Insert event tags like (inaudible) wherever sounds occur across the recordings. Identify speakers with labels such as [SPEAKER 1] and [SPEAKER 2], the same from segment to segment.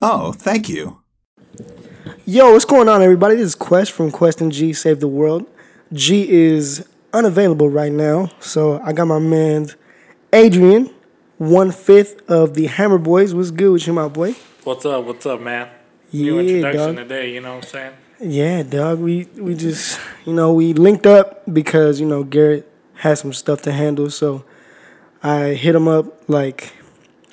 [SPEAKER 1] Oh, thank you.
[SPEAKER 2] Yo, what's going on, everybody? This is Quest from Quest and G Save the World. G is unavailable right now, so I got my man Adrian, one fifth of the Hammer Boys. What's good with you, my boy?
[SPEAKER 3] What's up? What's up, man? New
[SPEAKER 2] Yeah,
[SPEAKER 3] introduction
[SPEAKER 2] dog.
[SPEAKER 3] today. You know what I'm saying?
[SPEAKER 2] Yeah, dog. We we just you know we linked up because you know Garrett had some stuff to handle, so I hit him up like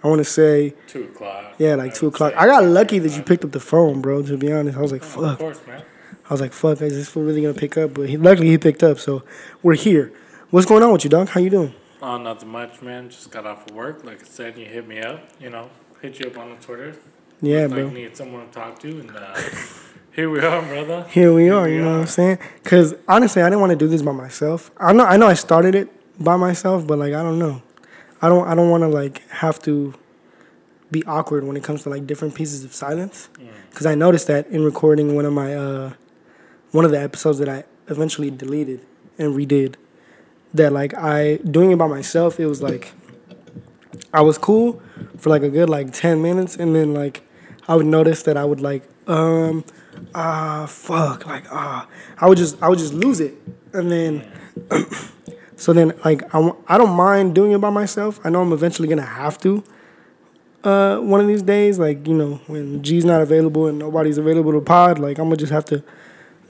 [SPEAKER 2] I want to say
[SPEAKER 3] Two o'clock.
[SPEAKER 2] yeah like
[SPEAKER 3] I
[SPEAKER 2] two
[SPEAKER 3] would
[SPEAKER 2] o'clock.
[SPEAKER 3] say.
[SPEAKER 2] I got lucky that you picked up the phone, bro. To be honest, I was like
[SPEAKER 3] Of
[SPEAKER 2] fuck.
[SPEAKER 3] course, man.
[SPEAKER 2] I was like fuck. Is this fool really gonna pick up? But he, luckily he picked up, so we're here. What's going on with you, dog? How you doing?
[SPEAKER 3] Oh, nothing much, man. Just got off of work. Like I said, you hit me up. You know, hit you up on the Twitter.
[SPEAKER 2] Yeah,
[SPEAKER 3] like
[SPEAKER 2] bro.
[SPEAKER 3] need someone to talk to, and uh, (laughs) here we are, brother.
[SPEAKER 2] Here we are. You
[SPEAKER 3] we
[SPEAKER 2] know what
[SPEAKER 3] are.
[SPEAKER 2] I'm saying? Because honestly, I didn't want to do this by myself. I know. I know. I started it by myself, but like, I don't know. I don't. I don't want to like have to be awkward when it comes to like different pieces of silence. Because I noticed that in recording one of my uh, one of the episodes that I eventually deleted and redid, that like I doing it by myself, it was like I was cool for like a good like ten minutes, and then like I would notice that I would like um ah fuck like ah I would just I would just lose it, and then (clears throat) so then like I w- I don't mind doing it by myself. I know I'm eventually gonna have to. Uh, one of these days, like you know, when G's not available and nobody's available to pod, like I'm gonna just have to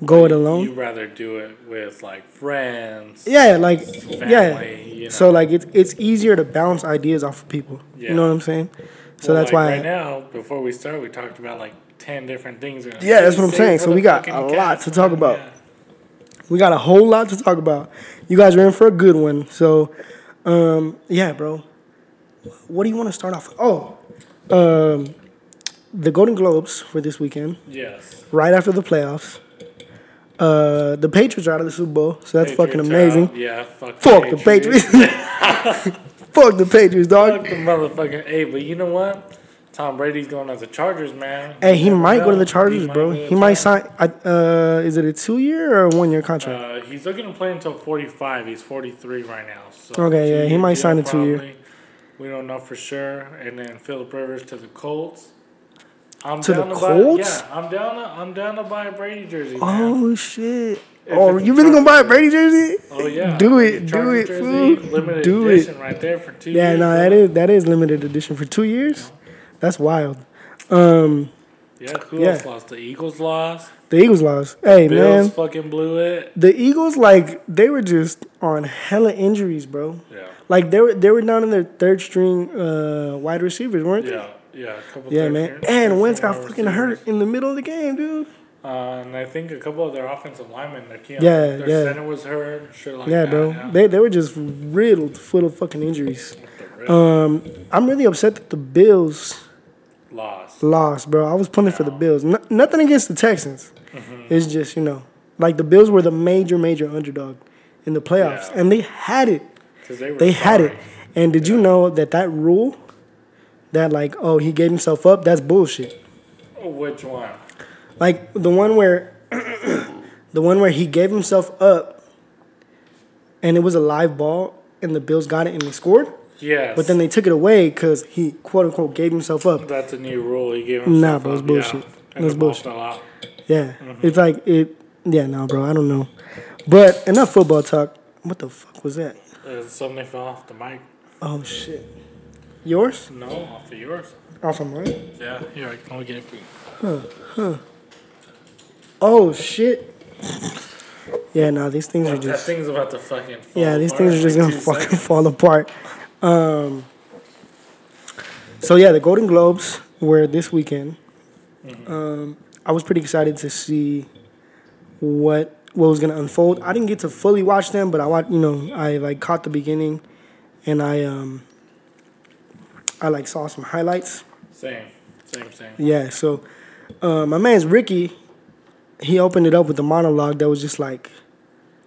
[SPEAKER 2] go it alone.
[SPEAKER 3] You'd rather do it with like friends.
[SPEAKER 2] Yeah, like yeah.
[SPEAKER 3] Family, you
[SPEAKER 2] So
[SPEAKER 3] know.
[SPEAKER 2] like it's it's easier to bounce ideas off of people.
[SPEAKER 3] Yeah.
[SPEAKER 2] You know what I'm saying? So
[SPEAKER 3] Well,
[SPEAKER 2] that's
[SPEAKER 3] like,
[SPEAKER 2] why.
[SPEAKER 3] right now, before we start, we talked about like ten different things.
[SPEAKER 2] Yeah, that's what I'm saying. So we got a lot to talk about. We got a whole lot to talk about. You guys are in for a good one. So, um, yeah, bro. What do you want to start off with? Oh, um, the Golden Globes for this weekend,
[SPEAKER 3] Yes.
[SPEAKER 2] right after the playoffs. Uh, the Patriots are out of the Super Bowl, so that's fucking
[SPEAKER 3] Patriots are out.
[SPEAKER 2] amazing.
[SPEAKER 3] Yeah, fuck,
[SPEAKER 2] Fuck the Patriots. (laughs) Fuck the Patriots,
[SPEAKER 3] Fuck
[SPEAKER 2] dog.
[SPEAKER 3] the motherfucking hey, but you know what? Tom Brady's going as the Chargers, man.
[SPEAKER 2] Hey, he
[SPEAKER 3] You never
[SPEAKER 2] might go to
[SPEAKER 3] know.
[SPEAKER 2] the Chargers,
[SPEAKER 3] might
[SPEAKER 2] bro.
[SPEAKER 3] go to
[SPEAKER 2] He
[SPEAKER 3] the
[SPEAKER 2] might
[SPEAKER 3] Chargers.
[SPEAKER 2] sign. I- Uh, is it a two-year or a one-year contract?
[SPEAKER 3] Uh, he's looking to play until 45. He's 43 right now. So
[SPEAKER 2] Okay, yeah, he
[SPEAKER 3] two-year
[SPEAKER 2] might
[SPEAKER 3] deal
[SPEAKER 2] sign a two-year.
[SPEAKER 3] probably. We don't know for sure. And then Philip Rivers to the Colts. I'm
[SPEAKER 2] To the
[SPEAKER 3] down buy-
[SPEAKER 2] Colts?
[SPEAKER 3] yeah, I'm down. To, I'm down to buy a Brady jersey. man.
[SPEAKER 2] Oh shit!
[SPEAKER 3] Uh, If
[SPEAKER 2] Oh,
[SPEAKER 3] it's
[SPEAKER 2] you
[SPEAKER 3] a
[SPEAKER 2] really gonna
[SPEAKER 3] Chargers
[SPEAKER 2] buy a Brady jersey?
[SPEAKER 3] Oh yeah,
[SPEAKER 2] Do it, do
[SPEAKER 3] Chargers
[SPEAKER 2] it,
[SPEAKER 3] jersey,
[SPEAKER 2] fool.
[SPEAKER 3] Limited
[SPEAKER 2] Do it.
[SPEAKER 3] edition right there for two.
[SPEAKER 2] Yeah,
[SPEAKER 3] years,
[SPEAKER 2] no,
[SPEAKER 3] bro.
[SPEAKER 2] that is that is limited edition for two years. That's wild. Um,
[SPEAKER 3] Yeah, who
[SPEAKER 2] yeah.
[SPEAKER 3] else lost? The Eagles lost.
[SPEAKER 2] the Eagles lost. Hey
[SPEAKER 3] Bills
[SPEAKER 2] man,
[SPEAKER 3] fucking blew it.
[SPEAKER 2] the Eagles like they were just on hella injuries, bro.
[SPEAKER 3] Yeah,
[SPEAKER 2] Like they were they were down in their third string uh, wide receivers, weren't they?
[SPEAKER 3] yeah, yeah. A couple
[SPEAKER 2] Yeah,
[SPEAKER 3] third-
[SPEAKER 2] man.
[SPEAKER 3] third-
[SPEAKER 2] And Wentz
[SPEAKER 3] third
[SPEAKER 2] got
[SPEAKER 3] round
[SPEAKER 2] fucking
[SPEAKER 3] receivers.
[SPEAKER 2] hurt in the middle of the game, dude.
[SPEAKER 3] Uh, and I think a couple of their offensive linemen, their key,
[SPEAKER 2] Yeah,
[SPEAKER 3] their
[SPEAKER 2] yeah.
[SPEAKER 3] center was hurt. Shit like
[SPEAKER 2] Yeah,
[SPEAKER 3] that.
[SPEAKER 2] bro.
[SPEAKER 3] Yeah.
[SPEAKER 2] They they were just riddled full of fucking injuries.
[SPEAKER 3] The Ravens
[SPEAKER 2] Um, I'm really upset that the Bills
[SPEAKER 3] lost.
[SPEAKER 2] lost, bro. I was pulling for the Bills. No, nothing against the Texans.
[SPEAKER 3] Mm-hmm.
[SPEAKER 2] It's just you know, like the Bills were the major, major underdog in the playoffs,
[SPEAKER 3] Yeah.
[SPEAKER 2] and they had it.
[SPEAKER 3] 'Cause they were
[SPEAKER 2] They had it.
[SPEAKER 3] sorry.
[SPEAKER 2] And did you know that that rule, that like, oh, he gave himself up, that's bullshit.
[SPEAKER 3] Oh, Which one?
[SPEAKER 2] Like the one where, (clears throat) the one where he gave himself up, and it was a live ball, and the Bills got it and they scored.
[SPEAKER 3] Yes.
[SPEAKER 2] But then they took it away because he quote unquote gave himself up.
[SPEAKER 3] That's a new rule he gave himself.
[SPEAKER 2] Nah, bro, it's
[SPEAKER 3] up,
[SPEAKER 2] bullshit.
[SPEAKER 3] Yeah.
[SPEAKER 2] That's
[SPEAKER 3] And the ball
[SPEAKER 2] bullshit.
[SPEAKER 3] fell out.
[SPEAKER 2] Yeah, it's like it. Yeah, no, bro, I don't know. But enough football talk. What the fuck was that?
[SPEAKER 3] Uh, something fell off the mic.
[SPEAKER 2] Oh shit. Oh, Yours?
[SPEAKER 3] No, off of yours.
[SPEAKER 2] Off of mine.
[SPEAKER 3] Yeah, here, I can only get it for you.
[SPEAKER 2] Oh shit. Yeah, no, these things are
[SPEAKER 3] That
[SPEAKER 2] just.
[SPEAKER 3] thing's about to fucking fall
[SPEAKER 2] Yeah, these
[SPEAKER 3] apart
[SPEAKER 2] things are just
[SPEAKER 3] (laughs) in
[SPEAKER 2] gonna
[SPEAKER 3] two
[SPEAKER 2] fucking
[SPEAKER 3] seconds.
[SPEAKER 2] (laughs) fall apart. Um. So yeah, the Golden Globes were this weekend.
[SPEAKER 3] Mm-hmm.
[SPEAKER 2] Um, I was pretty excited to see what what was gonna unfold. I didn't get to fully watch them, but I watched. You know, I like caught the beginning, and I um. I like saw some highlights.
[SPEAKER 3] Same, same, same.
[SPEAKER 2] Yeah, so uh, my man's Ricky, he opened it up with a monologue that was just like,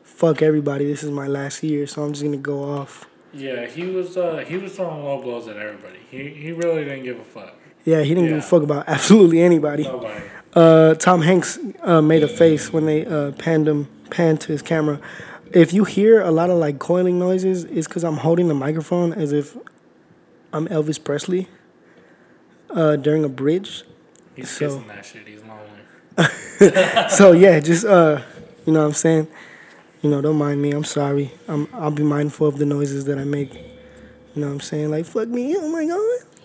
[SPEAKER 2] "Fuck everybody, this is my last year, so I'm just gonna go off."
[SPEAKER 3] Yeah, he was uh, he was throwing low blows at everybody. He he really didn't give a fuck.
[SPEAKER 2] Yeah, he didn't give
[SPEAKER 3] Yeah.
[SPEAKER 2] a fuck about (laughs) absolutely anybody.
[SPEAKER 3] Nobody.
[SPEAKER 2] Uh, Tom Hanks uh, made a face when they uh, panned him pan to his camera. If you hear a lot of like coiling noises, it's because I'm holding the microphone as if I'm Elvis Presley uh, during a bridge.
[SPEAKER 3] He's
[SPEAKER 2] So-
[SPEAKER 3] kissing that shit. He's lonely.
[SPEAKER 2] so yeah, just uh, you know what I'm saying. You know, don't mind me. I'm sorry. I'm I'll be mindful of the noises that I make. You know what I'm saying? Like fuck me. Oh my god.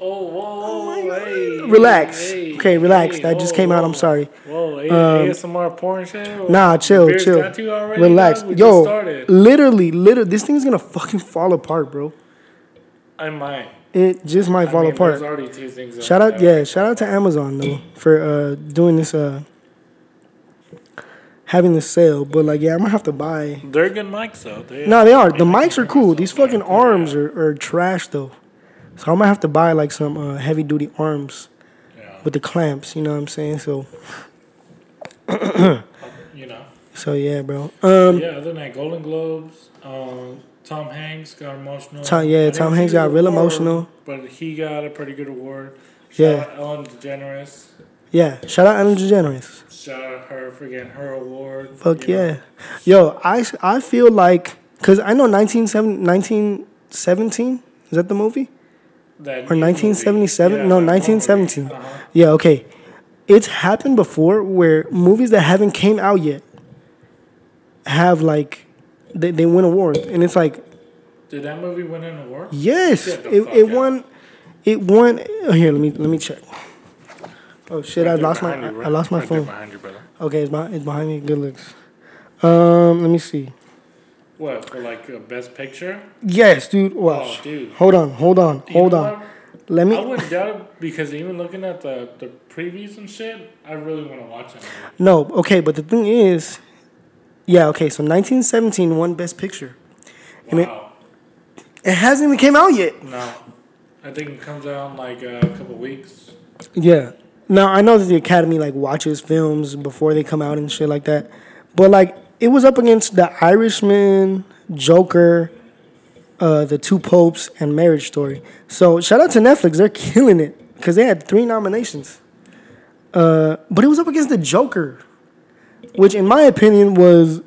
[SPEAKER 3] Oh, whoa, whoa, hey,
[SPEAKER 2] Relax.
[SPEAKER 3] hey,
[SPEAKER 2] Okay, relax.
[SPEAKER 3] hey, oh.
[SPEAKER 2] That just
[SPEAKER 3] whoa,
[SPEAKER 2] came out. I'm
[SPEAKER 3] whoa.
[SPEAKER 2] sorry.
[SPEAKER 3] Whoa, A- ASMR porn shit?
[SPEAKER 2] Um, Nah, chill,
[SPEAKER 3] Beers
[SPEAKER 2] chill.
[SPEAKER 3] got you already,
[SPEAKER 2] Relax.
[SPEAKER 3] dog? We just
[SPEAKER 2] Yo,
[SPEAKER 3] started.
[SPEAKER 2] literally, literally, this thing's gonna fucking fall apart, bro.
[SPEAKER 3] I might.
[SPEAKER 2] It just might
[SPEAKER 3] I
[SPEAKER 2] fall
[SPEAKER 3] mean,
[SPEAKER 2] apart.
[SPEAKER 3] There's already two things. up
[SPEAKER 2] Shout out,
[SPEAKER 3] there.
[SPEAKER 2] yeah, shout out to Amazon though for uh, doing this, uh, having this sale. But like, yeah, I'm gonna have to buy.
[SPEAKER 3] They're good mics though. They,
[SPEAKER 2] No, they are. The mics are cool. These fucking arms are, are trash though. So I'm gonna have to buy like some uh, heavy duty arms
[SPEAKER 3] Yeah.
[SPEAKER 2] with the clamps. You know what I'm saying? So,
[SPEAKER 3] You know.
[SPEAKER 2] so yeah, bro. Um,
[SPEAKER 3] Yeah. Other than that, Golden Globes. Um, Tom Hanks got emotional.
[SPEAKER 2] Tom-
[SPEAKER 3] I
[SPEAKER 2] yeah,
[SPEAKER 3] didn't
[SPEAKER 2] Tom
[SPEAKER 3] see
[SPEAKER 2] Hanks
[SPEAKER 3] the
[SPEAKER 2] got real
[SPEAKER 3] award,
[SPEAKER 2] emotional.
[SPEAKER 3] But he got a pretty good award. Shout
[SPEAKER 2] Yeah.
[SPEAKER 3] out Ellen DeGeneres.
[SPEAKER 2] yeah. Shout out Ellen DeGeneres.
[SPEAKER 3] Shout out her for getting her award.
[SPEAKER 2] Fuck
[SPEAKER 3] you know.
[SPEAKER 2] yeah. Yo, I, I feel like, because I know 1970 1917, is that the movie?
[SPEAKER 3] That
[SPEAKER 2] Or
[SPEAKER 3] new
[SPEAKER 2] 1977?
[SPEAKER 3] movie.
[SPEAKER 2] no,
[SPEAKER 3] that one movie.
[SPEAKER 2] 1917.
[SPEAKER 3] Uh-huh.
[SPEAKER 2] Yeah, okay. It's happened before where movies that haven't came out yet have like, they, they win awards. And it's like,
[SPEAKER 3] Did that movie win an award?
[SPEAKER 2] yes,
[SPEAKER 3] Get
[SPEAKER 2] it,
[SPEAKER 3] the fuck
[SPEAKER 2] it
[SPEAKER 3] out.
[SPEAKER 2] won, it won. oh, Here, let me, let me check. Oh shit, I
[SPEAKER 3] Right there
[SPEAKER 2] lost my,
[SPEAKER 3] behind you,
[SPEAKER 2] I
[SPEAKER 3] right-
[SPEAKER 2] lost my
[SPEAKER 3] right there
[SPEAKER 2] phone.
[SPEAKER 3] behind you, brother.
[SPEAKER 2] Okay, it's behind, it's behind me. Good looks. Um, let me see.
[SPEAKER 3] What for? Like uh, best picture?
[SPEAKER 2] Yes, dude. Watch.
[SPEAKER 3] Oh, dude.
[SPEAKER 2] Hold on, hold on,
[SPEAKER 3] You
[SPEAKER 2] hold
[SPEAKER 3] know
[SPEAKER 2] on.
[SPEAKER 3] what?
[SPEAKER 2] Let
[SPEAKER 3] I
[SPEAKER 2] me.
[SPEAKER 3] wouldn't doubt it because even looking at the, the previews and shit, I really want to watch it.
[SPEAKER 2] No, okay, but the thing is, yeah, okay. So 1917 won Best Picture. And it-
[SPEAKER 3] Wow.
[SPEAKER 2] It hasn't even came out yet.
[SPEAKER 3] No. I think it comes out in like a couple weeks.
[SPEAKER 2] Yeah. Now I know that the Academy like watches films before they come out and shit like that, but like it was up against The Irishman, Joker, uh, The Two Popes, and Marriage Story. So shout out to Netflix, they're killing it because they had three nominations. Uh, but it was up against The Joker, which in my opinion was,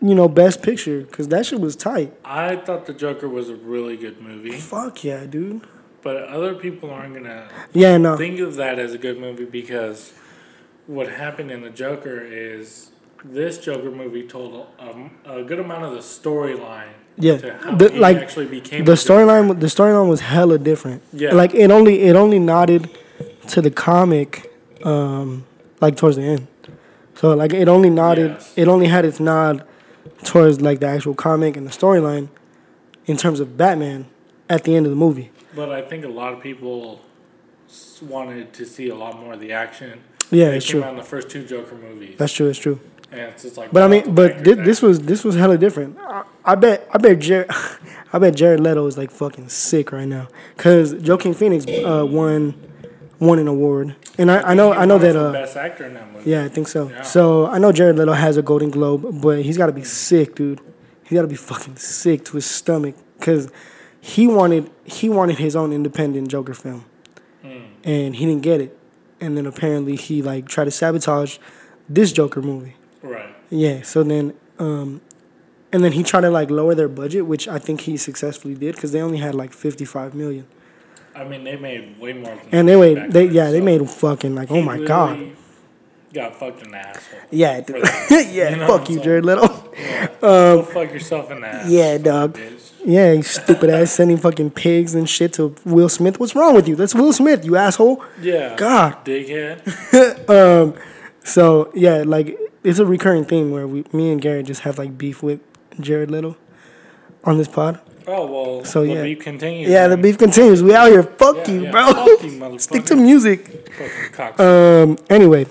[SPEAKER 2] you know, Best Picture because that shit was tight.
[SPEAKER 3] I thought The Joker was a really good movie,
[SPEAKER 2] Fuck yeah, dude.
[SPEAKER 3] but other people aren't going to
[SPEAKER 2] Yeah, no.
[SPEAKER 3] think of that as a good movie because what happened in The Joker is this Joker movie told a, a good amount of the storyline.
[SPEAKER 2] Yeah.
[SPEAKER 3] to how
[SPEAKER 2] The-
[SPEAKER 3] he
[SPEAKER 2] like,
[SPEAKER 3] actually became
[SPEAKER 2] the
[SPEAKER 3] a Joker.
[SPEAKER 2] storyline the storyline was hella different
[SPEAKER 3] Yeah.
[SPEAKER 2] like it only it only nodded to the comic um like towards the end so like it only nodded
[SPEAKER 3] Yes.
[SPEAKER 2] it only had its nod towards like the actual comic and the storyline in terms of batman at the end of the movie
[SPEAKER 3] But I think a lot of people s- wanted to see a lot more of the action.
[SPEAKER 2] Yeah,
[SPEAKER 3] They
[SPEAKER 2] it's
[SPEAKER 3] came
[SPEAKER 2] true.
[SPEAKER 3] out in the first two Joker movies,
[SPEAKER 2] that's true that's true
[SPEAKER 3] and it's just like. "Oh, uh,
[SPEAKER 2] but i
[SPEAKER 3] wow,
[SPEAKER 2] mean but
[SPEAKER 3] director
[SPEAKER 2] thi-
[SPEAKER 3] that-
[SPEAKER 2] this was this was hella different i, I bet i bet jared (laughs) i bet jared leto is like fucking sick right now because joaquin phoenix uh won won an award and i, I know i know
[SPEAKER 3] He won
[SPEAKER 2] that
[SPEAKER 3] for
[SPEAKER 2] uh
[SPEAKER 3] best actor in that movie.
[SPEAKER 2] Yeah, I think so.
[SPEAKER 3] Yeah.
[SPEAKER 2] So I know Jared Leto has a Golden Globe, but he's got to be sick, dude. He's got to be fucking sick to his stomach because he wanted he wanted his own independent Joker film,
[SPEAKER 3] Hmm.
[SPEAKER 2] and he didn't get it. And then apparently he like tried to sabotage this Joker movie.
[SPEAKER 3] Right.
[SPEAKER 2] Yeah. So then, um, and then he tried to like lower their budget, which I think he successfully did because they only had like fifty five million,
[SPEAKER 3] I mean, they made way more. Than
[SPEAKER 2] and they
[SPEAKER 3] back
[SPEAKER 2] made they
[SPEAKER 3] then,
[SPEAKER 2] yeah they
[SPEAKER 3] so
[SPEAKER 2] made fucking like oh
[SPEAKER 3] he
[SPEAKER 2] my god.
[SPEAKER 3] literally Got fucked in the asshole. (laughs)
[SPEAKER 2] Yeah,
[SPEAKER 3] for
[SPEAKER 2] dude.
[SPEAKER 3] that.
[SPEAKER 2] (laughs) yeah,
[SPEAKER 3] You know what
[SPEAKER 2] fuck
[SPEAKER 3] I'm
[SPEAKER 2] you,
[SPEAKER 3] saying?
[SPEAKER 2] Jared Leto. (laughs)
[SPEAKER 3] Go fuck yourself in the ass.
[SPEAKER 2] Yeah, dog.
[SPEAKER 3] bitch.
[SPEAKER 2] Yeah, you stupid ass sending fucking pigs and shit to Will Smith. What's wrong with you? That's Will Smith, you asshole.
[SPEAKER 3] Yeah.
[SPEAKER 2] God.
[SPEAKER 3] Dickhead.
[SPEAKER 2] Um, so yeah, like it's a recurring theme where we, me and Garrett just have like beef with Jared Little on this pod.
[SPEAKER 3] Oh
[SPEAKER 2] (laughs)
[SPEAKER 3] well.
[SPEAKER 2] So,
[SPEAKER 3] the
[SPEAKER 2] yeah.
[SPEAKER 3] beef continues.
[SPEAKER 2] Yeah, the
[SPEAKER 3] man.
[SPEAKER 2] beef continues. We out here. Fuck
[SPEAKER 3] Yeah,
[SPEAKER 2] you,
[SPEAKER 3] yeah.
[SPEAKER 2] bro.
[SPEAKER 3] Fuck you,
[SPEAKER 2] (laughs)
[SPEAKER 3] motherfucker.
[SPEAKER 2] Stick to music.
[SPEAKER 3] Fucking cock.
[SPEAKER 2] Um. Anyway,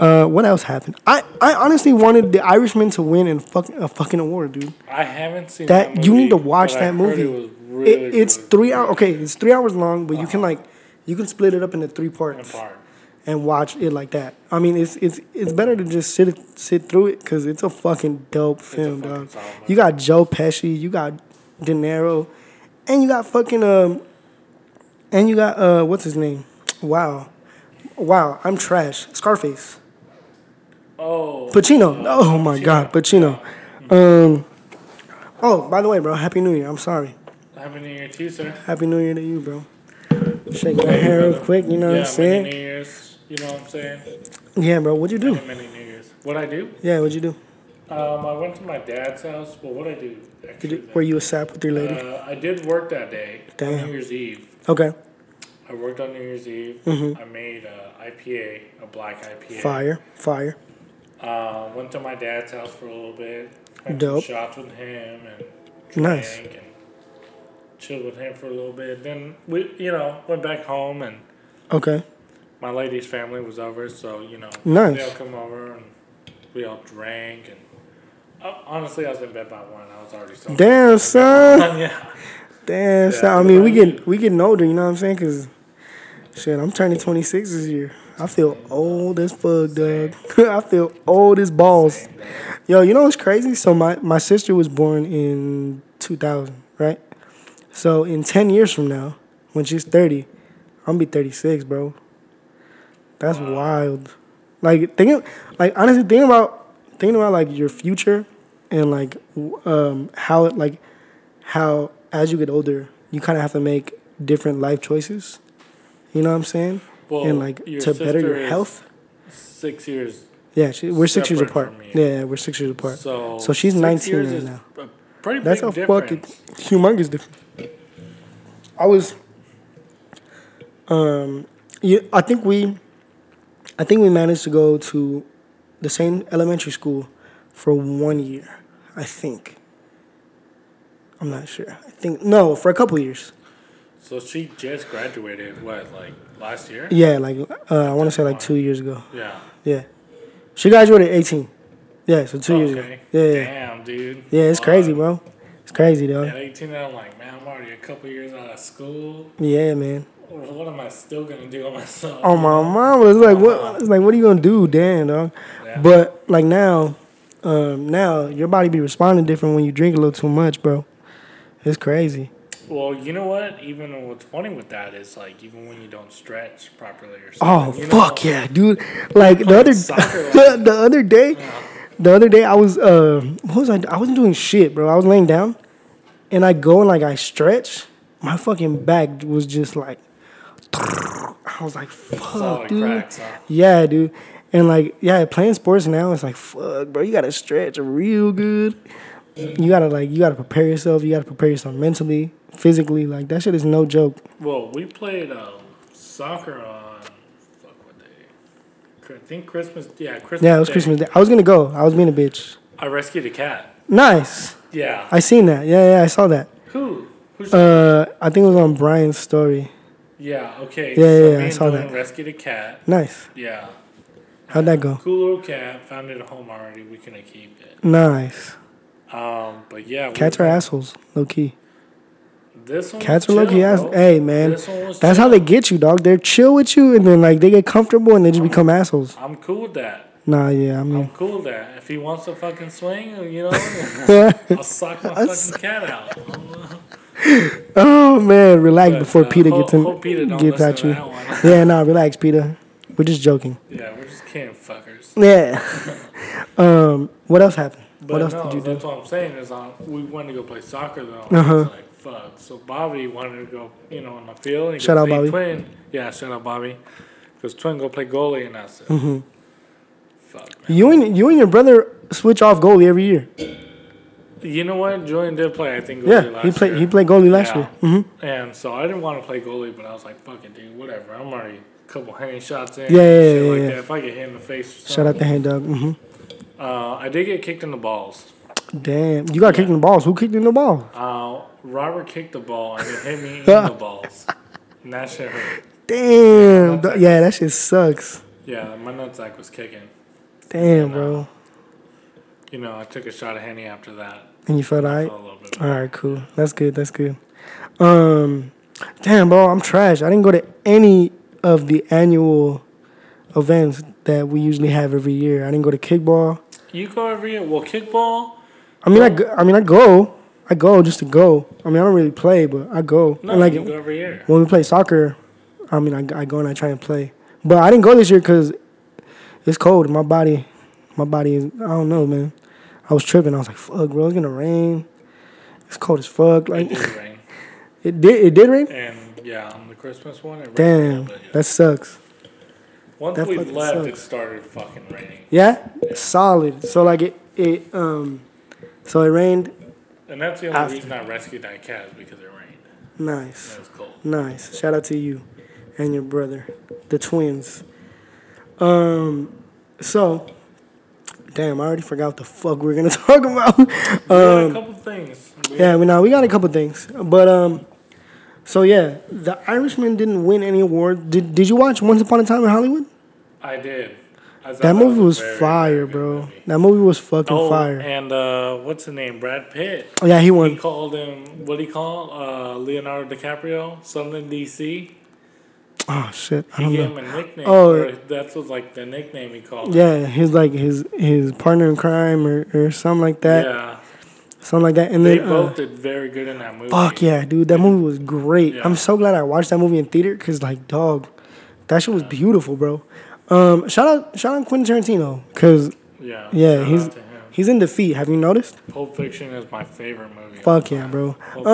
[SPEAKER 2] uh, what else happened? I I honestly wanted the Irishman to win and fuck a fucking award, dude.
[SPEAKER 3] I haven't seen
[SPEAKER 2] that
[SPEAKER 3] that
[SPEAKER 2] you need to
[SPEAKER 3] movie,
[SPEAKER 2] watch
[SPEAKER 3] but I
[SPEAKER 2] that
[SPEAKER 3] heard
[SPEAKER 2] movie.
[SPEAKER 3] It was really,
[SPEAKER 2] It- it's
[SPEAKER 3] really
[SPEAKER 2] three
[SPEAKER 3] good.
[SPEAKER 2] hours. Okay, it's three hours long, but you can like you can split it up into three parts
[SPEAKER 3] Hard.
[SPEAKER 2] and watch it like that. I mean, it's it's it's better to just sit sit through it because it's a fucking dope film,
[SPEAKER 3] fucking
[SPEAKER 2] dog.
[SPEAKER 3] solid movie.
[SPEAKER 2] You got Joe Pesci, you got De Niro, and you got fucking um, and you got uh, what's his name? Wow, wow, I'm trash. Scarface.
[SPEAKER 3] Oh,
[SPEAKER 2] Pacino. Oh my God, Pacino. Um. Oh, by the way, bro. Happy New Year. I'm sorry.
[SPEAKER 3] Happy New Year to you, sir.
[SPEAKER 2] Happy New Year to you, bro. Shake my hair real quick. You know what
[SPEAKER 3] yeah,
[SPEAKER 2] I'm
[SPEAKER 3] many
[SPEAKER 2] saying?
[SPEAKER 3] New Year's. You know what I'm saying?
[SPEAKER 2] Yeah, bro. What'd you do?
[SPEAKER 3] Many New Year's. What I do?
[SPEAKER 2] Yeah, what'd you do?
[SPEAKER 3] Um, I went to my dad's house. Well, what I do? Actually,
[SPEAKER 2] Did you, were you a sap with your lady?
[SPEAKER 3] uh, I did work that day.
[SPEAKER 2] Damn.
[SPEAKER 3] On New Year's Eve.
[SPEAKER 2] Okay.
[SPEAKER 3] I worked on New Year's Eve. I made a IPA, a black IPA.
[SPEAKER 2] Mm-hmm. Fire, fire.
[SPEAKER 3] Uh, went to my dad's house for a little bit. Had
[SPEAKER 2] Dope.
[SPEAKER 3] Some shots with him and drank
[SPEAKER 2] Nice.
[SPEAKER 3] and chilled with him for a little bit. Then we, you know, went back home and
[SPEAKER 2] Okay.
[SPEAKER 3] my lady's family was over, so you know,
[SPEAKER 2] Nice.
[SPEAKER 3] they all come over and we all drank and. uh, Honestly, I was in bed by one. I was already so.
[SPEAKER 2] Damn, son.
[SPEAKER 3] (laughs) yeah.
[SPEAKER 2] Damn, son. I mean, we get we getting older. You know what I'm saying? Cause shit, I'm turning 26 this year. I feel old as fuck, Doug. (laughs) I feel old as balls. Yo, you know what's crazy? So my my sister was born in 2000, right? So in 10 years from now, when she's 30, I'm gonna be 36, bro. That's wild. Like thinking, like honestly thinking about thinking about like your future and like w- um how it like how as you get older you kind of have to make different life choices. You know what I'm saying?
[SPEAKER 3] Well,
[SPEAKER 2] and like
[SPEAKER 3] your
[SPEAKER 2] to better
[SPEAKER 3] sister
[SPEAKER 2] your
[SPEAKER 3] is
[SPEAKER 2] health.
[SPEAKER 3] Six years.
[SPEAKER 2] Yeah, she, we're six years
[SPEAKER 3] separate
[SPEAKER 2] apart.
[SPEAKER 3] from you.
[SPEAKER 2] Yeah, we're six years apart.
[SPEAKER 3] So.
[SPEAKER 2] so she's
[SPEAKER 3] six
[SPEAKER 2] 19
[SPEAKER 3] years
[SPEAKER 2] right
[SPEAKER 3] is
[SPEAKER 2] now.
[SPEAKER 3] a Pretty
[SPEAKER 2] That's
[SPEAKER 3] big
[SPEAKER 2] a
[SPEAKER 3] difference.
[SPEAKER 2] fucking humongous difference. I was, um, you, I think we, I think we managed to go to the same elementary school for one year. I think. I'm not sure. I think no, for a couple years.
[SPEAKER 3] So she just graduated. What, like last year?
[SPEAKER 2] Yeah, like uh, I want to say like two years ago.
[SPEAKER 3] Yeah.
[SPEAKER 2] Yeah, she graduated 18. Yeah, so two years ago.
[SPEAKER 3] Okay.
[SPEAKER 2] Yeah, yeah, yeah.
[SPEAKER 3] Damn, dude.
[SPEAKER 2] yeah it's crazy,
[SPEAKER 3] Fuck.
[SPEAKER 2] bro. It's crazy, dog.
[SPEAKER 3] At 18, I'm like, man, I'm already a couple years out of school.
[SPEAKER 2] Yeah, man.
[SPEAKER 3] What am I still gonna do on (laughs) myself?
[SPEAKER 2] Oh my mom was like, what? It's like, what are you gonna do, damn dog?
[SPEAKER 3] Uh-huh. Yeah.
[SPEAKER 2] But like now, um, now your body be responding different when you drink a little too much, bro. It's crazy.
[SPEAKER 3] Well, you know what? Even what's funny with that is like, even when you don't stretch properly or
[SPEAKER 2] Oh
[SPEAKER 3] something. you know,
[SPEAKER 2] fuck yeah, dude! Like the other (laughs)
[SPEAKER 3] soccer,
[SPEAKER 2] the, the other day, the other day I was uh, what was I? I wasn't doing shit, bro. I was laying down, and I go and like I stretch. My fucking back was just like, (laughs) I was like, fuck,
[SPEAKER 3] Solid
[SPEAKER 2] dude.
[SPEAKER 3] cracks, huh?
[SPEAKER 2] Yeah, dude. And like, yeah, playing sports now it's like, fuck, bro, you gotta stretch real good. You gotta like, you gotta prepare yourself. You gotta prepare yourself mentally, physically. Like that shit is no joke.
[SPEAKER 3] Well, we played um, soccer on fuck what day? I think Christmas. Yeah, Christmas.
[SPEAKER 2] Yeah, it was
[SPEAKER 3] Day.
[SPEAKER 2] Christmas Day. I was gonna go. I was being a bitch.
[SPEAKER 3] I rescued a cat.
[SPEAKER 2] Nice.
[SPEAKER 3] Yeah.
[SPEAKER 2] I seen that. Yeah, yeah, I saw that.
[SPEAKER 3] Who? Who's?
[SPEAKER 2] Uh, I think it was on Brian's story.
[SPEAKER 3] yeah. Okay.
[SPEAKER 2] yeah, yeah, I
[SPEAKER 3] me and
[SPEAKER 2] saw
[SPEAKER 3] Dylan
[SPEAKER 2] that.
[SPEAKER 3] Rescued a cat.
[SPEAKER 2] Nice.
[SPEAKER 3] Yeah.
[SPEAKER 2] How'd that go?
[SPEAKER 3] Cool little cat. Found it at home already. We couldn't keep it.
[SPEAKER 2] Nice.
[SPEAKER 3] Um, but yeah, we-
[SPEAKER 2] Cats are assholes, low key.
[SPEAKER 3] This one
[SPEAKER 2] Cats are
[SPEAKER 3] was
[SPEAKER 2] low key
[SPEAKER 3] chill,
[SPEAKER 2] ass.
[SPEAKER 3] bro.
[SPEAKER 2] Hey man,
[SPEAKER 3] This one was
[SPEAKER 2] that's how
[SPEAKER 3] chill.
[SPEAKER 2] they get you, dog. They're chill with you, and then like they get comfortable, and they just become assholes.
[SPEAKER 3] I'm cool with that.
[SPEAKER 2] Nah, yeah, I
[SPEAKER 3] I'm
[SPEAKER 2] mean,
[SPEAKER 3] cool with that. If he wants to fucking swing, you
[SPEAKER 2] (laughs)
[SPEAKER 3] know, I'll sock my fucking cat out.
[SPEAKER 2] oh man, relax
[SPEAKER 3] But,
[SPEAKER 2] before
[SPEAKER 3] uh,
[SPEAKER 2] Peter
[SPEAKER 3] hope-
[SPEAKER 2] gets in,
[SPEAKER 3] hope Peter don't
[SPEAKER 2] gets
[SPEAKER 3] listen
[SPEAKER 2] at
[SPEAKER 3] to
[SPEAKER 2] you.
[SPEAKER 3] that one.
[SPEAKER 2] (laughs)
[SPEAKER 3] (laughs)
[SPEAKER 2] yeah, nah, relax, Peter. We're just joking.
[SPEAKER 3] Yeah, we're just kidding, fuckers.
[SPEAKER 2] Yeah. (laughs) um, what else happened?
[SPEAKER 3] But
[SPEAKER 2] what else
[SPEAKER 3] no,
[SPEAKER 2] did you do?
[SPEAKER 3] that's what I'm saying is um, we wanted to go play soccer though.
[SPEAKER 2] Uh-huh.
[SPEAKER 3] It's like fuck. So Bobby wanted to go, you know, on the field. And he
[SPEAKER 2] Shout out,
[SPEAKER 3] goes, "Hey,
[SPEAKER 2] Bobby."
[SPEAKER 3] Twin. Yeah, shout out Bobby. Because Twin go play goalie, and I said,
[SPEAKER 2] Mm-hmm.
[SPEAKER 3] fuck man.
[SPEAKER 2] You and you and your brother switch off goalie every year.
[SPEAKER 3] You know what? Julian did play. I think goalie
[SPEAKER 2] Yeah,
[SPEAKER 3] last
[SPEAKER 2] he played
[SPEAKER 3] year.
[SPEAKER 2] he played goalie last
[SPEAKER 3] Yeah.
[SPEAKER 2] year. hmm
[SPEAKER 3] And so I didn't want to play goalie, but I was like, fuck it, dude, whatever. I'm already a couple hanging shots in.
[SPEAKER 2] Yeah, yeah,
[SPEAKER 3] shit
[SPEAKER 2] yeah,
[SPEAKER 3] like
[SPEAKER 2] yeah.
[SPEAKER 3] That. If I get hit in the face or
[SPEAKER 2] Shout out
[SPEAKER 3] something.
[SPEAKER 2] the hand dog. hmm
[SPEAKER 3] Uh, I did get kicked in the balls.
[SPEAKER 2] Damn, you got kicked in the balls. Who kicked in the balls?
[SPEAKER 3] Uh, Robert kicked the ball and it hit me in the
[SPEAKER 2] (laughs)
[SPEAKER 3] balls. And that shit hurt.
[SPEAKER 2] Damn, th- yeah, that shit sucks.
[SPEAKER 3] Yeah, my nutsack was kicking.
[SPEAKER 2] Damn, bro.
[SPEAKER 3] You know, I took a shot of Henny after that.
[SPEAKER 2] And you felt
[SPEAKER 3] So
[SPEAKER 2] alright.
[SPEAKER 3] a little bit.
[SPEAKER 2] All right, cool. That's good. That's good. Um, damn, bro, I'm trash. I didn't go to any of the annual events that we usually have every year. I didn't go to kickball.
[SPEAKER 3] You go every year. Well, kickball.
[SPEAKER 2] I mean, I, go, I mean, I go. I go just to go. I mean, I don't really play, but I go.
[SPEAKER 3] No,
[SPEAKER 2] and like
[SPEAKER 3] you go every year.
[SPEAKER 2] when we play soccer, I mean, I, I go and I try and play. But I didn't go this year because it's cold. My body, my body is. I don't know, man. I was tripping. I was like, "Fuck, bro, it's gonna rain. It's cold as fuck."
[SPEAKER 3] It (laughs)
[SPEAKER 2] Like
[SPEAKER 3] did rain.
[SPEAKER 2] it did. It did rain.
[SPEAKER 3] And yeah, on the Christmas one, it rained. a little
[SPEAKER 2] Damn,
[SPEAKER 3] bit, yeah.
[SPEAKER 2] that sucks.
[SPEAKER 3] Once
[SPEAKER 2] that
[SPEAKER 3] we
[SPEAKER 2] fucking
[SPEAKER 3] left,
[SPEAKER 2] sucks.
[SPEAKER 3] it started fucking raining.
[SPEAKER 2] Yeah, solid. So like it, it um, so it rained.
[SPEAKER 3] And that's the only
[SPEAKER 2] After.
[SPEAKER 3] reason I rescued that cat is because it rained.
[SPEAKER 2] Nice,
[SPEAKER 3] It was cold.
[SPEAKER 2] Um, nice. Shout out to you and your brother, the twins. Um, so damn, I already forgot what the fuck we are gonna (laughs) talk about.
[SPEAKER 3] We
[SPEAKER 2] Um,
[SPEAKER 3] got a couple things. We-
[SPEAKER 2] Yeah, we know we got a couple things, but um, so yeah, The Irishman didn't win any award. Did Did you watch Once Upon a Time in Hollywood?
[SPEAKER 3] I did. I thought
[SPEAKER 2] That movie
[SPEAKER 3] a
[SPEAKER 2] was
[SPEAKER 3] very,
[SPEAKER 2] fire,
[SPEAKER 3] very good
[SPEAKER 2] bro.
[SPEAKER 3] movie.
[SPEAKER 2] That movie was fucking
[SPEAKER 3] Oh,
[SPEAKER 2] fire.
[SPEAKER 3] and uh, what's the name? Brad Pitt.
[SPEAKER 2] Oh, yeah, he
[SPEAKER 3] He
[SPEAKER 2] won.
[SPEAKER 3] called him, what do you call uh, Leonardo DiCaprio? Something DC.
[SPEAKER 2] Oh shit, I
[SPEAKER 3] He
[SPEAKER 2] don't
[SPEAKER 3] gave
[SPEAKER 2] know.
[SPEAKER 3] him a nickname.
[SPEAKER 2] Oh.
[SPEAKER 3] or that's what, like the nickname he called him.
[SPEAKER 2] Yeah, his like his his partner in crime or, or something like that,
[SPEAKER 3] Yeah.
[SPEAKER 2] something like that. And
[SPEAKER 3] They
[SPEAKER 2] then
[SPEAKER 3] both
[SPEAKER 2] uh,
[SPEAKER 3] did very good in that movie.
[SPEAKER 2] fuck yeah, dude, that movie was great.
[SPEAKER 3] Yeah.
[SPEAKER 2] I'm so glad I watched that movie in theater because like dog, that shit was beautiful, bro. Um, shout out shout out Quentin Tarantino because
[SPEAKER 3] Yeah.
[SPEAKER 2] yeah,
[SPEAKER 3] shout
[SPEAKER 2] he's
[SPEAKER 3] out to him.
[SPEAKER 2] he's in defeat. Have you noticed?
[SPEAKER 3] Pulp Fiction is my favorite movie.
[SPEAKER 2] Fuck yeah, bro.
[SPEAKER 3] Pulp Fiction all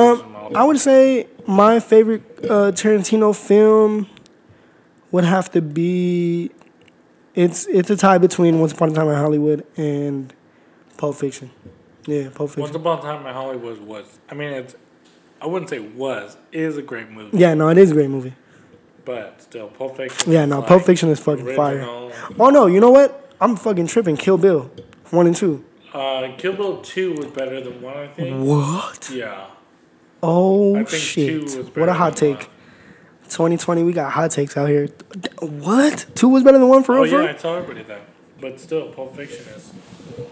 [SPEAKER 2] Um,
[SPEAKER 3] day.
[SPEAKER 2] I would say my favorite uh, Tarantino film would have to be. It's it's a tie between Once Upon a Time in Hollywood and Pulp Fiction. Yeah, Pulp
[SPEAKER 3] Once
[SPEAKER 2] Fiction.
[SPEAKER 3] Upon a Time in Hollywood was, I mean, it's, I wouldn't say was, is a great movie.
[SPEAKER 2] Yeah, no, it is a great movie.
[SPEAKER 3] But still, Pulp Fiction.
[SPEAKER 2] Yeah,
[SPEAKER 3] is
[SPEAKER 2] no,
[SPEAKER 3] like
[SPEAKER 2] Pulp Fiction is fucking
[SPEAKER 3] original.
[SPEAKER 2] fire. Oh no, you know what? I'm fucking tripping. Kill Bill, one and two.
[SPEAKER 3] Uh, Kill Bill 2 was better than 1, I think.
[SPEAKER 2] What?
[SPEAKER 3] Yeah. I
[SPEAKER 2] Oh
[SPEAKER 3] think
[SPEAKER 2] shit!
[SPEAKER 3] two was better
[SPEAKER 2] What a hot
[SPEAKER 3] than one.
[SPEAKER 2] take. 2020, we got hot takes out here. What? Two was better than one for
[SPEAKER 3] Oh,
[SPEAKER 2] real? for
[SPEAKER 3] yeah, I
[SPEAKER 2] real?
[SPEAKER 3] tell everybody that. But still, Pulp Fiction is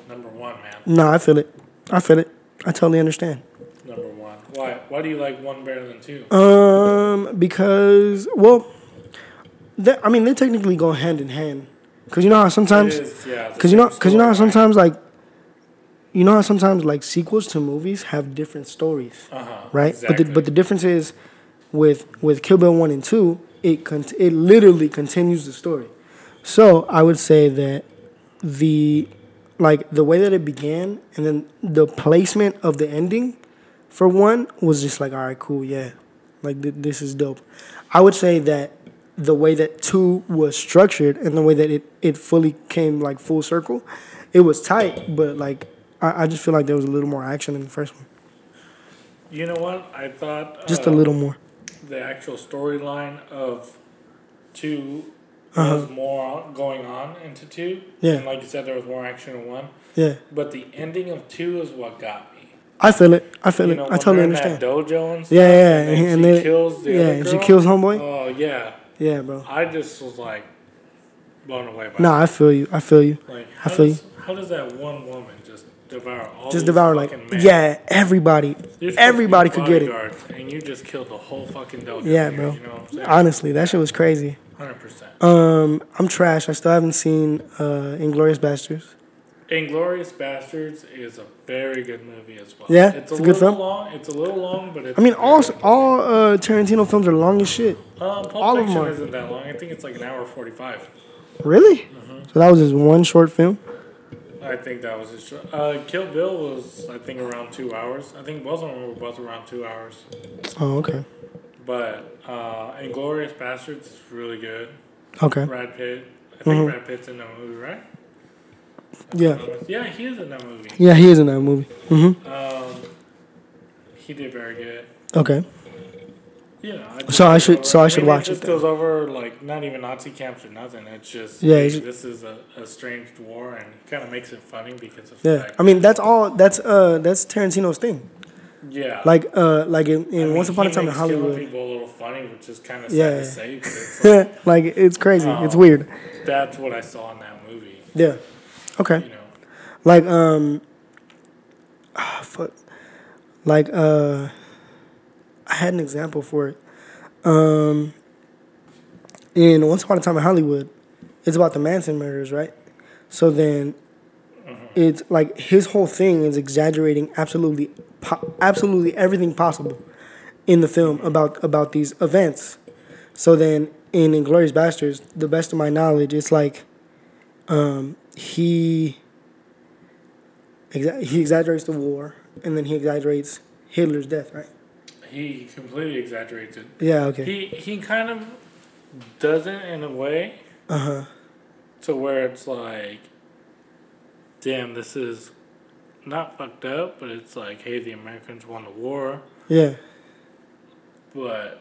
[SPEAKER 3] number one, man.
[SPEAKER 2] No, I feel it. I feel it. I totally understand.
[SPEAKER 3] Number one. Why? Why do you like one better than two?
[SPEAKER 2] Um, because well, they, I mean they technically go hand in hand. Cause you know how sometimes,
[SPEAKER 3] It is, yeah, it's the
[SPEAKER 2] Um, cause you know,
[SPEAKER 3] same
[SPEAKER 2] cause you know how
[SPEAKER 3] storyline.
[SPEAKER 2] sometimes like, you know how sometimes like sequels to movies have different stories,
[SPEAKER 3] Uh-huh,
[SPEAKER 2] right? But the
[SPEAKER 3] exactly.
[SPEAKER 2] but the difference is, with with Kill Bill one and two, it con- it literally continues the story. So I would say that the like the way that it began and then the placement of the ending for one was just like all right cool yeah like th- this is dope i would say that the way that two was structured and the way that it, it fully came like full circle it was tight but like I, I just feel like there was a little more action in the first one
[SPEAKER 3] You know what? I thought
[SPEAKER 2] just
[SPEAKER 3] uh,
[SPEAKER 2] a little more
[SPEAKER 3] the actual storyline of two was more going on into two.
[SPEAKER 2] Uh-huh. Yeah.
[SPEAKER 3] And like you said, there was more action in one.
[SPEAKER 2] yeah
[SPEAKER 3] But the ending of two is what got me.
[SPEAKER 2] i feel it i feel
[SPEAKER 3] You
[SPEAKER 2] it
[SPEAKER 3] know,
[SPEAKER 2] i
[SPEAKER 3] when
[SPEAKER 2] totally
[SPEAKER 3] they're in that
[SPEAKER 2] understand
[SPEAKER 3] dojo and stuff.
[SPEAKER 2] yeah yeah
[SPEAKER 3] And,
[SPEAKER 2] and,
[SPEAKER 3] then
[SPEAKER 2] then
[SPEAKER 3] she kills the
[SPEAKER 2] yeah
[SPEAKER 3] other
[SPEAKER 2] and
[SPEAKER 3] girl.
[SPEAKER 2] she kills homeboy
[SPEAKER 3] Oh yeah,
[SPEAKER 2] yeah bro
[SPEAKER 3] I just was like blown away by.
[SPEAKER 2] no i feel you i feel you
[SPEAKER 3] that. like
[SPEAKER 2] I
[SPEAKER 3] how
[SPEAKER 2] feel
[SPEAKER 3] does, how does that one woman just devour all?
[SPEAKER 2] just
[SPEAKER 3] these
[SPEAKER 2] devour like
[SPEAKER 3] fucking men?
[SPEAKER 2] yeah everybody
[SPEAKER 3] You're supposed to be
[SPEAKER 2] everybody could get it
[SPEAKER 3] bodyguards, And you just killed the whole fucking dojo.
[SPEAKER 2] Yeah,
[SPEAKER 3] here,
[SPEAKER 2] bro.
[SPEAKER 3] You know what I'm saying?
[SPEAKER 2] Honestly, that shit was crazy.
[SPEAKER 3] Hundred percent.
[SPEAKER 2] Um, I'm trash. I still haven't seen uh, Inglorious Bastards.
[SPEAKER 3] Inglorious Bastards is a very good movie as well.
[SPEAKER 2] Yeah, it's a good
[SPEAKER 3] little
[SPEAKER 2] film.
[SPEAKER 3] long. It's a little long, but it's
[SPEAKER 2] I mean,
[SPEAKER 3] very
[SPEAKER 2] all
[SPEAKER 3] good.
[SPEAKER 2] all uh, Tarantino films are long as shit.
[SPEAKER 3] Uh, Pulp
[SPEAKER 2] all of
[SPEAKER 3] Fiction
[SPEAKER 2] them are-
[SPEAKER 3] isn't that long. I think it's like an hour forty-five.
[SPEAKER 2] Really?
[SPEAKER 3] Mm-hmm.
[SPEAKER 2] So that was his one short film.
[SPEAKER 3] I think that was his show. Uh, Kill Bill was, I think, around two hours. I think both of them were both around two hours.
[SPEAKER 2] Oh, okay,
[SPEAKER 3] But uh, Inglorious Bastards is really good.
[SPEAKER 2] okay,
[SPEAKER 3] Brad Pitt. I think
[SPEAKER 2] Mm-hmm.
[SPEAKER 3] Brad Pitt's in that movie, right?
[SPEAKER 2] yeah,
[SPEAKER 3] Yeah, he is in that movie.
[SPEAKER 2] yeah. He is in that movie. Mm-hmm.
[SPEAKER 3] Um, he did very good.
[SPEAKER 2] Okay,
[SPEAKER 3] You know, I
[SPEAKER 2] So I should- so I should
[SPEAKER 3] mean,
[SPEAKER 2] watch
[SPEAKER 3] it. Just
[SPEAKER 2] it then.
[SPEAKER 3] goes over like not even Nazi camps or nothing. It's just
[SPEAKER 2] Yeah,
[SPEAKER 3] hey,
[SPEAKER 2] it's-
[SPEAKER 3] this is a, a strange war and kind of makes it funny because of
[SPEAKER 2] yeah.
[SPEAKER 3] like,
[SPEAKER 2] I mean, that's all. That's uh, that's Tarantino's thing.
[SPEAKER 3] yeah,
[SPEAKER 2] Like uh, like in, in
[SPEAKER 3] I mean,
[SPEAKER 2] Once Upon a
[SPEAKER 3] he
[SPEAKER 2] Time in
[SPEAKER 3] makes killing
[SPEAKER 2] Hollywood.
[SPEAKER 3] people a little funny, which is kind of sad
[SPEAKER 2] Yeah.
[SPEAKER 3] to say, but it's like,
[SPEAKER 2] (laughs) like it's crazy. It's
[SPEAKER 3] Oh.
[SPEAKER 2] weird.
[SPEAKER 3] that's what I saw in that movie.
[SPEAKER 2] Yeah. Okay.
[SPEAKER 3] You know,
[SPEAKER 2] Like um, ah, fuck. Like uh, I had an example for it. Um, in Once Upon a Time in Hollywood, it's about the Manson murders, right? So then, it's like his whole thing is exaggerating absolutely, po- absolutely everything possible in the film about about these events. So then, in Inglorious Bastards, the best of my knowledge, it's like um, he exa- he exaggerates the war, and then he exaggerates Hitler's death, right?
[SPEAKER 3] He completely exaggerates it.
[SPEAKER 2] Yeah. Okay.
[SPEAKER 3] He he kind of does it in a way
[SPEAKER 2] Uh huh.
[SPEAKER 3] to where it's like, damn, this is not fucked up, but it's like, hey, the Americans won the war,
[SPEAKER 2] Yeah.
[SPEAKER 3] but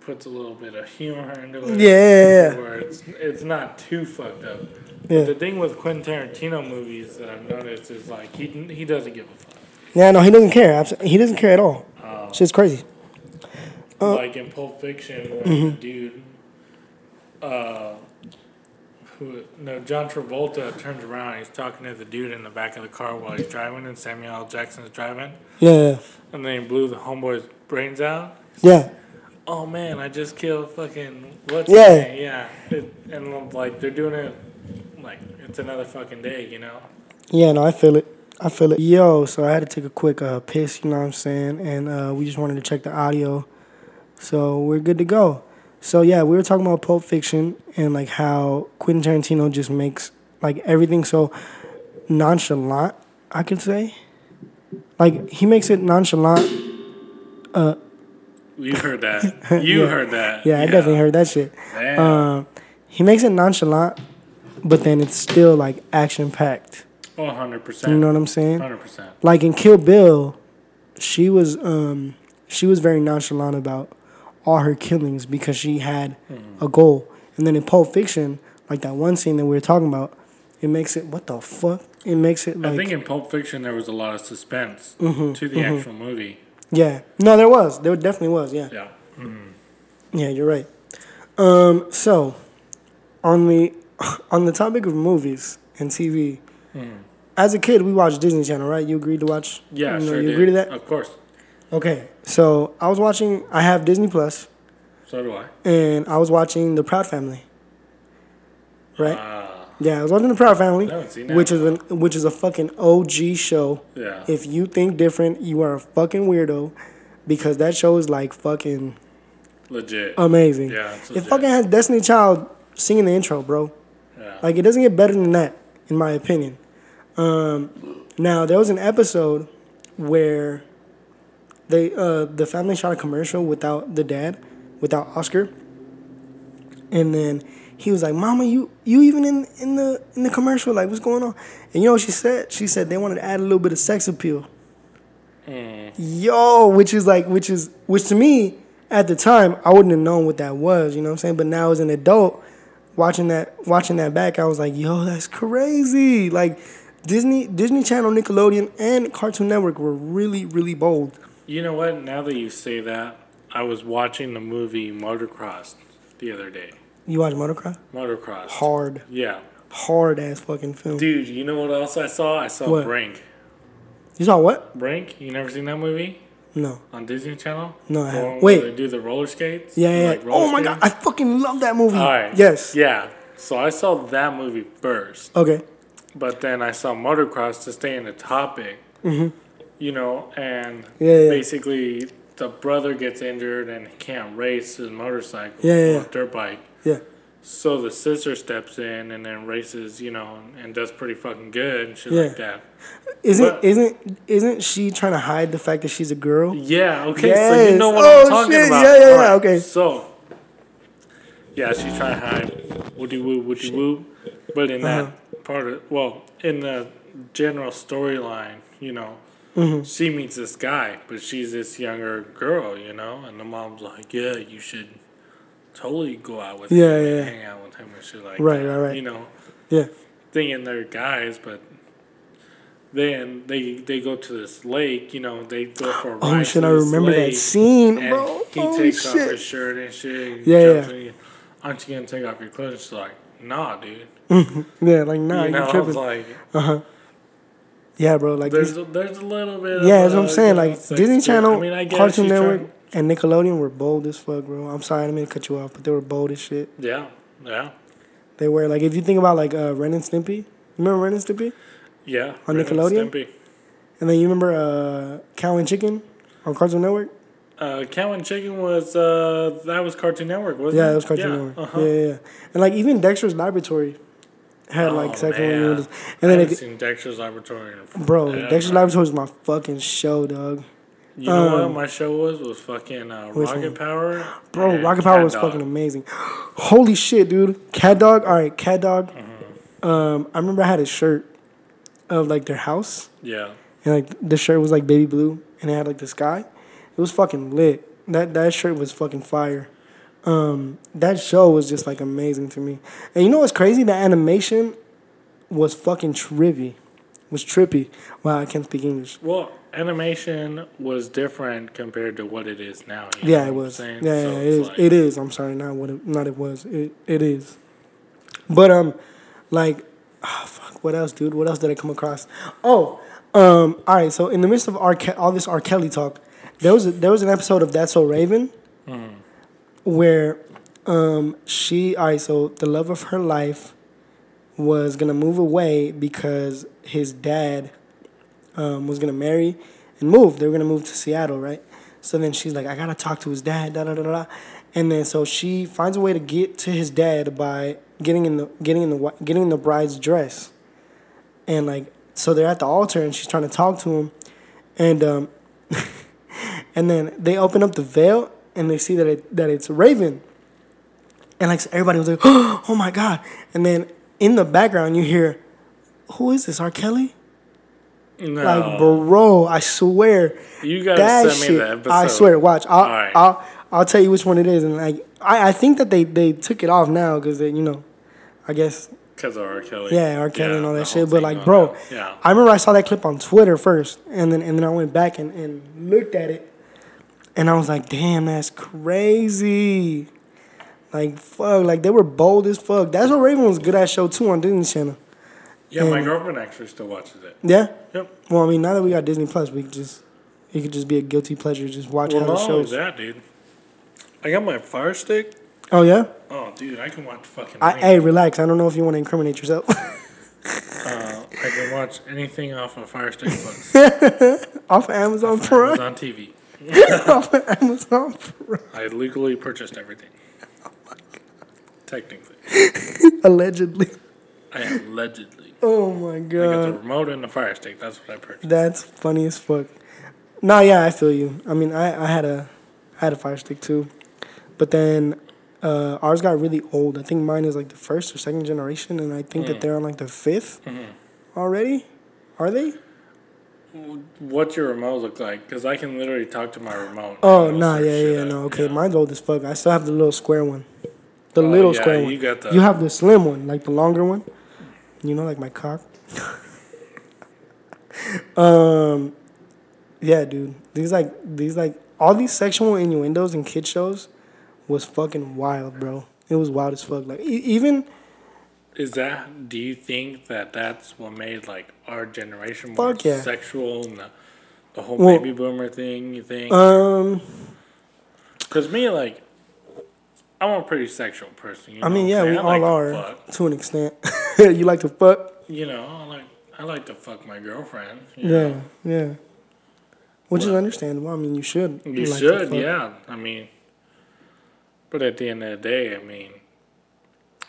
[SPEAKER 3] puts a little bit of humor into
[SPEAKER 2] Yeah.
[SPEAKER 3] it.
[SPEAKER 2] Yeah.
[SPEAKER 3] Where it's it's not too fucked up.
[SPEAKER 2] Yeah.
[SPEAKER 3] The thing with Quentin Tarantino movies that I've noticed is like he he doesn't give a fuck.
[SPEAKER 2] Yeah, no, he doesn't care. Abs- He doesn't care at all. Shit's crazy. Uh, mm-hmm.
[SPEAKER 3] like in Pulp Fiction, where the dude, uh, who no John Travolta turns around, and he's talking to the dude in the back of the car while he's driving, and Samuel L. Jackson's driving,
[SPEAKER 2] Yeah,
[SPEAKER 3] and then he blew the homeboy's brains out.
[SPEAKER 2] yeah,
[SPEAKER 3] Oh man, I just killed fucking what's
[SPEAKER 2] Yeah.
[SPEAKER 3] yeah yeah, it, and like they're doing it like it's another fucking day, you know.
[SPEAKER 2] yeah. No, I feel it. I feel it. Yo, so I had to take a quick uh, piss. You know what I'm saying? And uh, we just wanted to check the audio, so we're good to go. So yeah, we were talking about Pulp Fiction and like how Quentin Tarantino just makes like everything so nonchalant. I could say, like he makes it nonchalant.
[SPEAKER 3] You
[SPEAKER 2] (laughs)
[SPEAKER 3] heard that. You heard that.
[SPEAKER 2] Yeah, I definitely heard that shit.
[SPEAKER 3] Damn.
[SPEAKER 2] Um, he makes it nonchalant, but then it's still like action packed.
[SPEAKER 3] Oh, 100%.
[SPEAKER 2] You know what I'm saying?
[SPEAKER 3] 100%.
[SPEAKER 2] Like in Kill Bill, she was um she was very nonchalant about all her killings because she had a goal. And then in Pulp Fiction, like that one scene that we were talking about, it makes it what the fuck? It makes it
[SPEAKER 3] I
[SPEAKER 2] like Mm-hmm,
[SPEAKER 3] think in Pulp Fiction there was a lot of suspense to the actual movie.
[SPEAKER 2] yeah. No, there was. There definitely was. Yeah.
[SPEAKER 3] Yeah.
[SPEAKER 2] Yeah, you're right. Um, so on the (laughs) on the topic of movies and TV, as a kid we watched Disney Channel, right? You agreed to watch.
[SPEAKER 3] Hmm. Yeah,
[SPEAKER 2] you know,
[SPEAKER 3] sure
[SPEAKER 2] Mm-hmm. You
[SPEAKER 3] did.
[SPEAKER 2] agree to that?
[SPEAKER 3] Of course.
[SPEAKER 2] Okay. So I was watching. I have Disney Plus,
[SPEAKER 3] So do I.
[SPEAKER 2] and I was watching The Proud Family. Right.
[SPEAKER 3] Uh,
[SPEAKER 2] yeah, I was watching The Proud Family,
[SPEAKER 3] I haven't seen that
[SPEAKER 2] which is an, which is a fucking OG show.
[SPEAKER 3] yeah.
[SPEAKER 2] If you think different, you are a fucking weirdo, because that show is like fucking
[SPEAKER 3] legit.
[SPEAKER 2] amazing.
[SPEAKER 3] Yeah, it's
[SPEAKER 2] it
[SPEAKER 3] legit.
[SPEAKER 2] fucking has Destiny Child singing the intro, bro.
[SPEAKER 3] yeah.
[SPEAKER 2] Like it doesn't get better than that, in my opinion. Um, now there was an episode where they uh, the family shot a commercial without the dad, without Oscar, and then he was like, "Mama, you you even in in the in the commercial? Like, what's going on?" And you know what she said? She said they wanted to add a little bit of sex appeal. Yo, which is like, which is which to me at the time I wouldn't have known what that was. You know what I'm saying? But now as an adult, watching that watching that back, I was like, yo, that's crazy. Like Disney Disney Channel, Nickelodeon, and Cartoon Network were really really bold.
[SPEAKER 3] you know what? Now that you say that, I was watching the movie Motocross the other day.
[SPEAKER 2] You watch Motocross?
[SPEAKER 3] Motocross.
[SPEAKER 2] Hard,
[SPEAKER 3] Yeah.
[SPEAKER 2] hard ass fucking film.
[SPEAKER 3] Dude, you know what else I saw? I saw
[SPEAKER 2] What?
[SPEAKER 3] Brink.
[SPEAKER 2] You saw what?
[SPEAKER 3] Brink? You never seen that movie?
[SPEAKER 2] No.
[SPEAKER 3] On Disney Channel?
[SPEAKER 2] No, I
[SPEAKER 3] The
[SPEAKER 2] haven't.
[SPEAKER 3] one where
[SPEAKER 2] Wait.
[SPEAKER 3] They do the roller skates?
[SPEAKER 2] Yeah, yeah.
[SPEAKER 3] Like
[SPEAKER 2] yeah.
[SPEAKER 3] roller
[SPEAKER 2] oh my god,
[SPEAKER 3] skating?
[SPEAKER 2] I fucking love that movie.
[SPEAKER 3] All right.
[SPEAKER 2] Yes.
[SPEAKER 3] Yeah. So I saw that movie first.
[SPEAKER 2] Okay.
[SPEAKER 3] But then I saw motocross to stay in the topic, you know, and
[SPEAKER 2] Mm-hmm. Yeah, yeah.
[SPEAKER 3] basically the brother gets injured and he can't race his motorcycle
[SPEAKER 2] Yeah, yeah,
[SPEAKER 3] or
[SPEAKER 2] yeah.
[SPEAKER 3] dirt bike.
[SPEAKER 2] Yeah.
[SPEAKER 3] So the sister steps in and then races, you know, and does pretty fucking good and shit like that.
[SPEAKER 2] Isn't
[SPEAKER 3] But-
[SPEAKER 2] isn't isn't she trying to hide the fact that she's a girl?
[SPEAKER 3] Yeah, okay, so
[SPEAKER 2] Yes.
[SPEAKER 3] you know what
[SPEAKER 2] Oh,
[SPEAKER 3] I'm talking
[SPEAKER 2] shit.
[SPEAKER 3] about.
[SPEAKER 2] Yeah, yeah,
[SPEAKER 3] All
[SPEAKER 2] yeah, okay.
[SPEAKER 3] So, yeah, she's trying to hide woody woo, woody woo. But in
[SPEAKER 2] Uh-huh.
[SPEAKER 3] that part of, well, in the general storyline, you know,
[SPEAKER 2] Mm-hmm.
[SPEAKER 3] she meets this guy, but she's this younger girl, you know, and the mom's like, yeah, you should totally go out with
[SPEAKER 2] Yeah,
[SPEAKER 3] him
[SPEAKER 2] yeah, yeah.
[SPEAKER 3] and hang out with him and shit like
[SPEAKER 2] Right,
[SPEAKER 3] that.
[SPEAKER 2] right, right.
[SPEAKER 3] You know,
[SPEAKER 2] Yeah.
[SPEAKER 3] thinking they're guys, but then they they go to this lake. You know, they go for a
[SPEAKER 2] (gasps)
[SPEAKER 3] ride.
[SPEAKER 2] Oh shit,
[SPEAKER 3] to
[SPEAKER 2] I
[SPEAKER 3] this
[SPEAKER 2] remember that
[SPEAKER 3] lake,
[SPEAKER 2] scene,
[SPEAKER 3] And
[SPEAKER 2] bro.
[SPEAKER 3] he
[SPEAKER 2] Holy
[SPEAKER 3] takes off
[SPEAKER 2] shit.
[SPEAKER 3] his shirt and shit. and
[SPEAKER 2] Yeah,
[SPEAKER 3] jumps
[SPEAKER 2] yeah.
[SPEAKER 3] in, Aren't you gonna take off your clothes? She's like, Nah, dude.
[SPEAKER 2] Yeah, like nah,
[SPEAKER 3] you
[SPEAKER 2] you
[SPEAKER 3] know, I was
[SPEAKER 2] tripping. Uh-huh.
[SPEAKER 3] like,
[SPEAKER 2] yeah, bro. Like
[SPEAKER 3] there's
[SPEAKER 2] these-
[SPEAKER 3] a, there's a little bit.
[SPEAKER 2] yeah,
[SPEAKER 3] of
[SPEAKER 2] that's what I'm
[SPEAKER 3] uh,
[SPEAKER 2] saying.
[SPEAKER 3] you know,
[SPEAKER 2] Like
[SPEAKER 3] sex
[SPEAKER 2] Disney
[SPEAKER 3] shit.
[SPEAKER 2] Channel,
[SPEAKER 3] I mean, I guess
[SPEAKER 2] Cartoon
[SPEAKER 3] she's
[SPEAKER 2] Network,
[SPEAKER 3] trying-
[SPEAKER 2] and Nickelodeon were bold as fuck, bro. I'm sorry, I didn't mean to cut you off, but they were bold as shit.
[SPEAKER 3] yeah, yeah,
[SPEAKER 2] They were like, if you think about like uh, Ren and Stimpy, remember Ren and Stimpy,
[SPEAKER 3] yeah.
[SPEAKER 2] On
[SPEAKER 3] Ren and
[SPEAKER 2] Nickelodeon?
[SPEAKER 3] Stimpy.
[SPEAKER 2] and then you remember uh, Cow and Chicken on Cartoon Network.
[SPEAKER 3] Uh, Cow and Chicken was uh, that was Cartoon Network, wasn't it?
[SPEAKER 2] Yeah, that was Cartoon Network.
[SPEAKER 3] Uh-huh.
[SPEAKER 2] Yeah, yeah, yeah. And like even Dexter's Laboratory had like sexual innuendos. And
[SPEAKER 3] Oh, I
[SPEAKER 2] then
[SPEAKER 3] haven't
[SPEAKER 2] if
[SPEAKER 3] seen Dexter's Laboratory in forever.
[SPEAKER 2] bro, Dexter's Laboratory is my fucking show, dog.
[SPEAKER 3] You know
[SPEAKER 2] um,
[SPEAKER 3] what my show was? Was fucking uh,
[SPEAKER 2] which
[SPEAKER 3] Rocket
[SPEAKER 2] one?
[SPEAKER 3] Power.
[SPEAKER 2] Bro,
[SPEAKER 3] and
[SPEAKER 2] Rocket Power
[SPEAKER 3] Cat
[SPEAKER 2] was
[SPEAKER 3] Dog.
[SPEAKER 2] fucking amazing. Holy shit, dude. Cat Dog. All right, Cat Dog.
[SPEAKER 3] Mm-hmm.
[SPEAKER 2] Um, I remember I had a shirt of like their house,
[SPEAKER 3] Yeah.
[SPEAKER 2] and like the shirt was like baby blue, and it had like the sky. It was fucking lit. That that shirt was fucking fire. Um, that show was just like amazing to me. And you know what's crazy? The animation was fucking trippy. Was trippy. Wow, I can't speak English.
[SPEAKER 3] Well, animation was different compared to what it is now. (laughs) you know
[SPEAKER 2] Yeah,
[SPEAKER 3] what
[SPEAKER 2] it
[SPEAKER 3] I'm
[SPEAKER 2] was. Yeah,
[SPEAKER 3] saying?
[SPEAKER 2] yeah,
[SPEAKER 3] So
[SPEAKER 2] it
[SPEAKER 3] it's
[SPEAKER 2] is.
[SPEAKER 3] like-
[SPEAKER 2] it is. I'm sorry, not what it, not it was. It it is. But um, like, ah, fuck. What else, dude? What else did I come across? Oh, um. All right. So in the midst of R. Ke- all this R. Kelly talk, there was a, there was an episode of That's So Raven,
[SPEAKER 3] Mm.
[SPEAKER 2] where um she all right. So the love of her life was gonna move away because his dad um, was gonna marry and move. They were gonna move to Seattle, right? So then she's like, I gotta talk to his dad, da da da da. da." And then so she finds a way to get to his dad by getting in the getting in the wi- getting in the bride's dress, and like so they're at the altar and she's trying to talk to him, and um, (laughs) and then they open up the veil and they see that it that it's Raven. And like so everybody was like, (gasps) oh my god! And then in the background you hear, who is this? R. Kelly?
[SPEAKER 3] No.
[SPEAKER 2] Like, bro, I swear.
[SPEAKER 3] Um, You gotta send me the episode.
[SPEAKER 2] I swear, watch. I'll,
[SPEAKER 3] Alright.
[SPEAKER 2] I'll, I'll tell you which one it is. And, like, I, I think that they, they took it off now because, you know, I guess,
[SPEAKER 3] Because of R. Kelly.
[SPEAKER 2] yeah, R. Kelly and all
[SPEAKER 3] the
[SPEAKER 2] that
[SPEAKER 3] whole
[SPEAKER 2] shit. But,
[SPEAKER 3] thing
[SPEAKER 2] like,
[SPEAKER 3] on
[SPEAKER 2] bro,
[SPEAKER 3] that. Yeah.
[SPEAKER 2] I remember I saw that clip on Twitter first. And then, and then I went back and, and looked at it. And I was like, damn, that's crazy. Like, fuck. Like, they were bold as fuck. That's what Raven was a good ass show, too, on Disney Channel.
[SPEAKER 3] yeah, my
[SPEAKER 2] and-
[SPEAKER 3] girlfriend actually still watches it.
[SPEAKER 2] Yeah?
[SPEAKER 3] Yep.
[SPEAKER 2] Well, I mean, now that we got Disney Plus, we could just it could just be a guilty pleasure. Just watch
[SPEAKER 3] Well,
[SPEAKER 2] how
[SPEAKER 3] not
[SPEAKER 2] the
[SPEAKER 3] only
[SPEAKER 2] shows.
[SPEAKER 3] that, dude. I got my Fire Stick.
[SPEAKER 2] Oh yeah.
[SPEAKER 3] Oh, dude, I can watch fucking.
[SPEAKER 2] I,
[SPEAKER 3] anything.
[SPEAKER 2] hey, relax. I don't know if you want to incriminate yourself. (laughs)
[SPEAKER 3] Uh, I can watch anything off of
[SPEAKER 2] (laughs)
[SPEAKER 3] Fire Stick Plus
[SPEAKER 2] off of
[SPEAKER 3] (laughs)
[SPEAKER 2] Amazon
[SPEAKER 3] It's
[SPEAKER 2] Prime. (laughs)
[SPEAKER 3] on TV.
[SPEAKER 2] off of Amazon Prime. (laughs)
[SPEAKER 3] I legally purchased everything. Technically,
[SPEAKER 2] Allegedly.
[SPEAKER 3] I allegedly.
[SPEAKER 2] Oh my
[SPEAKER 3] I got the
[SPEAKER 2] god.
[SPEAKER 3] remote and the Fire Stick. That's what I purchased.
[SPEAKER 2] That's funny as fuck. Nah, yeah, I feel you. I mean, I, I had a I had a fire stick too, but then uh, ours got really old. I think mine is like the first or second generation, and I think
[SPEAKER 3] Hmm.
[SPEAKER 2] that they're on like the 5th already. Are they?
[SPEAKER 3] What's your remote look like? Because I can literally talk to my remote.
[SPEAKER 2] Oh
[SPEAKER 3] and it'll
[SPEAKER 2] nah,
[SPEAKER 3] search
[SPEAKER 2] yeah,
[SPEAKER 3] shit
[SPEAKER 2] yeah,
[SPEAKER 3] up,
[SPEAKER 2] no, okay.
[SPEAKER 3] yeah.
[SPEAKER 2] Mine's old as fuck. I still have the little square one, the
[SPEAKER 3] Oh,
[SPEAKER 2] little
[SPEAKER 3] yeah,
[SPEAKER 2] square
[SPEAKER 3] you
[SPEAKER 2] one.
[SPEAKER 3] got the-
[SPEAKER 2] You have the slim one, like the longer one. You know, like my cock. (laughs) um, yeah, dude. These like these like all these sexual innuendos and kid shows was fucking wild, bro. It was wild as fuck. Like e- even
[SPEAKER 3] Is that? Do you think that that's what made like our generation more
[SPEAKER 2] Fuck yeah.
[SPEAKER 3] sexual and the, the whole
[SPEAKER 2] Well-
[SPEAKER 3] baby boomer thing? You think?
[SPEAKER 2] um,
[SPEAKER 3] Because me, like, I'm a pretty sexual person. You know
[SPEAKER 2] I mean,
[SPEAKER 3] what
[SPEAKER 2] yeah,
[SPEAKER 3] I'm
[SPEAKER 2] we
[SPEAKER 3] saying?
[SPEAKER 2] all
[SPEAKER 3] I like
[SPEAKER 2] are
[SPEAKER 3] To fuck.
[SPEAKER 2] to an extent. (laughs) you like to fuck?
[SPEAKER 3] You know, I like I like to fuck my girlfriend. you
[SPEAKER 2] Yeah,
[SPEAKER 3] know?
[SPEAKER 2] yeah. Which is understandable. I mean, you should.
[SPEAKER 3] you
[SPEAKER 2] like to
[SPEAKER 3] should.
[SPEAKER 2] fuck.
[SPEAKER 3] Yeah, I mean, but at the end of the day, I mean,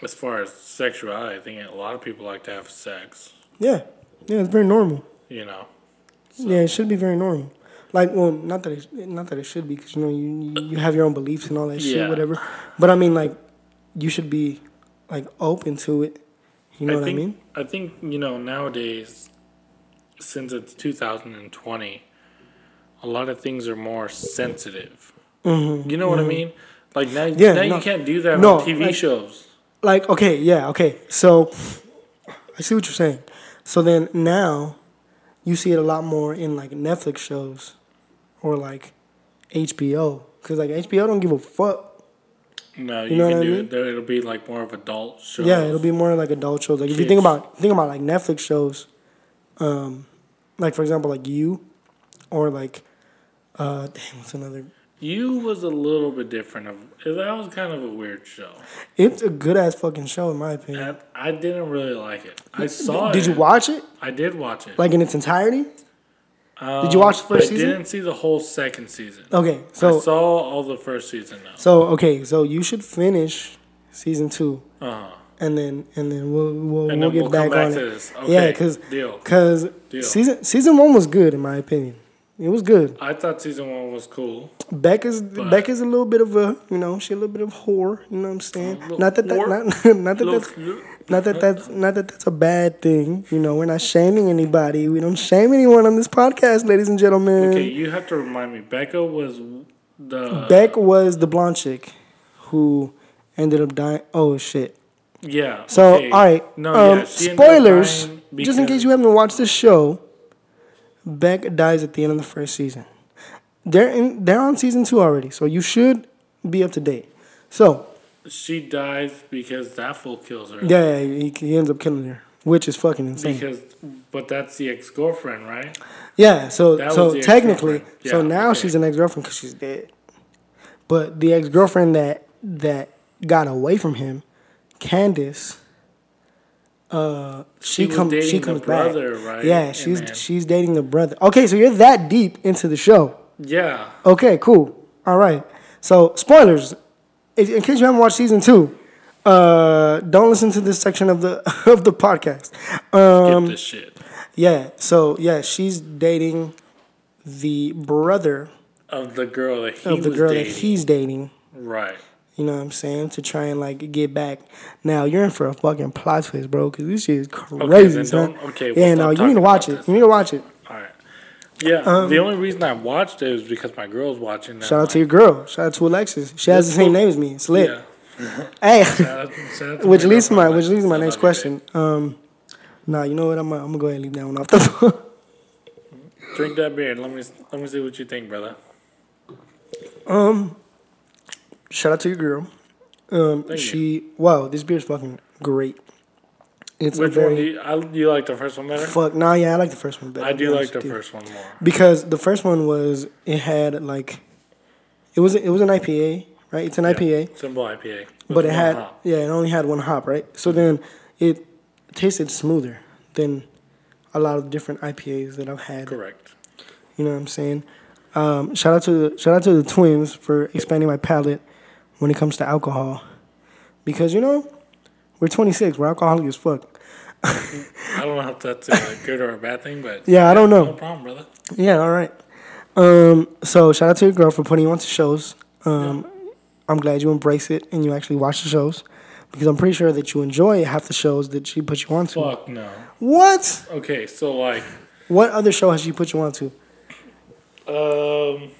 [SPEAKER 3] as far as sexuality, I think a lot of people like to have sex.
[SPEAKER 2] Yeah. Yeah, it's very normal.
[SPEAKER 3] You know,
[SPEAKER 2] Yeah, it should be very normal. Like, well, not that it, not that it should be, because you know you you have your own beliefs and all that shit,
[SPEAKER 3] Yeah.
[SPEAKER 2] whatever. But I mean, like, you should be like open to it. You know
[SPEAKER 3] I
[SPEAKER 2] what
[SPEAKER 3] think
[SPEAKER 2] I mean?
[SPEAKER 3] I think you know nowadays, since it's 2020, a lot of things are more sensitive. You know what I mean? Like now,
[SPEAKER 2] Mm-hmm. Yeah,
[SPEAKER 3] now
[SPEAKER 2] no.
[SPEAKER 3] you can't do that
[SPEAKER 2] No,
[SPEAKER 3] on TV
[SPEAKER 2] like-
[SPEAKER 3] shows.
[SPEAKER 2] Like, okay, yeah, okay. So, I see what you're saying. So then now, you see it a lot more in like Netflix shows, or like HBO, because like HBO don't give a fuck.
[SPEAKER 3] No, you,
[SPEAKER 2] know
[SPEAKER 3] can
[SPEAKER 2] what I
[SPEAKER 3] do
[SPEAKER 2] mean?
[SPEAKER 3] it. There, it'll be like more of adult shows.
[SPEAKER 2] Yeah, it'll be more like adult shows. Like if you think
[SPEAKER 3] Kids.
[SPEAKER 2] about think about like Netflix shows, um, like for example, like you, or like, uh, damn, what's another?
[SPEAKER 3] You was a little bit different. Of that was kind of a weird show.
[SPEAKER 2] It's a good ass fucking show in my opinion.
[SPEAKER 3] And I didn't really like it. I saw it.
[SPEAKER 2] Did you watch it
[SPEAKER 3] I did watch it.
[SPEAKER 2] like in its entirety?
[SPEAKER 3] Um,
[SPEAKER 2] did you watch the first
[SPEAKER 3] I
[SPEAKER 2] season?
[SPEAKER 3] didn't see the whole second season.
[SPEAKER 2] Okay,
[SPEAKER 3] I
[SPEAKER 2] so
[SPEAKER 3] saw all the first season though.
[SPEAKER 2] so okay, so you should finish season two
[SPEAKER 3] Uh huh.
[SPEAKER 2] and then and then we'll we'll,
[SPEAKER 3] And
[SPEAKER 2] we'll
[SPEAKER 3] then
[SPEAKER 2] get
[SPEAKER 3] we'll
[SPEAKER 2] back
[SPEAKER 3] come back
[SPEAKER 2] on
[SPEAKER 3] to
[SPEAKER 2] it.
[SPEAKER 3] this.
[SPEAKER 2] yeah,
[SPEAKER 3] Okay,
[SPEAKER 2] because
[SPEAKER 3] deal.
[SPEAKER 2] because
[SPEAKER 3] Deal.
[SPEAKER 2] season season one was good in my opinion. It was good.
[SPEAKER 3] I thought season one was cool.
[SPEAKER 2] Beck is Beck is a little bit of a you know she a little bit of whore. You know what I'm saying?
[SPEAKER 3] little
[SPEAKER 2] Not that, that
[SPEAKER 3] whore.
[SPEAKER 2] not, (laughs) not that
[SPEAKER 3] Little-
[SPEAKER 2] that's not that that's not that that's a bad thing. You know we're not shaming anybody. We don't shame anyone on this podcast, ladies and gentlemen.
[SPEAKER 3] Okay, you have to remind me. Becca was the
[SPEAKER 2] Beck was the blonde chick who ended up dying. Oh shit.
[SPEAKER 3] yeah.
[SPEAKER 2] So
[SPEAKER 3] okay.
[SPEAKER 2] all right.
[SPEAKER 3] No,
[SPEAKER 2] um,
[SPEAKER 3] yeah, she ended up
[SPEAKER 2] spoilers.
[SPEAKER 3] dying
[SPEAKER 2] Just in
[SPEAKER 3] because-
[SPEAKER 2] case you haven't watched the show, Beck dies at the end of the first season. They're in. They're on season two already, so you should be up to date. So
[SPEAKER 3] she dies because that fool kills her.
[SPEAKER 2] yeah, he, he ends up killing her, which is fucking insane.
[SPEAKER 3] Because, but that's the ex girlfriend, right?
[SPEAKER 2] Yeah, so
[SPEAKER 3] That was
[SPEAKER 2] so
[SPEAKER 3] the
[SPEAKER 2] technically,
[SPEAKER 3] ex-girlfriend.
[SPEAKER 2] so
[SPEAKER 3] Yeah,
[SPEAKER 2] now
[SPEAKER 3] okay.
[SPEAKER 2] she's an ex girlfriend because she's dead. But the ex girlfriend that that got away from him, Candace, uh, she,
[SPEAKER 3] She was
[SPEAKER 2] comes
[SPEAKER 3] dating
[SPEAKER 2] she
[SPEAKER 3] the
[SPEAKER 2] comes
[SPEAKER 3] brother,
[SPEAKER 2] back.
[SPEAKER 3] right?
[SPEAKER 2] Yeah,
[SPEAKER 3] And
[SPEAKER 2] she's
[SPEAKER 3] then-
[SPEAKER 2] she's dating the brother. Okay, so you're that deep into the show.
[SPEAKER 3] Yeah.
[SPEAKER 2] Okay, cool. All right. So spoilers, in, in case you haven't watched season two, uh, don't listen to this section of the (laughs) of the podcast.
[SPEAKER 3] Get
[SPEAKER 2] Um,
[SPEAKER 3] this shit.
[SPEAKER 2] Yeah. So yeah, she's dating the brother
[SPEAKER 3] Of the girl that he
[SPEAKER 2] of the
[SPEAKER 3] was
[SPEAKER 2] girl
[SPEAKER 3] dating.
[SPEAKER 2] that he's dating.
[SPEAKER 3] right.
[SPEAKER 2] You know what I'm saying? To try and like get back. Now you're in for a fucking plot twist, bro. Cause this shit is crazy.
[SPEAKER 3] then
[SPEAKER 2] son.
[SPEAKER 3] don't- okay, we'll
[SPEAKER 2] Yeah.
[SPEAKER 3] stop
[SPEAKER 2] No, you need
[SPEAKER 3] talking
[SPEAKER 2] to watch
[SPEAKER 3] about
[SPEAKER 2] it.
[SPEAKER 3] this.
[SPEAKER 2] You need to watch it.
[SPEAKER 3] All right. Yeah. the only reason I watched it was because my girl's watching that.
[SPEAKER 2] Um, Shout out to your girl. Shout out to Alexis. She has the same name as me. It's lit.
[SPEAKER 3] Yeah.
[SPEAKER 2] Hey.
[SPEAKER 3] Shout out- shout out
[SPEAKER 2] (laughs)
[SPEAKER 3] to
[SPEAKER 2] which
[SPEAKER 3] my
[SPEAKER 2] leads to my
[SPEAKER 3] girlfriend.
[SPEAKER 2] which leads to my
[SPEAKER 3] Shout
[SPEAKER 2] next
[SPEAKER 3] out to
[SPEAKER 2] question. Um, nah, you know what? I'm gonna, I'm gonna go ahead and leave that one off the. (laughs) phone.
[SPEAKER 3] you. Drink that beer. and Let me let me see what you think, brother.
[SPEAKER 2] Shout out to your girl. Um,
[SPEAKER 3] Thank
[SPEAKER 2] she wow, this beer is fucking great. It's a
[SPEAKER 3] Which
[SPEAKER 2] very
[SPEAKER 3] one do you, I, you like the first one better?
[SPEAKER 2] Fuck, nah, yeah, I like the first one better.
[SPEAKER 3] I
[SPEAKER 2] to be
[SPEAKER 3] do like
[SPEAKER 2] honest
[SPEAKER 3] the
[SPEAKER 2] with you.
[SPEAKER 3] first one more.
[SPEAKER 2] Because the first one was it had like it was it was an IPA, right? It's an IPA,
[SPEAKER 3] Simple IPA.
[SPEAKER 2] but it
[SPEAKER 3] With
[SPEAKER 2] had
[SPEAKER 3] one hop.
[SPEAKER 2] yeah, it only had one hop, right? So then it tasted smoother than a lot of different IPAs that I've had.
[SPEAKER 3] Correct.
[SPEAKER 2] You know what I'm saying? Um, shout out to the, shout out to the twins for expanding my palate when it comes to alcohol, because you know we're 26, we're alcoholic as fuck.
[SPEAKER 3] I don't know if that's
[SPEAKER 2] (laughs)
[SPEAKER 3] a good or a bad thing, but
[SPEAKER 2] Yeah, I don't know.
[SPEAKER 3] no problem, brother.
[SPEAKER 2] Yeah, all right. Um, so shout out to your girl for putting you onto shows. Um, I'm glad you embrace it and you actually watch the shows because I'm pretty sure that you enjoy half the shows that she put you onto.
[SPEAKER 3] Fuck no.
[SPEAKER 2] What?
[SPEAKER 3] Okay, so like,
[SPEAKER 2] What other show has she put you onto?
[SPEAKER 3] um,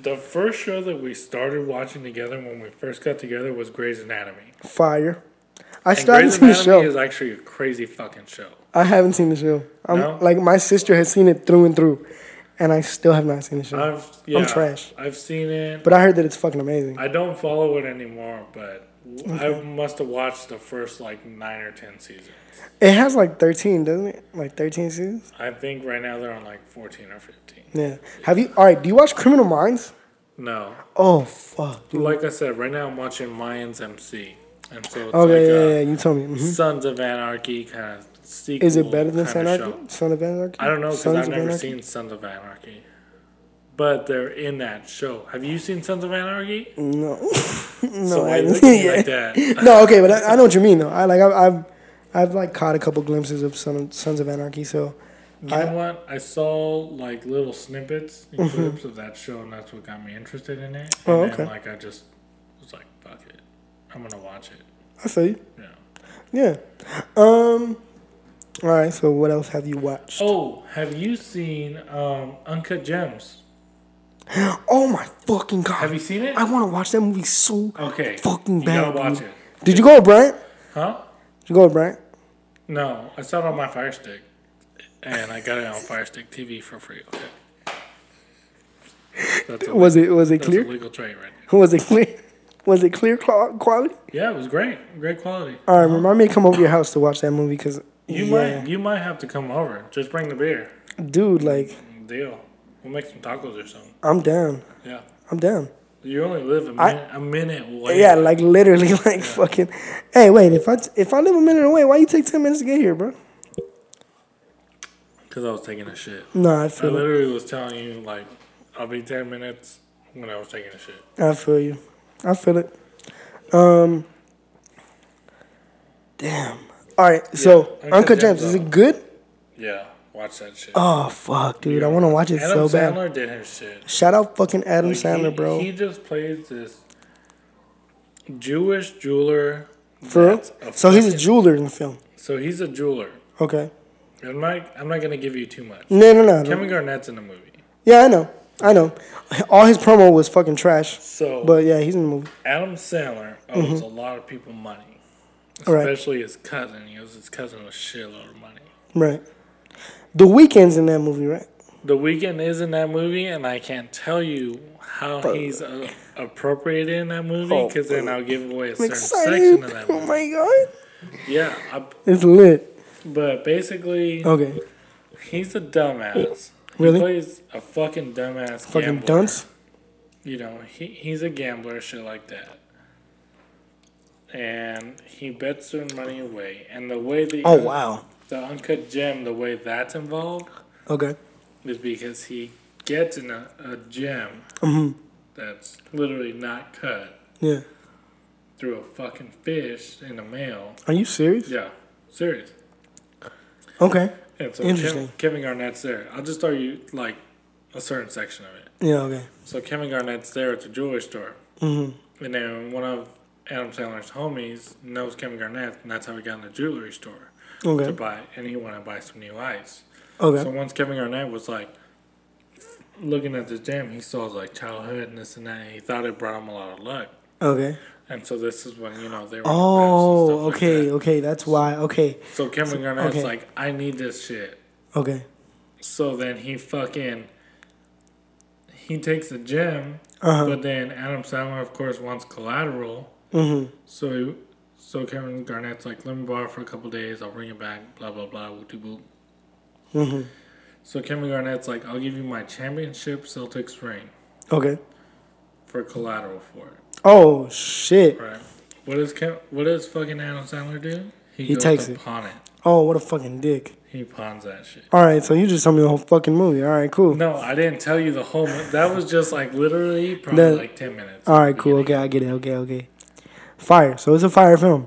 [SPEAKER 3] the first show that we started watching together when we first got together was Grey's Anatomy.
[SPEAKER 2] Fire. I
[SPEAKER 3] And
[SPEAKER 2] still haven't
[SPEAKER 3] Grey's
[SPEAKER 2] seen the show.
[SPEAKER 3] Anatomy is actually a crazy fucking show.
[SPEAKER 2] I haven't seen the show. I'm
[SPEAKER 3] No?
[SPEAKER 2] like my sister has seen it through and through, and I still have not seen the show.
[SPEAKER 3] I've yeah,
[SPEAKER 2] trash.
[SPEAKER 3] I've seen it.
[SPEAKER 2] but I heard that it's fucking amazing.
[SPEAKER 3] I don't follow it anymore, but I must have watched the first like nine or ten seasons.
[SPEAKER 2] it has like 13, doesn't it? Like 13 seasons.
[SPEAKER 3] I think right now they're on like fourteen or fifteen.
[SPEAKER 2] Yeah. Have you? All right. Do you watch Criminal Minds?
[SPEAKER 3] No,
[SPEAKER 2] Oh fuck, dude.
[SPEAKER 3] like I said, right now I'm watching Mayans MC, and so
[SPEAKER 2] Okay,
[SPEAKER 3] it's like uh,
[SPEAKER 2] yeah,
[SPEAKER 3] a
[SPEAKER 2] yeah, yeah, you told me. Mhm.
[SPEAKER 3] Sons of Anarchy kind of sequel.
[SPEAKER 2] Is it better than Son
[SPEAKER 3] kind
[SPEAKER 2] of
[SPEAKER 3] of
[SPEAKER 2] Anarchy?
[SPEAKER 3] show.
[SPEAKER 2] Son of Anarchy?
[SPEAKER 3] I don't know because
[SPEAKER 2] Sons
[SPEAKER 3] I've
[SPEAKER 2] of
[SPEAKER 3] never
[SPEAKER 2] Anarchy?
[SPEAKER 3] seen Sons of Anarchy, but they're in that show. Have you seen Sons of Anarchy?
[SPEAKER 2] No, no,
[SPEAKER 3] so
[SPEAKER 2] I
[SPEAKER 3] why you
[SPEAKER 2] haven't.
[SPEAKER 3] look at me like
[SPEAKER 2] Yeah. (laughs)
[SPEAKER 3] that?
[SPEAKER 2] no. Okay, but I, I know what you mean. Though I like I've, I've I've like caught a couple glimpses of Son of, Sons of Anarchy. So
[SPEAKER 3] You know what? I saw like little snippets and clips of that show, and that's what got me interested in it. And
[SPEAKER 2] Mm-hmm. Oh,
[SPEAKER 3] then
[SPEAKER 2] okay.
[SPEAKER 3] like I just was like, "Fuck it, I'm gonna watch it."
[SPEAKER 2] I feel you.
[SPEAKER 3] Yeah.
[SPEAKER 2] Yeah. Um. All right. So what else have you watched?
[SPEAKER 3] Oh, have you seen um, Uncut Gems?
[SPEAKER 2] Oh, my fucking god!
[SPEAKER 3] Have you seen it?
[SPEAKER 2] I want to watch that movie so.
[SPEAKER 3] Okay.
[SPEAKER 2] Fucking
[SPEAKER 3] you
[SPEAKER 2] bad.
[SPEAKER 3] gotta watch
[SPEAKER 2] dude.
[SPEAKER 3] it,
[SPEAKER 2] Did you go, with Bryant?
[SPEAKER 3] huh?
[SPEAKER 2] Did you go, with Bryant?
[SPEAKER 3] No, I saw it on my Fire Stick, and I got it on Fire Stick TV for free. Okay. That's a,
[SPEAKER 2] Was it was it
[SPEAKER 3] that's a
[SPEAKER 2] clear?
[SPEAKER 3] legal trade right now.
[SPEAKER 2] Was it clear? (laughs) Was it clear qua- quality?
[SPEAKER 3] Yeah, it was great, great quality.
[SPEAKER 2] All right, remind me to come over to your house to watch that movie because
[SPEAKER 3] You
[SPEAKER 2] yeah,
[SPEAKER 3] might, you might have to come over. Just bring the beer.
[SPEAKER 2] dude, like
[SPEAKER 3] Deal. We'll make some tacos or something.
[SPEAKER 2] I'm down,
[SPEAKER 3] Yeah.
[SPEAKER 2] I'm down.
[SPEAKER 3] You only live a
[SPEAKER 2] I-
[SPEAKER 3] minute, a minute away.
[SPEAKER 2] Yeah, like literally, (laughs) like fucking. Hey, wait, if I if I live a minute away, why you take ten minutes to get here, bro?
[SPEAKER 3] Because I was taking a shit.
[SPEAKER 2] Nah, I
[SPEAKER 3] I
[SPEAKER 2] feel it.
[SPEAKER 3] literally was telling you, like, I'll be 10 minutes when I was taking a shit.
[SPEAKER 2] I feel you. I feel it. Um, Damn. All right. So
[SPEAKER 3] Uncut
[SPEAKER 2] Uncut Gems,
[SPEAKER 3] Gems,
[SPEAKER 2] is
[SPEAKER 3] uh,
[SPEAKER 2] it good?
[SPEAKER 3] Yeah, watch that shit.
[SPEAKER 2] Oh fuck, dude! I want to watch it
[SPEAKER 3] Adam
[SPEAKER 2] so bad.
[SPEAKER 3] Sandler did his shit.
[SPEAKER 2] Shout out fucking Adam
[SPEAKER 3] Like,
[SPEAKER 2] Sandler,
[SPEAKER 3] he,
[SPEAKER 2] bro.
[SPEAKER 3] He just plays this Jewish jeweler.
[SPEAKER 2] For real?
[SPEAKER 3] that's a
[SPEAKER 2] So he's a
[SPEAKER 3] fucking-
[SPEAKER 2] jeweler in the film.
[SPEAKER 3] So he's a jeweler.
[SPEAKER 2] Okay.
[SPEAKER 3] I'm not. I'm not gonna give you too much.
[SPEAKER 2] No, no, no. no.
[SPEAKER 3] Kevin Garnett's in the movie.
[SPEAKER 2] Yeah, I know. I know. All his promo was fucking trash.
[SPEAKER 3] So
[SPEAKER 2] But Mm-hmm. yeah, he's in the movie.
[SPEAKER 3] Adam Sandler owes a lot of people money,
[SPEAKER 2] All right.
[SPEAKER 3] especially his cousin. He owes his cousin a shitload of money.
[SPEAKER 2] Right. The weekend's in that movie, right?
[SPEAKER 3] The Weeknd is in that movie, and I can't tell you how he's uh, appropriated in that movie because then I'll give away a
[SPEAKER 2] Oh, I'm
[SPEAKER 3] certain section
[SPEAKER 2] excited.
[SPEAKER 3] of that
[SPEAKER 2] (laughs) Oh
[SPEAKER 3] movie.
[SPEAKER 2] my god.
[SPEAKER 3] Yeah, I,
[SPEAKER 2] It's lit.
[SPEAKER 3] but basically,
[SPEAKER 2] Okay.
[SPEAKER 3] he's a dumbass.
[SPEAKER 2] Oh. Really?
[SPEAKER 3] He plays a fucking dumbass
[SPEAKER 2] Fucking
[SPEAKER 3] gambler.
[SPEAKER 2] dunce.
[SPEAKER 3] You know, he, he's a gambler, shit like that. And he bets their money away. And the way the,
[SPEAKER 2] Oh wow.
[SPEAKER 3] the Uncut Gem, the way that's involved,
[SPEAKER 2] Okay.
[SPEAKER 3] is because he gets in a, a gem
[SPEAKER 2] Mhm.
[SPEAKER 3] that's literally not cut
[SPEAKER 2] Yeah.
[SPEAKER 3] through a fucking fish in the mail.
[SPEAKER 2] Are you serious?
[SPEAKER 3] Yeah, serious.
[SPEAKER 2] Okay.
[SPEAKER 3] And so
[SPEAKER 2] Interesting.
[SPEAKER 3] Kevin, Kevin Garnett's there. I'll just throw you like a certain section of it.
[SPEAKER 2] Yeah. Okay.
[SPEAKER 3] So Kevin Garnett's there at the jewelry store,
[SPEAKER 2] Mhm.
[SPEAKER 3] and then one of Adam Sandler's homies knows Kevin Garnett, and that's how he got in the jewelry store to
[SPEAKER 2] Okay.
[SPEAKER 3] buy, and he wanted to buy some new ice. So
[SPEAKER 2] Okay.
[SPEAKER 3] once Kevin Garnett was like looking at this jam, he saw his like childhood and this and that. And he thought it brought him a lot of luck,
[SPEAKER 2] Okay.
[SPEAKER 3] and so this is when you know they were.
[SPEAKER 2] Oh.
[SPEAKER 3] depressed and stuff like
[SPEAKER 2] Okay. Okay. That's why. Okay.
[SPEAKER 3] that. So Kevin Garnett's
[SPEAKER 2] okay.
[SPEAKER 3] like, I need this shit.
[SPEAKER 2] Okay.
[SPEAKER 3] So then he fucking he takes the gem,
[SPEAKER 2] Uh huh.
[SPEAKER 3] but then Adam Sandler, of course, wants collateral.
[SPEAKER 2] Mhm.
[SPEAKER 3] So he, so Kevin Garnett's like, let me borrow it for a couple days. I'll bring it back. Blah blah blah. Woo boop.
[SPEAKER 2] Mhm.
[SPEAKER 3] So Kevin Garnett's like, I'll give you my championship Celtics ring
[SPEAKER 2] Okay.
[SPEAKER 3] for collateral for it.
[SPEAKER 2] Oh shit.
[SPEAKER 3] Right. What does Kev, What does fucking Adam Sandler do?
[SPEAKER 2] He takes it.
[SPEAKER 3] pawn it.
[SPEAKER 2] Oh, what a fucking dick.
[SPEAKER 3] He pawns that shit.
[SPEAKER 2] All right, so you just told me the whole fucking movie. All right, cool.
[SPEAKER 3] No, I didn't tell you the whole. mo- That was just like literally probably
[SPEAKER 2] That-
[SPEAKER 3] like ten minutes.
[SPEAKER 2] All right, cool. Okay, I get it. Okay, okay. Fire. So it's a fire film.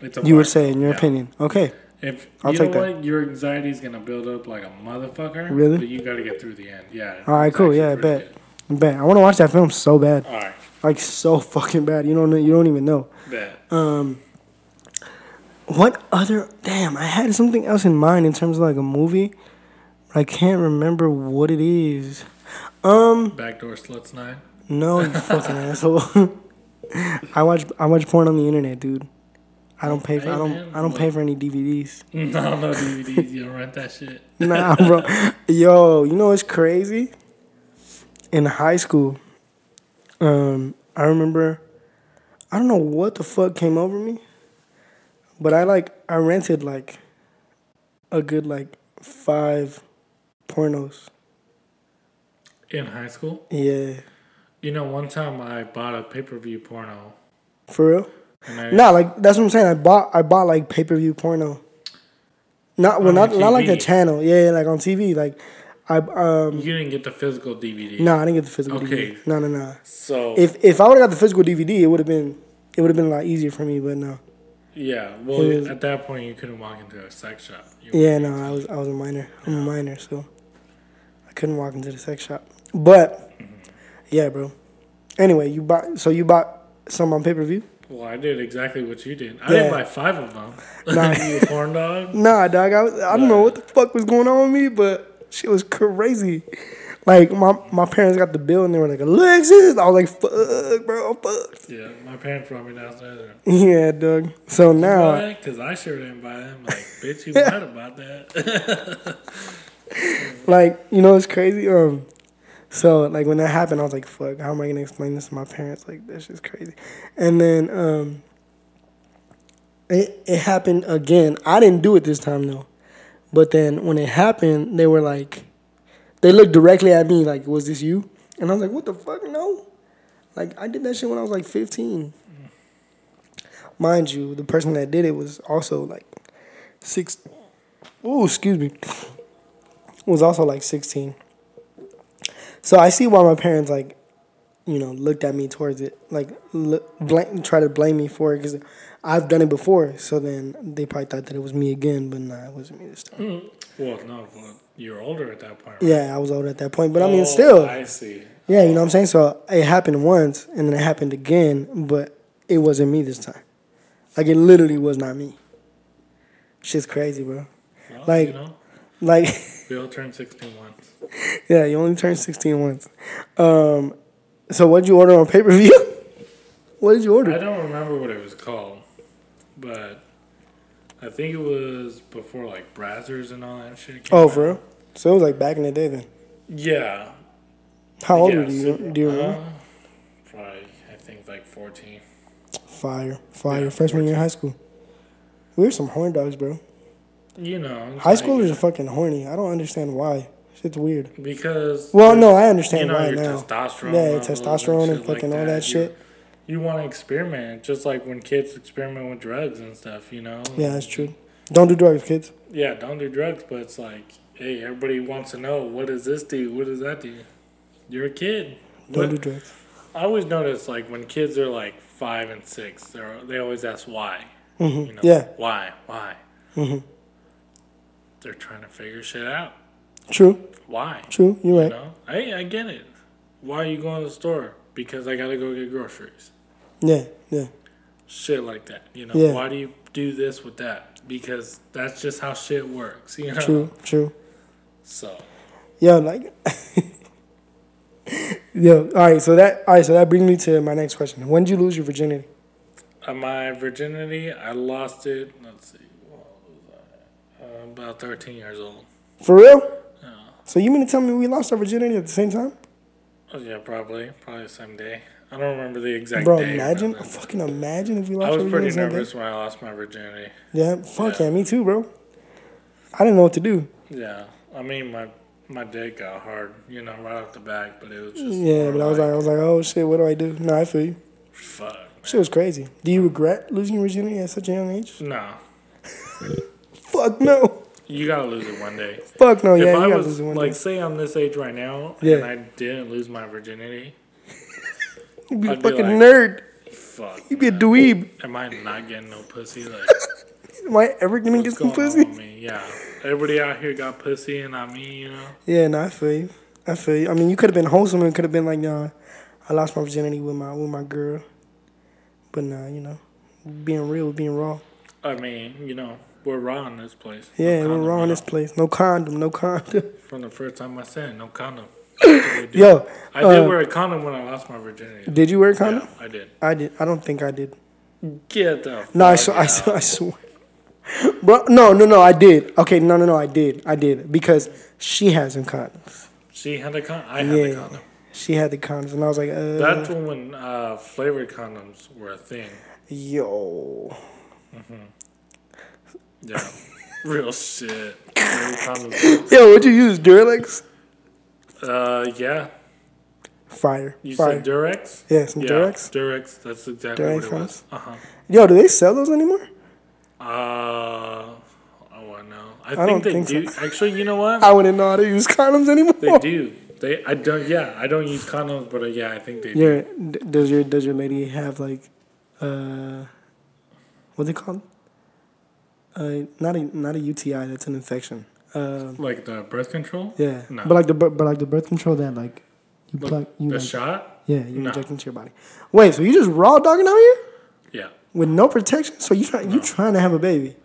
[SPEAKER 3] It's a
[SPEAKER 2] You would
[SPEAKER 3] fire.
[SPEAKER 2] say, in your
[SPEAKER 3] Yeah.
[SPEAKER 2] opinion. Okay.
[SPEAKER 3] If
[SPEAKER 2] I'll
[SPEAKER 3] you
[SPEAKER 2] take
[SPEAKER 3] know
[SPEAKER 2] that.
[SPEAKER 3] what, your anxiety is gonna build up like a motherfucker.
[SPEAKER 2] Really?
[SPEAKER 3] But you gotta get through the end. Yeah.
[SPEAKER 2] All right,
[SPEAKER 3] it's
[SPEAKER 2] cool.
[SPEAKER 3] actually
[SPEAKER 2] Yeah, I
[SPEAKER 3] pretty
[SPEAKER 2] bet.
[SPEAKER 3] good.
[SPEAKER 2] I bet. I want to watch that film so bad,
[SPEAKER 3] All right,
[SPEAKER 2] like so fucking bad. You don't know. You don't even know.
[SPEAKER 3] bet.
[SPEAKER 2] Um. What other? Damn, I had something else in mind in terms of like a movie. but I can't remember what it is. Um.
[SPEAKER 3] Backdoor sluts nine. (laughs)
[SPEAKER 2] No, you fucking asshole. (laughs) I watch I watch porn on the internet, dude. I don't pay for I
[SPEAKER 3] Hey,
[SPEAKER 2] don't
[SPEAKER 3] man.
[SPEAKER 2] I don't pay for any DVDs.
[SPEAKER 3] No, no DVDs. You don't rent that shit.
[SPEAKER 2] (laughs) Nah, bro. Yo, you know what's crazy? In high school, um, I remember I don't know what the fuck came over me, but I like I rented like a good like five pornos.
[SPEAKER 3] In high school,
[SPEAKER 2] Yeah.
[SPEAKER 3] you know, one time I bought a pay per view porno.
[SPEAKER 2] For real?
[SPEAKER 3] And I,
[SPEAKER 2] No, like that's what I'm saying. I bought I bought like pay per view porno. Not well,
[SPEAKER 3] On
[SPEAKER 2] not not like the
[SPEAKER 3] TV.
[SPEAKER 2] channel. Yeah, yeah, like on TV. Like I um
[SPEAKER 3] You didn't get the physical DVD.
[SPEAKER 2] no, I didn't get the physical
[SPEAKER 3] Okay.
[SPEAKER 2] DVD. No, no, no.
[SPEAKER 3] So
[SPEAKER 2] If if I would have got the physical DVD, it would have been it would have been a lot easier for me. But no,
[SPEAKER 3] yeah, well,
[SPEAKER 2] It is-
[SPEAKER 3] at that point you couldn't walk into a sex shop. You
[SPEAKER 2] yeah, no, I was I was a minor. I'm a minor, so I couldn't walk into the sex shop. But yeah, bro. Anyway, you bought so you bought some on pay per view.
[SPEAKER 3] Well, I did exactly what you did. I
[SPEAKER 2] Yeah.
[SPEAKER 3] didn't buy five of them.
[SPEAKER 2] (laughs) Nah.
[SPEAKER 3] (laughs) you a porn dog.
[SPEAKER 2] Nah, dog. I, was, I don't know what the fuck was going on with me, but shit was crazy. Like my my parents got the bill and they were like Alexis. I was like, fuck, bro, fuck. (laughs)
[SPEAKER 3] Yeah, my parents brought me downstairs. and-
[SPEAKER 2] Yeah, dog. So now,
[SPEAKER 3] Because I sure didn't buy them. Like, bitch, you lied about that. (laughs)
[SPEAKER 2] like you know, it's crazy. Um, so like when that happened, I was like, fuck. How am I gonna explain this to my parents? Like that's just crazy. And then um, it it happened again. I didn't do it this time though. But then when it happened, they were like, they looked directly at me like, was this you? And I was like, what the fuck? No. Like, I did that shit when I was like 15. Mind you, the person that did it was also like six. Oh, excuse me. Was also like 16. So I see why my parents like you know, looked at me towards it, like look, bl- try to blame me for it because I've done it before. So then they probably thought that it was me again, but nah, it wasn't me this time.
[SPEAKER 3] Mm. Well, no, well, you're older at that point. Right?
[SPEAKER 2] Yeah, I was older at that point, but I mean,
[SPEAKER 3] Oh,
[SPEAKER 2] still,
[SPEAKER 3] I see.
[SPEAKER 2] yeah, you know what I'm saying. So it happened once, and then it happened again, but it wasn't me this time. Like it literally was not me. Shit's crazy, bro.
[SPEAKER 3] Well,
[SPEAKER 2] Like-
[SPEAKER 3] you know,
[SPEAKER 2] Like. (laughs)
[SPEAKER 3] we all turn 16 once.
[SPEAKER 2] Yeah, you only turned 16 once. Um, so what'd you order on pay per view? (laughs) what did you
[SPEAKER 3] I
[SPEAKER 2] order?
[SPEAKER 3] don't remember what it was called, but I think it was before like Brazzers and all that shit. Came
[SPEAKER 2] Oh,
[SPEAKER 3] out.
[SPEAKER 2] for real? So it was like back in the day then.
[SPEAKER 3] Yeah.
[SPEAKER 2] How old were
[SPEAKER 3] Yeah,
[SPEAKER 2] you?
[SPEAKER 3] so-
[SPEAKER 2] Do you
[SPEAKER 3] uh,
[SPEAKER 2] remember?
[SPEAKER 3] probably, I think like 14.
[SPEAKER 2] Fire, fire.
[SPEAKER 3] yeah,
[SPEAKER 2] Freshman year in high school. We were some horn dogs, bro.
[SPEAKER 3] You know.
[SPEAKER 2] High
[SPEAKER 3] like,
[SPEAKER 2] schoolers are fucking horny. I don't understand why. Shit's weird.
[SPEAKER 3] Because.
[SPEAKER 2] Well, no, I
[SPEAKER 3] you
[SPEAKER 2] understand
[SPEAKER 3] know,
[SPEAKER 2] why
[SPEAKER 3] your
[SPEAKER 2] now.
[SPEAKER 3] testosterone.
[SPEAKER 2] Yeah,
[SPEAKER 3] levels
[SPEAKER 2] testosterone and
[SPEAKER 3] shit like
[SPEAKER 2] fucking all that
[SPEAKER 3] You-
[SPEAKER 2] shit.
[SPEAKER 3] You want to experiment, just like when kids experiment with drugs and stuff, you know?
[SPEAKER 2] Yeah, that's true. Don't do drugs, kids.
[SPEAKER 3] Yeah, don't do drugs, but it's like, hey, everybody wants to know what does this do? What does that do? You're a kid.
[SPEAKER 2] Don't
[SPEAKER 3] What-
[SPEAKER 2] do drugs.
[SPEAKER 3] I always notice like when kids are like five and six, they they're they always ask why. You know,
[SPEAKER 2] Mm-hmm. Yeah. Mm-hmm.
[SPEAKER 3] Why? Why? They're trying to figure shit out.
[SPEAKER 2] True,
[SPEAKER 3] Why?
[SPEAKER 2] true. You're
[SPEAKER 3] You
[SPEAKER 2] right.
[SPEAKER 3] know? Hey, I get it. Why are you going to the store? Because I gotta go get groceries.
[SPEAKER 2] Yeah, yeah.
[SPEAKER 3] Shit like that. You know.
[SPEAKER 2] Yeah.
[SPEAKER 3] Why do you do this with that? Because that's just how shit works. (laughs) You know.
[SPEAKER 2] True, true.
[SPEAKER 3] So
[SPEAKER 2] Yo, like, (laughs) yo. All right, so that all right, so that brings me to my next question. When did you lose your virginity?
[SPEAKER 3] uh, my virginity, I lost it. Let's see. what was I? Uh, about thirteen years old.
[SPEAKER 2] For real? So you mean to tell me we lost our virginity at the same time,
[SPEAKER 3] Oh, Yeah, probably, probably the same day. I don't remember the exact
[SPEAKER 2] bro?
[SPEAKER 3] day. but
[SPEAKER 2] imagine,
[SPEAKER 3] then-
[SPEAKER 2] fucking imagine if we
[SPEAKER 3] I
[SPEAKER 2] lost.
[SPEAKER 3] was
[SPEAKER 2] our
[SPEAKER 3] pretty
[SPEAKER 2] virginity at the
[SPEAKER 3] nervous
[SPEAKER 2] same
[SPEAKER 3] when I lost my virginity.
[SPEAKER 2] time. Yeah, fuck yeah. me too, bro. I didn't know what to do.
[SPEAKER 3] Yeah, I mean my my dick got hard, you know, right off the back, but it was just
[SPEAKER 2] Yeah,
[SPEAKER 3] more
[SPEAKER 2] but I was like, I was like, oh shit, what do I do? No, I feel you.
[SPEAKER 3] fuck.
[SPEAKER 2] Shit was crazy. Do you regret losing your virginity at such a young age?
[SPEAKER 3] Man. No,
[SPEAKER 2] Fuck no.
[SPEAKER 3] you gotta lose it one day.
[SPEAKER 2] Fuck no.
[SPEAKER 3] if
[SPEAKER 2] Yeah,
[SPEAKER 3] I
[SPEAKER 2] you gotta
[SPEAKER 3] was
[SPEAKER 2] lose it one
[SPEAKER 3] like,
[SPEAKER 2] day.
[SPEAKER 3] say I'm this age right now,
[SPEAKER 2] Yeah.
[SPEAKER 3] and I didn't lose my virginity,
[SPEAKER 2] You'd be a
[SPEAKER 3] I'd be
[SPEAKER 2] fucking
[SPEAKER 3] like-
[SPEAKER 2] nerd.
[SPEAKER 3] fuck.
[SPEAKER 2] You'd be a
[SPEAKER 3] man.
[SPEAKER 2] dweeb.
[SPEAKER 3] Am I not getting no pussy?
[SPEAKER 2] (laughs)
[SPEAKER 3] Like,
[SPEAKER 2] Am I ever gonna get
[SPEAKER 3] what's
[SPEAKER 2] some
[SPEAKER 3] going
[SPEAKER 2] pussy?
[SPEAKER 3] on with me? Yeah, everybody out here got pussy, and not me, you know.
[SPEAKER 2] Yeah, no, I feel you. I feel you. I mean, you could have been wholesome and could have been like, nah, I lost my virginity with my with my girl, but nah, you know, being real, being raw.
[SPEAKER 3] I mean, you know, we're raw in this place. No
[SPEAKER 2] Yeah, we're
[SPEAKER 3] condom,
[SPEAKER 2] raw
[SPEAKER 3] you
[SPEAKER 2] in
[SPEAKER 3] know?
[SPEAKER 2] this place. No condom, no condom. (laughs)
[SPEAKER 3] From the first time I said it, no
[SPEAKER 2] (clears throat)
[SPEAKER 3] condom.
[SPEAKER 2] Yo,
[SPEAKER 3] I did
[SPEAKER 2] uh,
[SPEAKER 3] wear a condom when I lost my virginity.
[SPEAKER 2] Did you wear a condom?
[SPEAKER 3] Yeah, I did.
[SPEAKER 2] I did. I don't think I did.
[SPEAKER 3] Get the
[SPEAKER 2] No, I,
[SPEAKER 3] fuck
[SPEAKER 2] sw- I,
[SPEAKER 3] out.
[SPEAKER 2] sw- I swear. (laughs) Bro, no, no, no, I did. Okay, no, no, no, I did. I did because she had some condoms.
[SPEAKER 3] She had a condom. I had a
[SPEAKER 2] Yeah,
[SPEAKER 3] condom.
[SPEAKER 2] she had the condoms, and I was like, uh,
[SPEAKER 3] That's when uh, flavored condoms were a thing.
[SPEAKER 2] yo,
[SPEAKER 3] Yeah. (laughs) Real shit. (laughs) Flavored condoms.
[SPEAKER 2] yo, what'd you use, Duralex?
[SPEAKER 3] Uh, yeah.
[SPEAKER 2] Fire,
[SPEAKER 3] You
[SPEAKER 2] fire.
[SPEAKER 3] said Durex?
[SPEAKER 2] yeah, some
[SPEAKER 3] Yeah,
[SPEAKER 2] Durex.
[SPEAKER 3] Durex. That's exactly
[SPEAKER 2] Durex
[SPEAKER 3] what it was. Uh-huh.
[SPEAKER 2] Yo, do they sell those anymore?
[SPEAKER 3] Uh, oh, I know. I,
[SPEAKER 2] don't
[SPEAKER 3] think they
[SPEAKER 2] think so.
[SPEAKER 3] do. Actually, you know what?
[SPEAKER 2] I wouldn't know how to use condoms anymore.
[SPEAKER 3] They do. They, I don't, yeah, I don't use condoms, but uh, yeah, I think they do.
[SPEAKER 2] Your d- does your does your lady have like, uh, what's it called? Uh, not a not a UTI. That's an infection. Um,
[SPEAKER 3] Like the birth control?
[SPEAKER 2] yeah,
[SPEAKER 3] No.
[SPEAKER 2] but like the bir- but like the birth control that like you
[SPEAKER 3] Like,
[SPEAKER 2] plug you
[SPEAKER 3] the
[SPEAKER 2] like,
[SPEAKER 3] shot?
[SPEAKER 2] yeah you
[SPEAKER 3] No.
[SPEAKER 2] inject into your body. Wait, so you just raw dogging out here
[SPEAKER 3] Yeah.
[SPEAKER 2] with no protection? So you try, you trying to have a baby?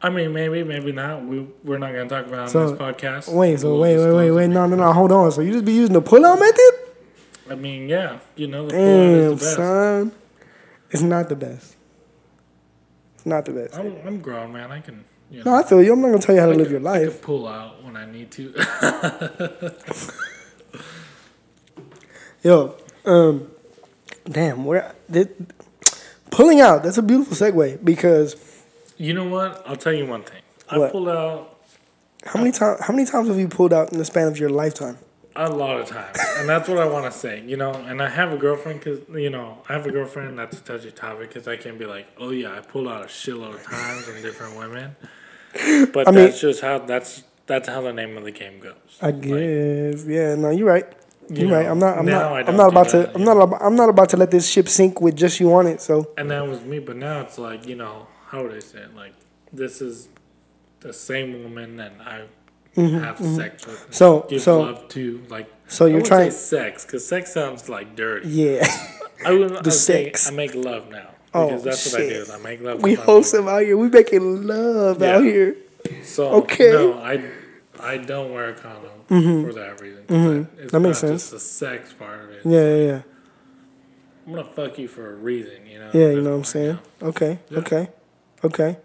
[SPEAKER 3] I mean, maybe, maybe not. We we're not gonna talk about it
[SPEAKER 2] So,
[SPEAKER 3] on this podcast.
[SPEAKER 2] Wait, so
[SPEAKER 3] We'll
[SPEAKER 2] wait wait
[SPEAKER 3] disclose
[SPEAKER 2] wait
[SPEAKER 3] it.
[SPEAKER 2] wait no no no hold on. So you just be using the pull out method?
[SPEAKER 3] I mean, yeah, you know the Damn, is the
[SPEAKER 2] Damn,
[SPEAKER 3] best.
[SPEAKER 2] son. It's not the best. It's not the best.
[SPEAKER 3] I'm, I'm grown, man. I can. You know,
[SPEAKER 2] No, I feel you. I'm not gonna tell you how to
[SPEAKER 3] I
[SPEAKER 2] live
[SPEAKER 3] can-
[SPEAKER 2] your
[SPEAKER 3] I can
[SPEAKER 2] life.
[SPEAKER 3] pull out when I need to. (laughs)
[SPEAKER 2] Yo, um, damn, where this, pulling out? That's a beautiful segue because
[SPEAKER 3] you know what? I'll tell you one thing. I
[SPEAKER 2] What?
[SPEAKER 3] pulled out
[SPEAKER 2] how many times? How many times have you pulled out in the span of your lifetime?
[SPEAKER 3] a lot of times, and that's what I want to say. You know, and I have a girlfriend because you know I have a girlfriend. and That's a touchy topic because I can be like, oh yeah, I pulled out a shitload of times from different
[SPEAKER 2] (laughs)
[SPEAKER 3] women. But
[SPEAKER 2] I mean-
[SPEAKER 3] that's just how that's that's how the name of the game goes.
[SPEAKER 2] I guess. yeah. No, you're right. You're right.
[SPEAKER 3] know,
[SPEAKER 2] I'm not. I'm
[SPEAKER 3] now I
[SPEAKER 2] not.
[SPEAKER 3] don't
[SPEAKER 2] I'm not
[SPEAKER 3] do
[SPEAKER 2] about
[SPEAKER 3] that,
[SPEAKER 2] to. I'm
[SPEAKER 3] you
[SPEAKER 2] not. ab- I'm not about to let this ship sink with just you on it. So
[SPEAKER 3] And that was me, but now it's like, you know, how would I say it? Like, this is the same woman that I have sex with. and
[SPEAKER 2] Mm-hmm, So-
[SPEAKER 3] give
[SPEAKER 2] so-
[SPEAKER 3] love to. Like,
[SPEAKER 2] so
[SPEAKER 3] I
[SPEAKER 2] you're
[SPEAKER 3] wouldn't say
[SPEAKER 2] trying-
[SPEAKER 3] sex, because sex sounds like dirty.
[SPEAKER 2] yeah,
[SPEAKER 3] I would
[SPEAKER 2] The
[SPEAKER 3] the
[SPEAKER 2] sex.
[SPEAKER 3] sex. I make love now. Because
[SPEAKER 2] Oh,
[SPEAKER 3] that's what I do.
[SPEAKER 2] shit.
[SPEAKER 3] is I make
[SPEAKER 2] (laughs)
[SPEAKER 3] love.
[SPEAKER 2] we
[SPEAKER 3] with my woman.
[SPEAKER 2] wholesome out here. We making love out
[SPEAKER 3] Yeah.
[SPEAKER 2] here.
[SPEAKER 3] So
[SPEAKER 2] Okay. Mm-hmm.
[SPEAKER 3] no, I I don't wear a condom for that reason. 'cause I- it's
[SPEAKER 2] That makes
[SPEAKER 3] not
[SPEAKER 2] sense.
[SPEAKER 3] Just the sex part of it.
[SPEAKER 2] Yeah, yeah, yeah.
[SPEAKER 3] I'm gonna fuck you for a reason, you know.
[SPEAKER 2] Yeah,
[SPEAKER 3] at
[SPEAKER 2] you
[SPEAKER 3] this
[SPEAKER 2] know what I'm
[SPEAKER 3] point,
[SPEAKER 2] saying?
[SPEAKER 3] you
[SPEAKER 2] Okay, okay, okay.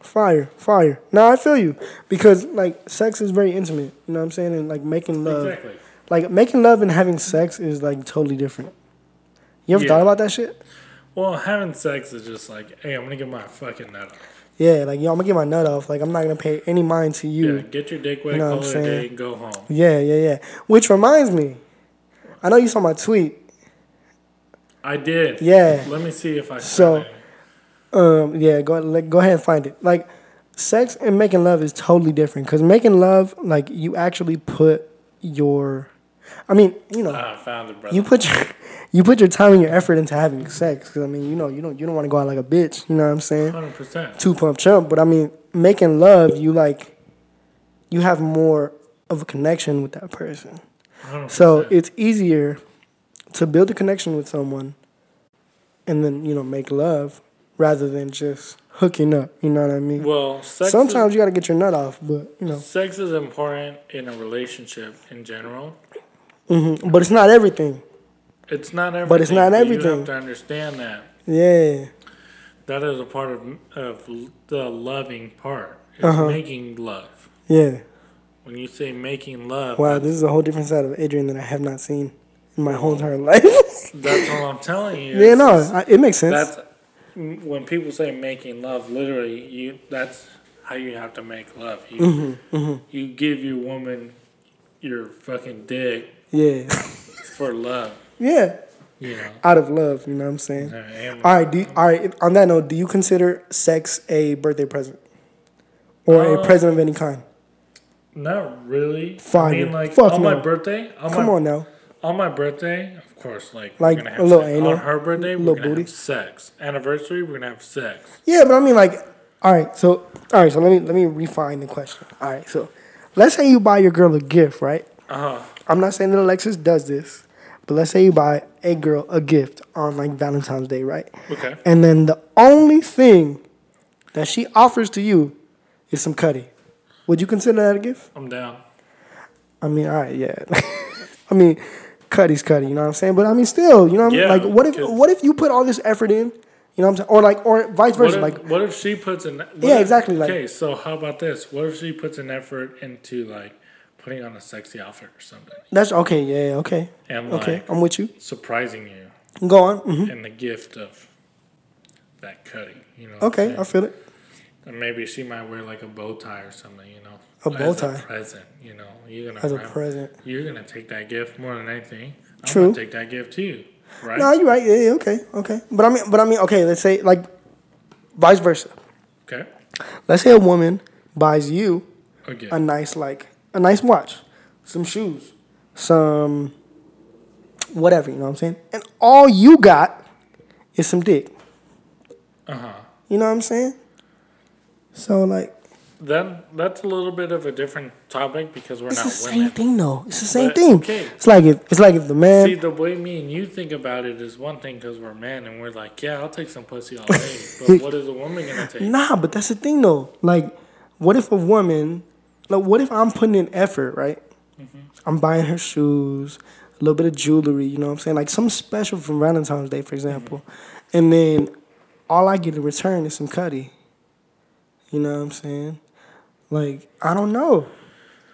[SPEAKER 2] Fire, fire. No, I feel you. Because, like, sex is very intimate. You know what I'm saying? And, like, making
[SPEAKER 3] know?
[SPEAKER 2] love.
[SPEAKER 3] Exactly.
[SPEAKER 2] Like, making love and having sex is, like, totally different. You ever
[SPEAKER 3] Yeah.
[SPEAKER 2] thought about that shit?
[SPEAKER 3] Well, having sex is just like, hey, I'm gonna get my fucking nut off.
[SPEAKER 2] Yeah, like, yo, I'm gonna get my nut off. Like, I'm not gonna pay any mind to
[SPEAKER 3] Yeah,
[SPEAKER 2] you.
[SPEAKER 3] get your dick wet,
[SPEAKER 2] You know what
[SPEAKER 3] call
[SPEAKER 2] I'm
[SPEAKER 3] it a
[SPEAKER 2] saying?
[SPEAKER 3] day, and go home.
[SPEAKER 2] Yeah, yeah, yeah. Which reminds me, I know you saw my tweet.
[SPEAKER 3] I did.
[SPEAKER 2] Yeah.
[SPEAKER 3] Let me see if I said
[SPEAKER 2] So-
[SPEAKER 3] it.
[SPEAKER 2] Um, yeah, go like, go ahead and find it. Like, sex and making love is totally different. Cause making love, like, you actually put your, I mean, you know,
[SPEAKER 3] Ah, I found it, brother.
[SPEAKER 2] you put your, (laughs) you put your time and your effort into having sex. Cause I mean, you know, you don't you don't want to go out like a bitch. You know what I'm saying?
[SPEAKER 3] 100%.
[SPEAKER 2] Two pump chump. But I mean, making love, you like, you have more of a connection with that person.
[SPEAKER 3] 100%.
[SPEAKER 2] So it's easier to build a connection with someone and then, you know, make love rather than just hooking up. You know what I mean?
[SPEAKER 3] well, sex
[SPEAKER 2] Sometimes you gotta get your nut off, but you know,
[SPEAKER 3] is, sex is important in a relationship in general. Mm-hmm.
[SPEAKER 2] hmm but it's not everything.
[SPEAKER 3] It's not everything.
[SPEAKER 2] But it's not
[SPEAKER 3] You
[SPEAKER 2] everything.
[SPEAKER 3] have to understand that.
[SPEAKER 2] Yeah,
[SPEAKER 3] That is a part of, of l- the loving part. It's
[SPEAKER 2] Uh-huh.
[SPEAKER 3] making love.
[SPEAKER 2] yeah.
[SPEAKER 3] When you say making love,
[SPEAKER 2] Wow,
[SPEAKER 3] that's,
[SPEAKER 2] this is a whole different side of Adrian that I have not seen in my whole entire (laughs) life.
[SPEAKER 3] that's what I'm telling you.
[SPEAKER 2] yeah,
[SPEAKER 3] is-
[SPEAKER 2] no,
[SPEAKER 3] is
[SPEAKER 2] I, it makes sense.
[SPEAKER 3] That's when people say making love. Literally, you that's how you have to make love. You
[SPEAKER 2] Mm-hmm,
[SPEAKER 3] you give your woman your fucking dick
[SPEAKER 2] yeah,
[SPEAKER 3] for love.
[SPEAKER 2] yeah.
[SPEAKER 3] You know.
[SPEAKER 2] Out of love, you know what I'm saying?
[SPEAKER 3] And
[SPEAKER 2] All right, do you- all right. if- On that note, do you consider sex a birthday present or a
[SPEAKER 3] Uh,
[SPEAKER 2] present of any kind?
[SPEAKER 3] Not really.
[SPEAKER 2] Fire.
[SPEAKER 3] I mean, like
[SPEAKER 2] Fuck
[SPEAKER 3] on
[SPEAKER 2] no.
[SPEAKER 3] my birthday. On
[SPEAKER 2] Come
[SPEAKER 3] my,
[SPEAKER 2] on now.
[SPEAKER 3] On my birthday, of course, like
[SPEAKER 2] Like,
[SPEAKER 3] we're gonna
[SPEAKER 2] a
[SPEAKER 3] have
[SPEAKER 2] little
[SPEAKER 3] sex.
[SPEAKER 2] anal,
[SPEAKER 3] on her birthday,
[SPEAKER 2] little
[SPEAKER 3] we're gonna
[SPEAKER 2] booty.
[SPEAKER 3] have sex. Anniversary, we're gonna have sex.
[SPEAKER 2] Yeah, but I mean, like, all right. So, all right. So let me let me refine the question. All right. So, let's say you buy your girl a gift, right?
[SPEAKER 3] Uh huh.
[SPEAKER 2] I'm not saying that Alexis does this, but let's say you buy a girl a gift on like Valentine's Day, right?
[SPEAKER 3] Okay.
[SPEAKER 2] And then the only thing that she offers to you is some cutty. Would you consider that a gift?
[SPEAKER 3] I'm down.
[SPEAKER 2] I mean, all right, yeah. (laughs) I mean, cutty's cutty, you know what I'm saying? But I mean, still, you know what I'm
[SPEAKER 3] Yeah,
[SPEAKER 2] Like, what if
[SPEAKER 3] because-
[SPEAKER 2] what if you put all this effort in, you know what I'm saying? Or like, or vice
[SPEAKER 3] What
[SPEAKER 2] versa,
[SPEAKER 3] if,
[SPEAKER 2] like,
[SPEAKER 3] what if she puts an what
[SPEAKER 2] Yeah,
[SPEAKER 3] if-
[SPEAKER 2] exactly, like-
[SPEAKER 3] okay, so how about this? What if she puts an effort into like putting on a sexy outfit or something
[SPEAKER 2] that's okay, yeah, yeah, okay,
[SPEAKER 3] and like
[SPEAKER 2] okay, I'm with you.
[SPEAKER 3] surprising you
[SPEAKER 2] Go on. hmm
[SPEAKER 3] in the gift of that cutting? You know. what I'm
[SPEAKER 2] Okay,
[SPEAKER 3] saying?
[SPEAKER 2] I feel it.
[SPEAKER 3] And maybe she might wear like a bow tie or something. You know.
[SPEAKER 2] A bow
[SPEAKER 3] as
[SPEAKER 2] tie.
[SPEAKER 3] A present. You know. You're gonna
[SPEAKER 2] As a
[SPEAKER 3] wrap-
[SPEAKER 2] present.
[SPEAKER 3] You're gonna take that gift more than anything. I'm
[SPEAKER 2] True.
[SPEAKER 3] gonna take that gift too, right?
[SPEAKER 2] No, you're right. Yeah, yeah, okay, okay. But I mean, but I mean, okay. Let's say like, vice versa.
[SPEAKER 3] okay.
[SPEAKER 2] Let's say a woman buys you
[SPEAKER 3] Okay.
[SPEAKER 2] a nice like a nice watch, some shoes, some whatever. You know what I'm saying? And all you got is some dick.
[SPEAKER 3] Uh huh.
[SPEAKER 2] You know what I'm saying? So like,
[SPEAKER 3] That that's a little bit of a different topic because we're
[SPEAKER 2] it's the
[SPEAKER 3] not
[SPEAKER 2] same
[SPEAKER 3] women.
[SPEAKER 2] thing though. It's the same
[SPEAKER 3] But,
[SPEAKER 2] thing.
[SPEAKER 3] okay.
[SPEAKER 2] It's like if it's like if the man.
[SPEAKER 3] See, the way me and you think about it is one thing because we're men and we're like, yeah, I'll take some pussy all day.
[SPEAKER 2] (laughs)
[SPEAKER 3] but what is a woman gonna take?
[SPEAKER 2] Nah, but that's the thing though. Like, what if a woman, like, what if I'm putting in effort, right?
[SPEAKER 3] Mm-hmm.
[SPEAKER 2] I'm buying her shoes, a little bit of jewelry, you know what I'm saying? Like, some special from Valentine's Day, for example.
[SPEAKER 3] Mm-hmm.
[SPEAKER 2] And then all I get in return is some cutty. You know what I'm saying? Like, I don't know.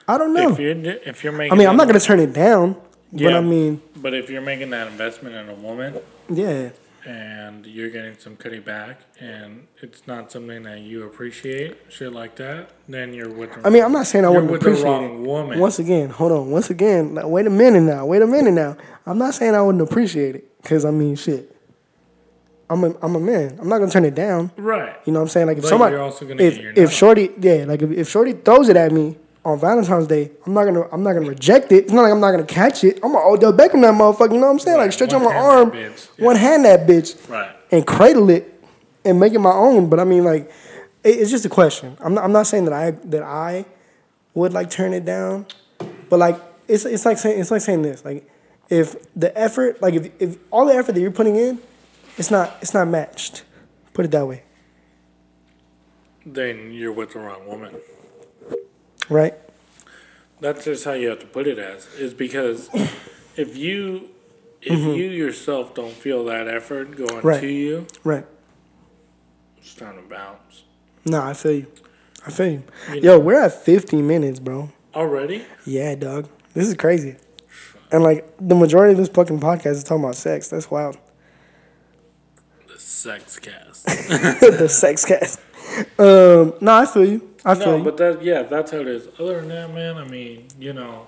[SPEAKER 2] I don't know.
[SPEAKER 3] If you're d- if you're making,
[SPEAKER 2] I mean, I'm
[SPEAKER 3] that-
[SPEAKER 2] not going to turn it down, but I
[SPEAKER 3] Yeah.
[SPEAKER 2] mean,
[SPEAKER 3] But if you're making that investment in a woman
[SPEAKER 2] yeah.
[SPEAKER 3] and you're getting some cutty back and it's not something that you appreciate, shit like that, then you're with. The
[SPEAKER 2] I mean, I'm not saying I
[SPEAKER 3] you're
[SPEAKER 2] wouldn't
[SPEAKER 3] with
[SPEAKER 2] appreciate
[SPEAKER 3] the wrong
[SPEAKER 2] it.
[SPEAKER 3] woman.
[SPEAKER 2] Once again, hold on. Once again, like, wait a minute now. Wait a minute now. I'm not saying I wouldn't appreciate it because I mean, shit. I'm a I'm a man. I'm not gonna turn it down.
[SPEAKER 3] right.
[SPEAKER 2] You know what I'm saying? Like if
[SPEAKER 3] But
[SPEAKER 2] somebody,
[SPEAKER 3] you're also gonna
[SPEAKER 2] if
[SPEAKER 3] get your
[SPEAKER 2] if
[SPEAKER 3] nut.
[SPEAKER 2] shorty, yeah, like if, if shorty throws it at me, on Valentine's Day, I'm not gonna I'm not gonna reject it. It's not like I'm not gonna catch it. I'm gonna Odell Beckham that motherfucker. You know what I'm saying?
[SPEAKER 3] Right,
[SPEAKER 2] Like stretch
[SPEAKER 3] one
[SPEAKER 2] out my
[SPEAKER 3] hand that
[SPEAKER 2] arm,
[SPEAKER 3] bitch, yeah.
[SPEAKER 2] one hand that bitch,
[SPEAKER 3] Right.
[SPEAKER 2] and cradle it and make it my own. But I mean, like, it, it's just a question. I'm not, I'm not saying that I that I would like turn it down, but like it's it's like saying it's like saying this. Like, if the effort, like if if all the effort that you're putting in, it's not it's not matched. Put it that way,
[SPEAKER 3] Then you're with the wrong woman.
[SPEAKER 2] right?
[SPEAKER 3] That's just how you have to put it as is because if you if you yourself don't feel that effort going
[SPEAKER 2] Mm-hmm. Right.
[SPEAKER 3] to you,
[SPEAKER 2] Right.
[SPEAKER 3] it's time to bounce.
[SPEAKER 2] Nah, I feel you. I feel you. Yo, we're at 50 minutes, bro.
[SPEAKER 3] Already?
[SPEAKER 2] Yeah, dog. This is crazy. And like the majority of this fucking podcast is talking about sex. That's wild.
[SPEAKER 3] The sex cast.
[SPEAKER 2] the (laughs) sex cast. Um, no, I feel you. I feel
[SPEAKER 3] (laughs) no,
[SPEAKER 2] you.
[SPEAKER 3] but that yeah, that's how it is. Other than that, man, I mean, you know,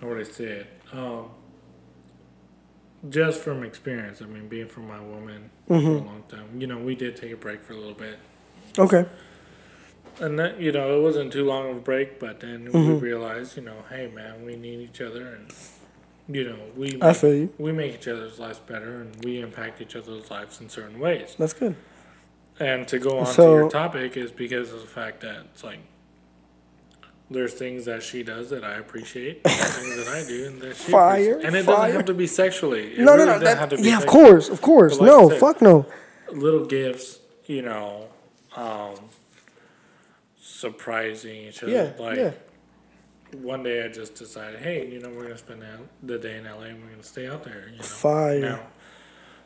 [SPEAKER 3] what I said. Um, just from experience, I mean, being from my woman for
[SPEAKER 2] Mm-hmm.
[SPEAKER 3] a long time, you know, we did take a break for a little bit,
[SPEAKER 2] okay.
[SPEAKER 3] and that you know, it wasn't too long of a break, but then we
[SPEAKER 2] Mm-hmm.
[SPEAKER 3] realized, you know, hey, man, we need each other, and you know, we
[SPEAKER 2] I
[SPEAKER 3] make-
[SPEAKER 2] feel you.
[SPEAKER 3] we make each other's lives better, and we impact each other's lives in certain ways.
[SPEAKER 2] That's good.
[SPEAKER 3] And to go on
[SPEAKER 2] So-
[SPEAKER 3] to your topic is because of the fact that it's like there's things that she does that I appreciate, there's things that I do, and that she
[SPEAKER 2] Fire,
[SPEAKER 3] appreciates. and it
[SPEAKER 2] fire.
[SPEAKER 3] doesn't have to be sexually. It
[SPEAKER 2] No,
[SPEAKER 3] really
[SPEAKER 2] no, no.
[SPEAKER 3] doesn't have
[SPEAKER 2] That,
[SPEAKER 3] to be
[SPEAKER 2] yeah, of
[SPEAKER 3] sexual.
[SPEAKER 2] course, of course.
[SPEAKER 3] But like I
[SPEAKER 2] no,
[SPEAKER 3] said-
[SPEAKER 2] fuck no.
[SPEAKER 3] Little gifts, you know, um, surprising each other.
[SPEAKER 2] Yeah,
[SPEAKER 3] like
[SPEAKER 2] yeah.
[SPEAKER 3] one day I just decided, hey, you know, we're gonna spend the- the day in LA and we're gonna stay out there. You know,
[SPEAKER 2] Fire.
[SPEAKER 3] Now,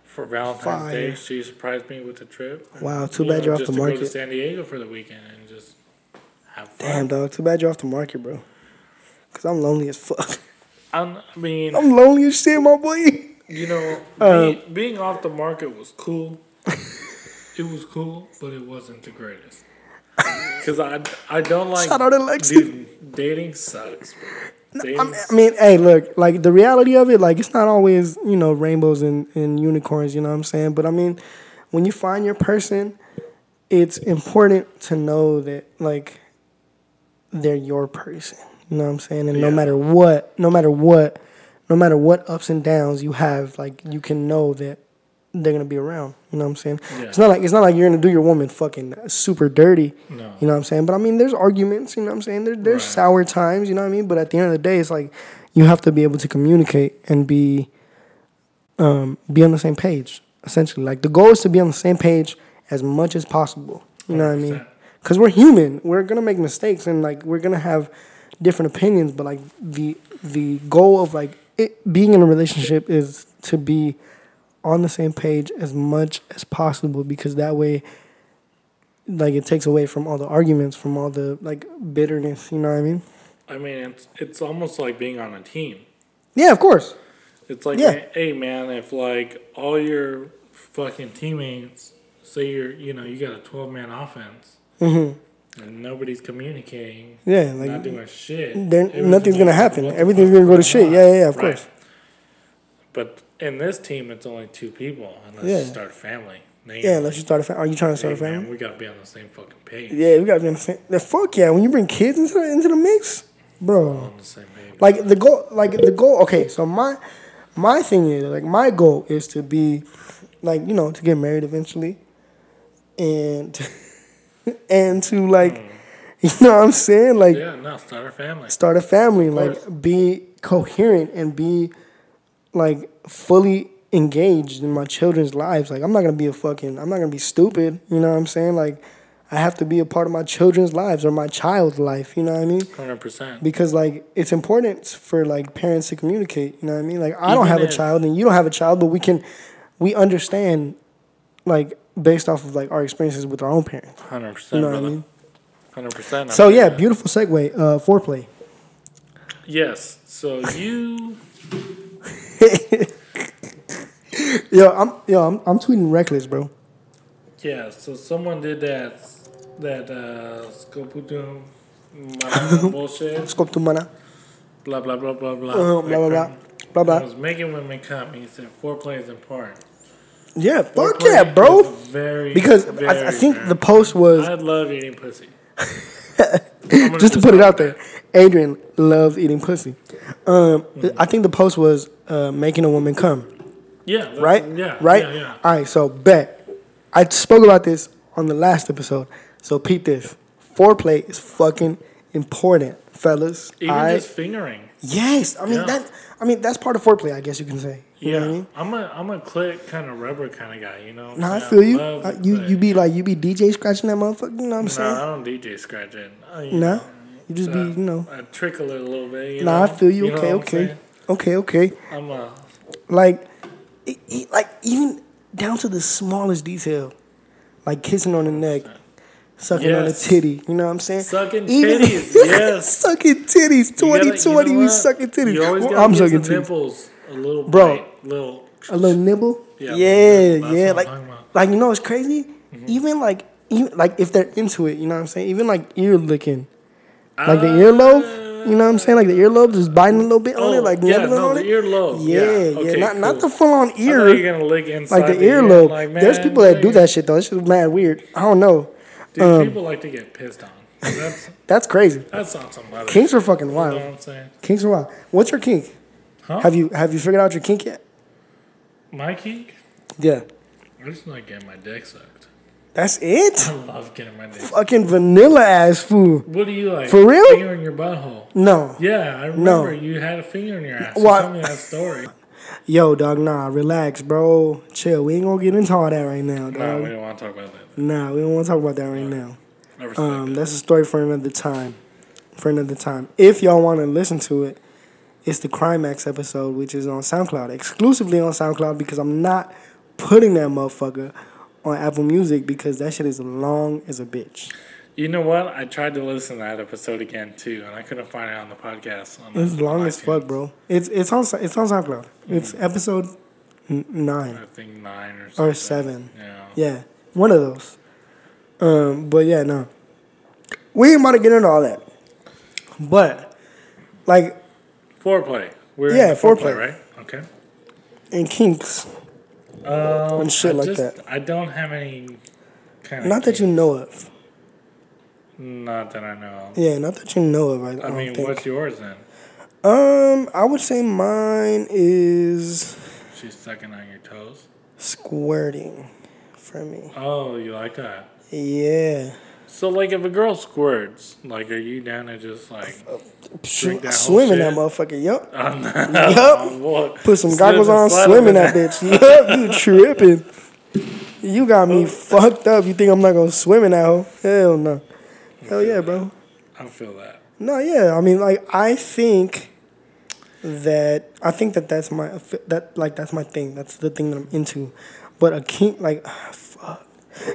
[SPEAKER 3] for Valentine's
[SPEAKER 2] Fire.
[SPEAKER 3] Day, she surprised me with a trip.
[SPEAKER 2] Wow, too
[SPEAKER 3] You
[SPEAKER 2] bad
[SPEAKER 3] know,
[SPEAKER 2] you're off
[SPEAKER 3] just
[SPEAKER 2] the
[SPEAKER 3] to
[SPEAKER 2] market.
[SPEAKER 3] Go to San Diego for the weekend and just have fun.
[SPEAKER 2] Damn, dog. Too bad you're off the market, bro. Cause I'm lonely as fuck. (laughs)
[SPEAKER 3] I'm, I mean,
[SPEAKER 2] I'm lonely as shit, my boy.
[SPEAKER 3] you know,
[SPEAKER 2] Uh.
[SPEAKER 3] be- being off the market was
[SPEAKER 2] (laughs)
[SPEAKER 3] cool. it was cool, but it wasn't the greatest. Because I, I don't like.
[SPEAKER 2] Shout out Alexis.
[SPEAKER 3] Dude, dating sucks. Bro. Dating
[SPEAKER 2] I mean, I mean, hey, look, like the reality of it, like it's not always, you know, rainbows and, and unicorns, you know what I'm saying? But I mean, when you find your person, it's important to know that, like, they're your person, you know what I'm saying? And no
[SPEAKER 3] Yeah.
[SPEAKER 2] matter what, no matter what, no matter what ups and downs you have, like, you can know that they're gonna be around, you know what I'm saying?
[SPEAKER 3] Yeah.
[SPEAKER 2] It's not like it's not like you're gonna do your woman fucking super dirty.
[SPEAKER 3] No.
[SPEAKER 2] You know what I'm saying? But I mean, there's arguments, you know what I'm saying? There, there's
[SPEAKER 3] Right.
[SPEAKER 2] sour times, you know what I mean? But at the end of the day, it's like you have to be able to communicate and be um, be on the same page, essentially. Like the goal is to be on the same page as much as possible. You know what I mean?
[SPEAKER 3] 100%.
[SPEAKER 2] Because we're human. We're gonna make mistakes and like we're gonna have different opinions. But like the the goal of like it being in a relationship is to be on the same page as much as possible because that way like it takes away from all the arguments from all the like bitterness you know what i mean
[SPEAKER 3] I mean, it's it's almost like being on a team.
[SPEAKER 2] yeah of course
[SPEAKER 3] It's like,
[SPEAKER 2] Yeah.
[SPEAKER 3] hey man, if like all your fucking teammates say you're, you know, you got a twelve man offense, and nobody's communicating,
[SPEAKER 2] Mm-hmm. yeah
[SPEAKER 3] not
[SPEAKER 2] like
[SPEAKER 3] doing shit,
[SPEAKER 2] then
[SPEAKER 3] everything's
[SPEAKER 2] nothing's gonna happen
[SPEAKER 3] what the
[SPEAKER 2] everything's
[SPEAKER 3] fuck
[SPEAKER 2] gonna go to
[SPEAKER 3] is
[SPEAKER 2] shit
[SPEAKER 3] going
[SPEAKER 2] yeah
[SPEAKER 3] on?
[SPEAKER 2] yeah, yeah of
[SPEAKER 3] Right.
[SPEAKER 2] course
[SPEAKER 3] But in this team, it's only two people, unless
[SPEAKER 2] Yeah.
[SPEAKER 3] you start a family. Now you
[SPEAKER 2] yeah
[SPEAKER 3] gotta
[SPEAKER 2] unless you start a family are you trying to
[SPEAKER 3] say,
[SPEAKER 2] start a
[SPEAKER 3] Man,
[SPEAKER 2] family
[SPEAKER 3] we gotta be on the same fucking page.
[SPEAKER 2] yeah we gotta be on the same the fuck yeah when you bring kids into the, into the mix bro
[SPEAKER 3] On the same page.
[SPEAKER 2] like the goal like the goal okay so my my thing is like my goal is to be like you know to get married eventually and (laughs) and to like (laughs) you know what i'm saying like
[SPEAKER 3] yeah, no, start a family.
[SPEAKER 2] start a family,
[SPEAKER 3] course.
[SPEAKER 2] like be coherent and be like fully engaged in my children's lives. Like I'm not gonna be a fucking I'm not gonna be stupid, you know what I'm saying? Like I have to be a part of my children's lives or my child's life, you know what I mean?
[SPEAKER 3] Hundred percent.
[SPEAKER 2] Because like it's important for like parents to communicate, you know what I mean? Like I don't
[SPEAKER 3] Even
[SPEAKER 2] have a
[SPEAKER 3] if-
[SPEAKER 2] child and you don't have a child, but we can we understand like based off of like our experiences with our own parents.
[SPEAKER 3] Hundred
[SPEAKER 2] You
[SPEAKER 3] percent,
[SPEAKER 2] know what I
[SPEAKER 3] brother.
[SPEAKER 2] mean?
[SPEAKER 3] Hundred percent.
[SPEAKER 2] So yeah, beautiful segue, uh foreplay.
[SPEAKER 3] Yes. So
[SPEAKER 2] (laughs)
[SPEAKER 3] you
[SPEAKER 2] (laughs) Yo, I'm yo, I'm I'm tweeting reckless, bro.
[SPEAKER 3] Yeah, so someone did that that uh scoputum
[SPEAKER 2] (laughs)
[SPEAKER 3] uh, bullshit.
[SPEAKER 2] Scope to mana.
[SPEAKER 3] Blah blah blah blah blah.
[SPEAKER 2] Uh, blah blah blah. Blah
[SPEAKER 3] I
[SPEAKER 2] blah.
[SPEAKER 3] Oh, was making women come. He said foreplay is important.
[SPEAKER 2] Yeah, fuck
[SPEAKER 3] Foreplay
[SPEAKER 2] yeah,
[SPEAKER 3] is
[SPEAKER 2] bro.
[SPEAKER 3] Very
[SPEAKER 2] Because
[SPEAKER 3] very,
[SPEAKER 2] I, I think (laughs)
[SPEAKER 3] very-
[SPEAKER 2] the post was
[SPEAKER 3] I love eating pussy.
[SPEAKER 2] just to put it out there. Adrian loves eating pussy. Um,
[SPEAKER 3] Hmm.
[SPEAKER 2] I think the post was uh, making a woman come.
[SPEAKER 3] Yeah. that's-
[SPEAKER 2] right?
[SPEAKER 3] Yeah.
[SPEAKER 2] Right?
[SPEAKER 3] Yeah. yeah.
[SPEAKER 2] All right, so bet. I spoke about this on the last episode. So peep this. Foreplay is fucking important, fellas.
[SPEAKER 3] Even
[SPEAKER 2] All right?
[SPEAKER 3] just fingering.
[SPEAKER 2] yes. I mean
[SPEAKER 3] Yeah.
[SPEAKER 2] that I mean that's part of foreplay, I guess you can say. You
[SPEAKER 3] yeah.
[SPEAKER 2] know what I mean?
[SPEAKER 3] I am a I'm a click kind of rubber kind of guy. You know.
[SPEAKER 2] No, I
[SPEAKER 3] Yeah,
[SPEAKER 2] feel you.
[SPEAKER 3] love
[SPEAKER 2] Uh,
[SPEAKER 3] the
[SPEAKER 2] you you
[SPEAKER 3] click.
[SPEAKER 2] be like you be DJ scratching that motherfucker, you know what I'm
[SPEAKER 3] Nah, I
[SPEAKER 2] saying?
[SPEAKER 3] don't DJ scratching. I, Uh, you
[SPEAKER 2] No.
[SPEAKER 3] know,
[SPEAKER 2] You just be,
[SPEAKER 3] uh,
[SPEAKER 2] you know.
[SPEAKER 3] I trickle it a little bit. You
[SPEAKER 2] Nah, I
[SPEAKER 3] know?
[SPEAKER 2] feel you.
[SPEAKER 3] know
[SPEAKER 2] okay,
[SPEAKER 3] what I'm
[SPEAKER 2] okay.
[SPEAKER 3] saying?
[SPEAKER 2] Okay, okay.
[SPEAKER 3] I'm uh, a
[SPEAKER 2] like it, it- like even down to the smallest detail like kissing on the neck sucking on the
[SPEAKER 3] Yes.
[SPEAKER 2] titty you know what i'm saying
[SPEAKER 3] Sucking
[SPEAKER 2] Even- (laughs)
[SPEAKER 3] titties, yes.
[SPEAKER 2] sucking titties
[SPEAKER 3] You
[SPEAKER 2] 2020
[SPEAKER 3] gotta- you know
[SPEAKER 2] we
[SPEAKER 3] what?
[SPEAKER 2] sucking titties
[SPEAKER 3] You always
[SPEAKER 2] Well,
[SPEAKER 3] gotta
[SPEAKER 2] i'm
[SPEAKER 3] get
[SPEAKER 2] sucking
[SPEAKER 3] some
[SPEAKER 2] titties
[SPEAKER 3] nipples, a little
[SPEAKER 2] Bro.
[SPEAKER 3] bite, little.
[SPEAKER 2] a little nibble yeah
[SPEAKER 3] Yeah, a
[SPEAKER 2] yeah,
[SPEAKER 3] little nibble. That's what I'm
[SPEAKER 2] like
[SPEAKER 3] talking about. Mm-hmm.
[SPEAKER 2] like you know what's crazy even like even like if they're into it you know what i'm saying even like ear licking like
[SPEAKER 3] Ah.
[SPEAKER 2] the earlobe you know what i'm saying like the earlobe just biting a little bit on
[SPEAKER 3] Oh,
[SPEAKER 2] it like
[SPEAKER 3] yeah,
[SPEAKER 2] nibbling
[SPEAKER 3] no,
[SPEAKER 2] on
[SPEAKER 3] the
[SPEAKER 2] it
[SPEAKER 3] earlobe.
[SPEAKER 2] yeah yeah,
[SPEAKER 3] Yeah, okay,
[SPEAKER 2] not, not
[SPEAKER 3] cool.
[SPEAKER 2] the full-on
[SPEAKER 3] I
[SPEAKER 2] ear
[SPEAKER 3] thought you were gonna lick inside
[SPEAKER 2] like the
[SPEAKER 3] ear.
[SPEAKER 2] earlobe.
[SPEAKER 3] Like,
[SPEAKER 2] There's
[SPEAKER 3] man,
[SPEAKER 2] people that do
[SPEAKER 3] nigga.
[SPEAKER 2] that um, shit though. That shit's mad weird. I don't know.
[SPEAKER 3] Dude, people like to get pissed on. That's
[SPEAKER 2] That's crazy.
[SPEAKER 3] that's on some other.
[SPEAKER 2] Kinks are fucking
[SPEAKER 3] You know
[SPEAKER 2] wild.
[SPEAKER 3] what I'm saying?
[SPEAKER 2] Kinks are wild. What's your kink?
[SPEAKER 3] Huh?
[SPEAKER 2] Have you have you figured out your kink yet?
[SPEAKER 3] My kink?
[SPEAKER 2] Yeah.
[SPEAKER 3] I just like getting my dick sucked. (laughs)
[SPEAKER 2] That's it.
[SPEAKER 3] I love getting my dick. sucked.
[SPEAKER 2] Fucking vanilla ass fool.
[SPEAKER 3] What do you like?
[SPEAKER 2] For real?
[SPEAKER 3] Finger in your butthole.
[SPEAKER 2] No.
[SPEAKER 3] Yeah, I
[SPEAKER 2] No.
[SPEAKER 3] remember you had a finger in your ass. You
[SPEAKER 2] Why- Um,
[SPEAKER 3] told me
[SPEAKER 2] (laughs)
[SPEAKER 3] that story.
[SPEAKER 2] Yo, dog. Nah, relax, bro. Chill. We ain't gonna get into all that right now,
[SPEAKER 3] no, we
[SPEAKER 2] dog.
[SPEAKER 3] don't want to talk about that.
[SPEAKER 2] Nah, we don't want to talk about that right now.
[SPEAKER 3] I respect
[SPEAKER 2] Um,
[SPEAKER 3] that.
[SPEAKER 2] that's a story for another time. For another time. If y'all want to listen to it, it's the Crimex episode, which is on SoundCloud, exclusively on SoundCloud because I'm not putting that motherfucker on Apple Music because that shit is long as a bitch.
[SPEAKER 3] You know what? I tried to listen to that episode again too, and I couldn't find it on the podcast. On
[SPEAKER 2] It's
[SPEAKER 3] on
[SPEAKER 2] long as
[SPEAKER 3] iTunes.
[SPEAKER 2] fuck, bro. It's it's on it's on SoundCloud. It's episode n- nine
[SPEAKER 3] I think nine or something.
[SPEAKER 2] or seven.
[SPEAKER 3] Yeah.
[SPEAKER 2] Yeah, one of those. Um, but yeah, no, we ain't about to get into all that. But like
[SPEAKER 3] Foreplay. We're
[SPEAKER 2] Yeah,
[SPEAKER 3] yeah, foreplay,
[SPEAKER 2] foreplay.
[SPEAKER 3] right? Okay.
[SPEAKER 2] in kinks,
[SPEAKER 3] Um,
[SPEAKER 2] And shit
[SPEAKER 3] I
[SPEAKER 2] like
[SPEAKER 3] just,
[SPEAKER 2] that.
[SPEAKER 3] I don't have any kind of.
[SPEAKER 2] not that you know of.
[SPEAKER 3] Not that I know.
[SPEAKER 2] Yeah, not that you know of. I,
[SPEAKER 3] I
[SPEAKER 2] don't
[SPEAKER 3] mean,
[SPEAKER 2] think.
[SPEAKER 3] what's yours then?
[SPEAKER 2] Um, I would say mine is
[SPEAKER 3] She's sucking on your toes.
[SPEAKER 2] squirting for me.
[SPEAKER 3] Oh, you like that?
[SPEAKER 2] Yeah.
[SPEAKER 3] So, like, if a girl squirts, like, are you down to just like
[SPEAKER 2] Uh, Shoot, I
[SPEAKER 3] that whole
[SPEAKER 2] swim in that
[SPEAKER 3] shit?
[SPEAKER 2] motherfucker. Yup. (laughs)
[SPEAKER 3] on the (laughs)
[SPEAKER 2] Yup.
[SPEAKER 3] what?
[SPEAKER 2] Put some
[SPEAKER 3] Slip
[SPEAKER 2] goggles
[SPEAKER 3] and
[SPEAKER 2] on,
[SPEAKER 3] slide
[SPEAKER 2] swim
[SPEAKER 3] up
[SPEAKER 2] in that bitch. (laughs) Yup, you tripping. You got me fucked up. You think I'm not gonna swim in that hole? Hell no. Hell yeah, bro.
[SPEAKER 3] I feel that.
[SPEAKER 2] No, yeah. I mean, like, I think that I think that that's my that like that's my thing. That's the thing that I'm into. But a kink, like, (sighs) fuck.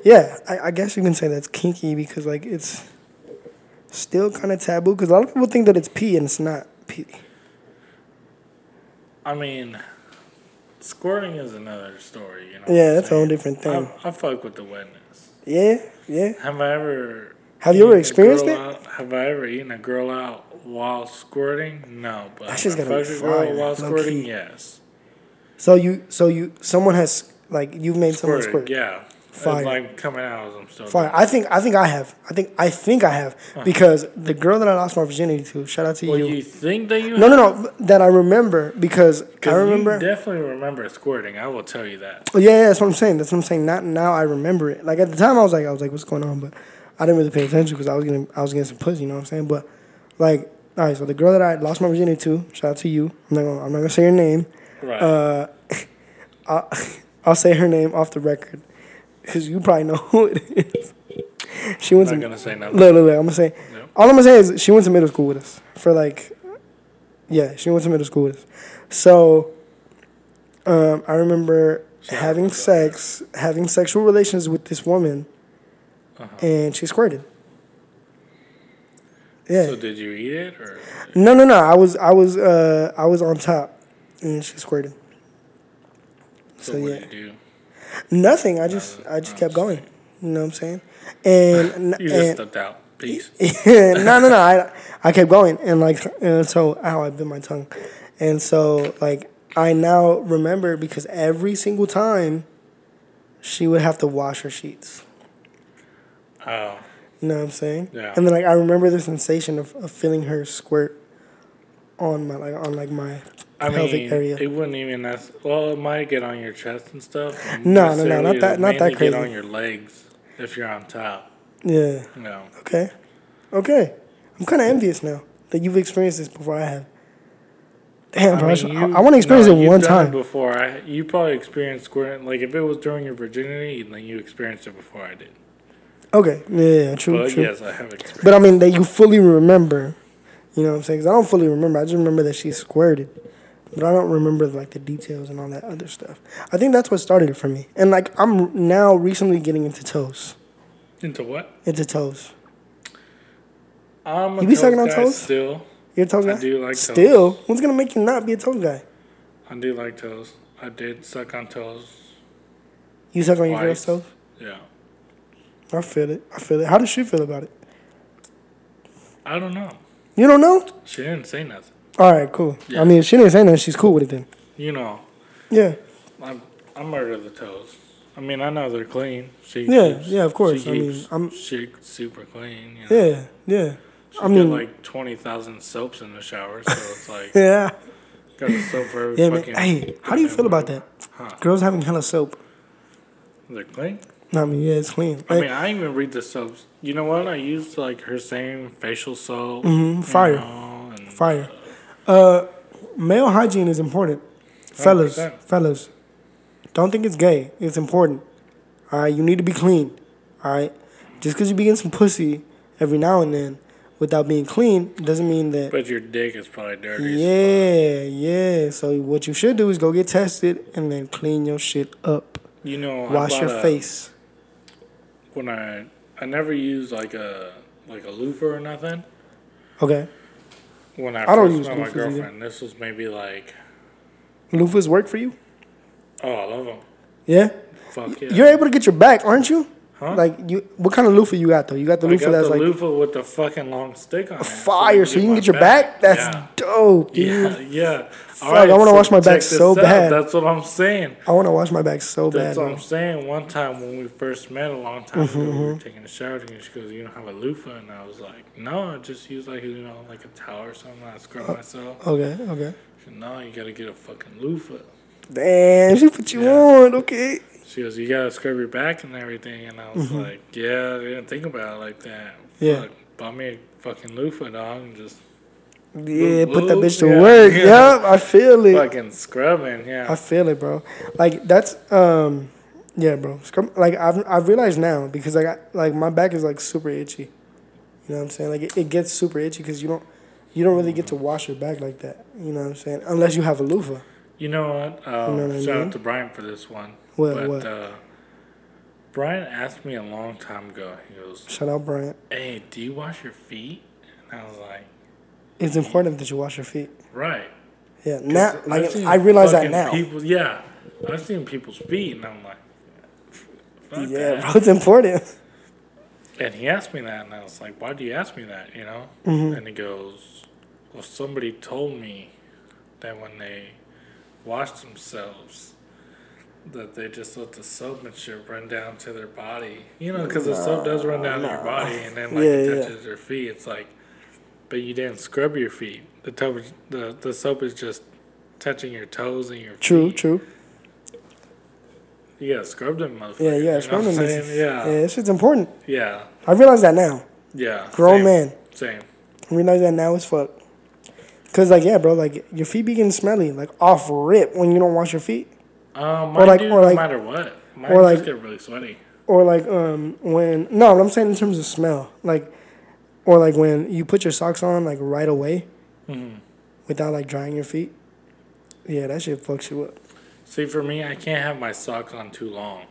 [SPEAKER 2] Yeah, I, I guess you can say that's kinky because like it's still kind of taboo. Because a lot of people think that it's pee and it's not pee.
[SPEAKER 3] I mean, squirting is another story, you know.
[SPEAKER 2] Yeah,
[SPEAKER 3] what I'm
[SPEAKER 2] that's a whole
[SPEAKER 3] saying?
[SPEAKER 2] different thing.
[SPEAKER 3] I, I fuck with the wetness.
[SPEAKER 2] Yeah, yeah.
[SPEAKER 3] Have I ever?
[SPEAKER 2] Have you
[SPEAKER 3] eaten
[SPEAKER 2] ever
[SPEAKER 3] a
[SPEAKER 2] experienced
[SPEAKER 3] girl
[SPEAKER 2] it?
[SPEAKER 3] out- have I ever eaten a girl out while squirting? No, but
[SPEAKER 2] That shit's
[SPEAKER 3] have I
[SPEAKER 2] gotta be
[SPEAKER 3] fucked a girl
[SPEAKER 2] fire,
[SPEAKER 3] while
[SPEAKER 2] low-key.
[SPEAKER 3] squirting, yes.
[SPEAKER 2] So you, so you, someone has like you've made someone
[SPEAKER 3] Squirted,
[SPEAKER 2] squirt.
[SPEAKER 3] yeah. It's
[SPEAKER 2] Fire.
[SPEAKER 3] like coming out as I'm still.
[SPEAKER 2] Fine.
[SPEAKER 3] doing
[SPEAKER 2] I think I think I have. I think I think I have because the girl that I lost my virginity to. Shout out to
[SPEAKER 3] it. Uh-huh. Well,
[SPEAKER 2] you.
[SPEAKER 3] you think that you?
[SPEAKER 2] No, no, no. That I remember because I
[SPEAKER 3] 'Cause
[SPEAKER 2] remember.
[SPEAKER 3] You definitely remember squirting. I will tell you that.
[SPEAKER 2] yeah, yeah, that's what I'm saying. That's what I'm saying. Not now. I remember it. Like at the time, I was like, I was like, what's going on? But I didn't really pay attention because I was getting, I was getting some pussy. You know what I'm saying? But like, all right. So the girl that I lost my virginity to. Shout out to you. I'm not gonna, I'm not gonna say your name.
[SPEAKER 3] Right.
[SPEAKER 2] Uh, I'll, I'll say her name off the record because you probably know who it is. She went
[SPEAKER 3] I'm
[SPEAKER 2] to
[SPEAKER 3] not gonna say nothing.
[SPEAKER 2] Look, look, look. I'm gonna say.
[SPEAKER 3] Yeah.
[SPEAKER 2] All I'm gonna say is she went to middle school with us for like. Yeah, she went to middle school with us. So, um, I remember having sex, having sexual relations with this woman,
[SPEAKER 3] Uh-huh.
[SPEAKER 2] and she squirted. Yeah.
[SPEAKER 3] So did you eat it or?
[SPEAKER 2] no, no, no. I was, I was, uh, I was on top, and she squirted.
[SPEAKER 3] So,
[SPEAKER 2] So,
[SPEAKER 3] what
[SPEAKER 2] yeah.
[SPEAKER 3] did you do?
[SPEAKER 2] Nothing. I just, I just kept going. You know what I'm saying?
[SPEAKER 3] (laughs)
[SPEAKER 2] And
[SPEAKER 3] You just
[SPEAKER 2] and,
[SPEAKER 3] stepped out. Peace.
[SPEAKER 2] (laughs) no, no, no. I I kept going, and like, and so ow, I bit my tongue, and so like I now remember because every single time, she would have to wash her sheets.
[SPEAKER 3] Oh.
[SPEAKER 2] You know what I'm saying?
[SPEAKER 3] Yeah.
[SPEAKER 2] And then like I remember the sensation of, of feeling her squirt on my like on like my
[SPEAKER 3] I
[SPEAKER 2] pelvic
[SPEAKER 3] mean,
[SPEAKER 2] area.
[SPEAKER 3] it wouldn't even as well. It might get on your chest and stuff. but
[SPEAKER 2] No, no, no,
[SPEAKER 3] necessarily
[SPEAKER 2] not that-
[SPEAKER 3] it'll
[SPEAKER 2] not that
[SPEAKER 3] mainly
[SPEAKER 2] crazy.
[SPEAKER 3] Get on your legs if you're on top.
[SPEAKER 2] yeah.
[SPEAKER 3] You know,
[SPEAKER 2] Okay. Okay. I'm kind of envious now that you've experienced this before I have. Damn, bro. I,
[SPEAKER 3] mean, you-
[SPEAKER 2] want to experience
[SPEAKER 3] no,
[SPEAKER 2] it
[SPEAKER 3] you've
[SPEAKER 2] one
[SPEAKER 3] done
[SPEAKER 2] time.
[SPEAKER 3] before. I, you probably experienced squirting. Like if it was during your virginity, then you experienced it before I did.
[SPEAKER 2] Okay. Yeah, yeah, yeah, true,
[SPEAKER 3] But
[SPEAKER 2] true.
[SPEAKER 3] yes, I have experienced.
[SPEAKER 2] But I mean, that you fully remember. You know what I'm saying? 'Cause I don't fully remember. I just remember that she squirted. But I don't remember like the details and all that other stuff. I think that's what started it for me. And like I'm now recently getting into toes.
[SPEAKER 3] Into what?
[SPEAKER 2] Into toes.
[SPEAKER 3] I'm a
[SPEAKER 2] You be
[SPEAKER 3] toes
[SPEAKER 2] sucking on
[SPEAKER 3] guy
[SPEAKER 2] toes?
[SPEAKER 3] Still,
[SPEAKER 2] You're a toes
[SPEAKER 3] I
[SPEAKER 2] guy?
[SPEAKER 3] do like toes.
[SPEAKER 2] Still, what's gonna make you not be a toes guy?
[SPEAKER 3] I do like toes. I did suck on toes.
[SPEAKER 2] You suck on your
[SPEAKER 3] Twice.
[SPEAKER 2] girl's toes?
[SPEAKER 3] Yeah.
[SPEAKER 2] I feel it. I feel it. How does she feel about it?
[SPEAKER 3] I don't know.
[SPEAKER 2] You don't know?
[SPEAKER 3] She didn't say nothing.
[SPEAKER 2] All right, cool.
[SPEAKER 3] Yeah.
[SPEAKER 2] I mean, if she didn't say nothing. She's cool with it then.
[SPEAKER 3] You know,
[SPEAKER 2] Yeah,
[SPEAKER 3] I'm I'm rid of the toes. I mean, I know they're clean. She
[SPEAKER 2] Yeah,
[SPEAKER 3] keeps-
[SPEAKER 2] yeah, of course.
[SPEAKER 3] She
[SPEAKER 2] I mean,
[SPEAKER 3] keeps
[SPEAKER 2] I'm-
[SPEAKER 3] shit super clean. You know?
[SPEAKER 2] yeah, yeah.
[SPEAKER 3] She
[SPEAKER 2] I mean,
[SPEAKER 3] got like twenty thousand soaps in the shower, so it's like
[SPEAKER 2] (laughs) yeah,
[SPEAKER 3] got a soap for every
[SPEAKER 2] yeah, man.
[SPEAKER 3] fucking.
[SPEAKER 2] Hey, how do you feel about that?
[SPEAKER 3] Huh?
[SPEAKER 2] Girls having hella soap.
[SPEAKER 3] They're clean.
[SPEAKER 2] I mean, yeah, it's clean.
[SPEAKER 3] I
[SPEAKER 2] Like,
[SPEAKER 3] mean, I even read the soaps. You know what? I used like her same facial soap.
[SPEAKER 2] mhm, fire,
[SPEAKER 3] You know, and
[SPEAKER 2] fire. Uh, male hygiene is important, fellas.
[SPEAKER 3] 100%.
[SPEAKER 2] Fellas, don't think it's gay. It's important. All right, you need to be clean. All right, just because you be getting some pussy every now and then without being clean doesn't mean that
[SPEAKER 3] But your dick is probably dirty.
[SPEAKER 2] Yeah, yeah. So what you should do is go get tested and then clean your shit up.
[SPEAKER 3] You know, I
[SPEAKER 2] Wash
[SPEAKER 3] bought
[SPEAKER 2] your
[SPEAKER 3] a-
[SPEAKER 2] face.
[SPEAKER 3] When I I never used like a like a loofah or nothing.
[SPEAKER 2] Okay.
[SPEAKER 3] When I,
[SPEAKER 2] I don't
[SPEAKER 3] first
[SPEAKER 2] use
[SPEAKER 3] met my
[SPEAKER 2] loofahs either.
[SPEAKER 3] girlfriend, this was maybe like
[SPEAKER 2] Loofahs work for you?
[SPEAKER 3] oh I love them.
[SPEAKER 2] Yeah.
[SPEAKER 3] Fuck yeah.
[SPEAKER 2] You're able to get your back, aren't you?
[SPEAKER 3] Huh?
[SPEAKER 2] Like you, what kind of loofah you got though? You got the
[SPEAKER 3] I
[SPEAKER 2] loofah
[SPEAKER 3] got
[SPEAKER 2] that's
[SPEAKER 3] the
[SPEAKER 2] like
[SPEAKER 3] loofah with the fucking long stick on it.
[SPEAKER 2] fire, so you can
[SPEAKER 3] my
[SPEAKER 2] get your back. That's (laughs)
[SPEAKER 3] yeah.
[SPEAKER 2] dope, dude.
[SPEAKER 3] Yeah, yeah. All
[SPEAKER 2] I wanna wash my
[SPEAKER 3] check
[SPEAKER 2] back
[SPEAKER 3] this
[SPEAKER 2] so bad.
[SPEAKER 3] That's what I'm saying.
[SPEAKER 2] I want to wash my back so bad.
[SPEAKER 3] That's what
[SPEAKER 2] bro.
[SPEAKER 3] I'm saying. One time when we first met, a long time
[SPEAKER 2] Mm-hmm,
[SPEAKER 3] ago, we were taking a shower, and she goes, "You don't have a loofah," and I was like, "No, I just use like you know like a towel or something. I
[SPEAKER 2] Uh,
[SPEAKER 3] scrub myself."
[SPEAKER 2] Okay, okay.
[SPEAKER 3] She said, no, you gotta get a fucking loofah.
[SPEAKER 2] Damn, she put you
[SPEAKER 3] Yeah.
[SPEAKER 2] on. Okay.
[SPEAKER 3] She goes, you gotta scrub your back and everything, and I was like, yeah, I didn't think about it like that.
[SPEAKER 2] Mm-hmm. Yeah.
[SPEAKER 3] Fuck, bought me a fucking loofah, dog, and just
[SPEAKER 2] Yeah, put that
[SPEAKER 3] whoop.
[SPEAKER 2] bitch to
[SPEAKER 3] (laughs) Yeah,
[SPEAKER 2] work.
[SPEAKER 3] yeah.
[SPEAKER 2] Yup, I feel it.
[SPEAKER 3] fucking scrubbing. Yeah,
[SPEAKER 2] I feel it, bro. Like that's um, yeah, bro. Scrum, like I've I've realized now because like I, like my back is like super itchy. You know what I'm saying? Like it, it gets super itchy because you don't you don't really get to wash your back like that. You know what I'm saying? Unless you have a loofah.
[SPEAKER 3] You know what? Uh,
[SPEAKER 2] You know what I
[SPEAKER 3] shout
[SPEAKER 2] mean?
[SPEAKER 3] out to Brian for this one.
[SPEAKER 2] What-
[SPEAKER 3] But,
[SPEAKER 2] what?
[SPEAKER 3] Uh, Brian asked me a long time ago. He goes,
[SPEAKER 2] Shout out Bryant.
[SPEAKER 3] "Hey, do you wash your feet?" And I was like,
[SPEAKER 2] It's important that you wash your feet.
[SPEAKER 3] "Right."
[SPEAKER 2] Yeah, now
[SPEAKER 3] I've
[SPEAKER 2] like
[SPEAKER 3] seen
[SPEAKER 2] I realize that
[SPEAKER 3] fucking
[SPEAKER 2] now.
[SPEAKER 3] People, yeah, I've seen people's feet, and I'm like, "F- "Fuck
[SPEAKER 2] Yeah,
[SPEAKER 3] that."
[SPEAKER 2] bro, it's important. (laughs)
[SPEAKER 3] And he asked me that, and I was like, "Why do you ask me that?" You know?
[SPEAKER 2] Mm-hmm.
[SPEAKER 3] And he goes, "Well, somebody told me that when they wash themselves, that they just let the soap and shit run down to their body. You know, because the soap does run down to your body, and then
[SPEAKER 2] (laughs)
[SPEAKER 3] like
[SPEAKER 2] Yeah,
[SPEAKER 3] it
[SPEAKER 2] yeah.
[SPEAKER 3] touches your feet. It's like, but you didn't scrub your feet. The toe, the the soap is just touching your toes and your
[SPEAKER 2] True,
[SPEAKER 3] feet.
[SPEAKER 2] true.
[SPEAKER 3] You gotta scrub them, motherfucker.
[SPEAKER 2] Yeah,
[SPEAKER 3] you
[SPEAKER 2] yeah,
[SPEAKER 3] know
[SPEAKER 2] scrum
[SPEAKER 3] what
[SPEAKER 2] them.
[SPEAKER 3] I'm
[SPEAKER 2] bitches.
[SPEAKER 3] saying? Yeah,
[SPEAKER 2] yeah, this shit's important.
[SPEAKER 3] yeah,
[SPEAKER 2] I realize that now.
[SPEAKER 3] yeah.
[SPEAKER 2] Grown
[SPEAKER 3] same,
[SPEAKER 2] man.
[SPEAKER 3] Same.
[SPEAKER 2] I realize that now as fuck. Cause like yeah, bro, like your feet be getting smelly, like off rip when you don't wash your feet,
[SPEAKER 3] Um,
[SPEAKER 2] Or
[SPEAKER 3] mine
[SPEAKER 2] like-
[SPEAKER 3] do
[SPEAKER 2] or
[SPEAKER 3] no
[SPEAKER 2] like-
[SPEAKER 3] matter what. Mine
[SPEAKER 2] or
[SPEAKER 3] just
[SPEAKER 2] like-
[SPEAKER 3] get really sweaty.
[SPEAKER 2] or like um when no, what I'm saying in terms of smell, like, or like when you put your socks on like right away,
[SPEAKER 3] Mm-hmm.
[SPEAKER 2] without like drying your feet. Yeah, that shit fucks you up.
[SPEAKER 3] See, for me, I can't have my socks on too long,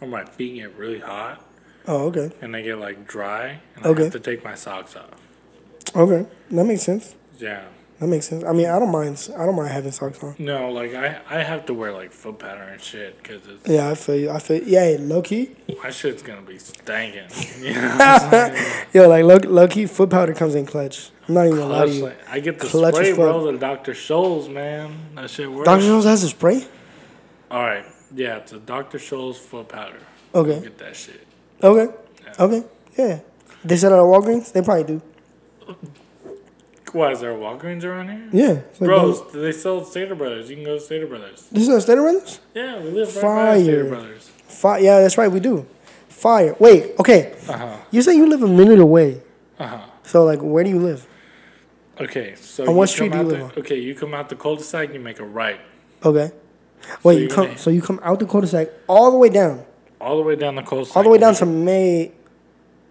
[SPEAKER 3] or my feet get really hot
[SPEAKER 2] Oh okay,
[SPEAKER 3] and they get like dry, and I
[SPEAKER 2] Okay.
[SPEAKER 3] have to take my socks off.
[SPEAKER 2] okay, that makes sense.
[SPEAKER 3] Yeah.
[SPEAKER 2] That makes sense. I mean, I don't mind. I don't mind having socks on.
[SPEAKER 3] No, like I, I have to wear like foot pattern and shit because it's
[SPEAKER 2] Yeah, I feel you. I feel yeah, low key.
[SPEAKER 3] my shit's gonna be stinking. (laughs) You know, what I'm saying?
[SPEAKER 2] Yo, like low, low key, foot powder comes in clutch. I'm not even gonna lie to
[SPEAKER 3] Clutch,
[SPEAKER 2] you.
[SPEAKER 3] like, I get the
[SPEAKER 2] Clutch
[SPEAKER 3] spray,
[SPEAKER 2] as
[SPEAKER 3] bro. The Dr. Scholl's, man. That shit works.
[SPEAKER 2] Doctor Jones has a spray.
[SPEAKER 3] All right, yeah, it's a Dr. Scholl's foot powder.
[SPEAKER 2] Okay.
[SPEAKER 3] Get that shit.
[SPEAKER 2] Okay. Okay. Yeah. They sell it at Walgreens. They probably do.
[SPEAKER 3] Why is there a Walgreens around here?
[SPEAKER 2] Yeah, it's like
[SPEAKER 3] Bros, they sell Stater Brothers. You can go to Stater Brothers.
[SPEAKER 2] This is Stater Brothers.
[SPEAKER 3] Yeah, we live right by Stater
[SPEAKER 2] Fire.
[SPEAKER 3] Brothers.
[SPEAKER 2] Fire. Yeah, that's right. We do. Fire. Wait. Okay.
[SPEAKER 3] Uh huh.
[SPEAKER 2] You say you live a minute away.
[SPEAKER 3] Uh
[SPEAKER 2] Uh-huh.
[SPEAKER 3] huh.
[SPEAKER 2] So like, where do you live?
[SPEAKER 3] Okay, so
[SPEAKER 2] On what
[SPEAKER 3] come
[SPEAKER 2] street do you
[SPEAKER 3] out
[SPEAKER 2] live
[SPEAKER 3] the-
[SPEAKER 2] on?
[SPEAKER 3] Okay, you come out the cul-de-sac, you make a right,
[SPEAKER 2] Okay. Wait. you
[SPEAKER 3] you're
[SPEAKER 2] come.
[SPEAKER 3] gonna-
[SPEAKER 2] So you come out the cul-de-sac all the way down,
[SPEAKER 3] all the way down the cul-de-sac.
[SPEAKER 2] all the way
[SPEAKER 3] you
[SPEAKER 2] down
[SPEAKER 3] make-
[SPEAKER 2] to May,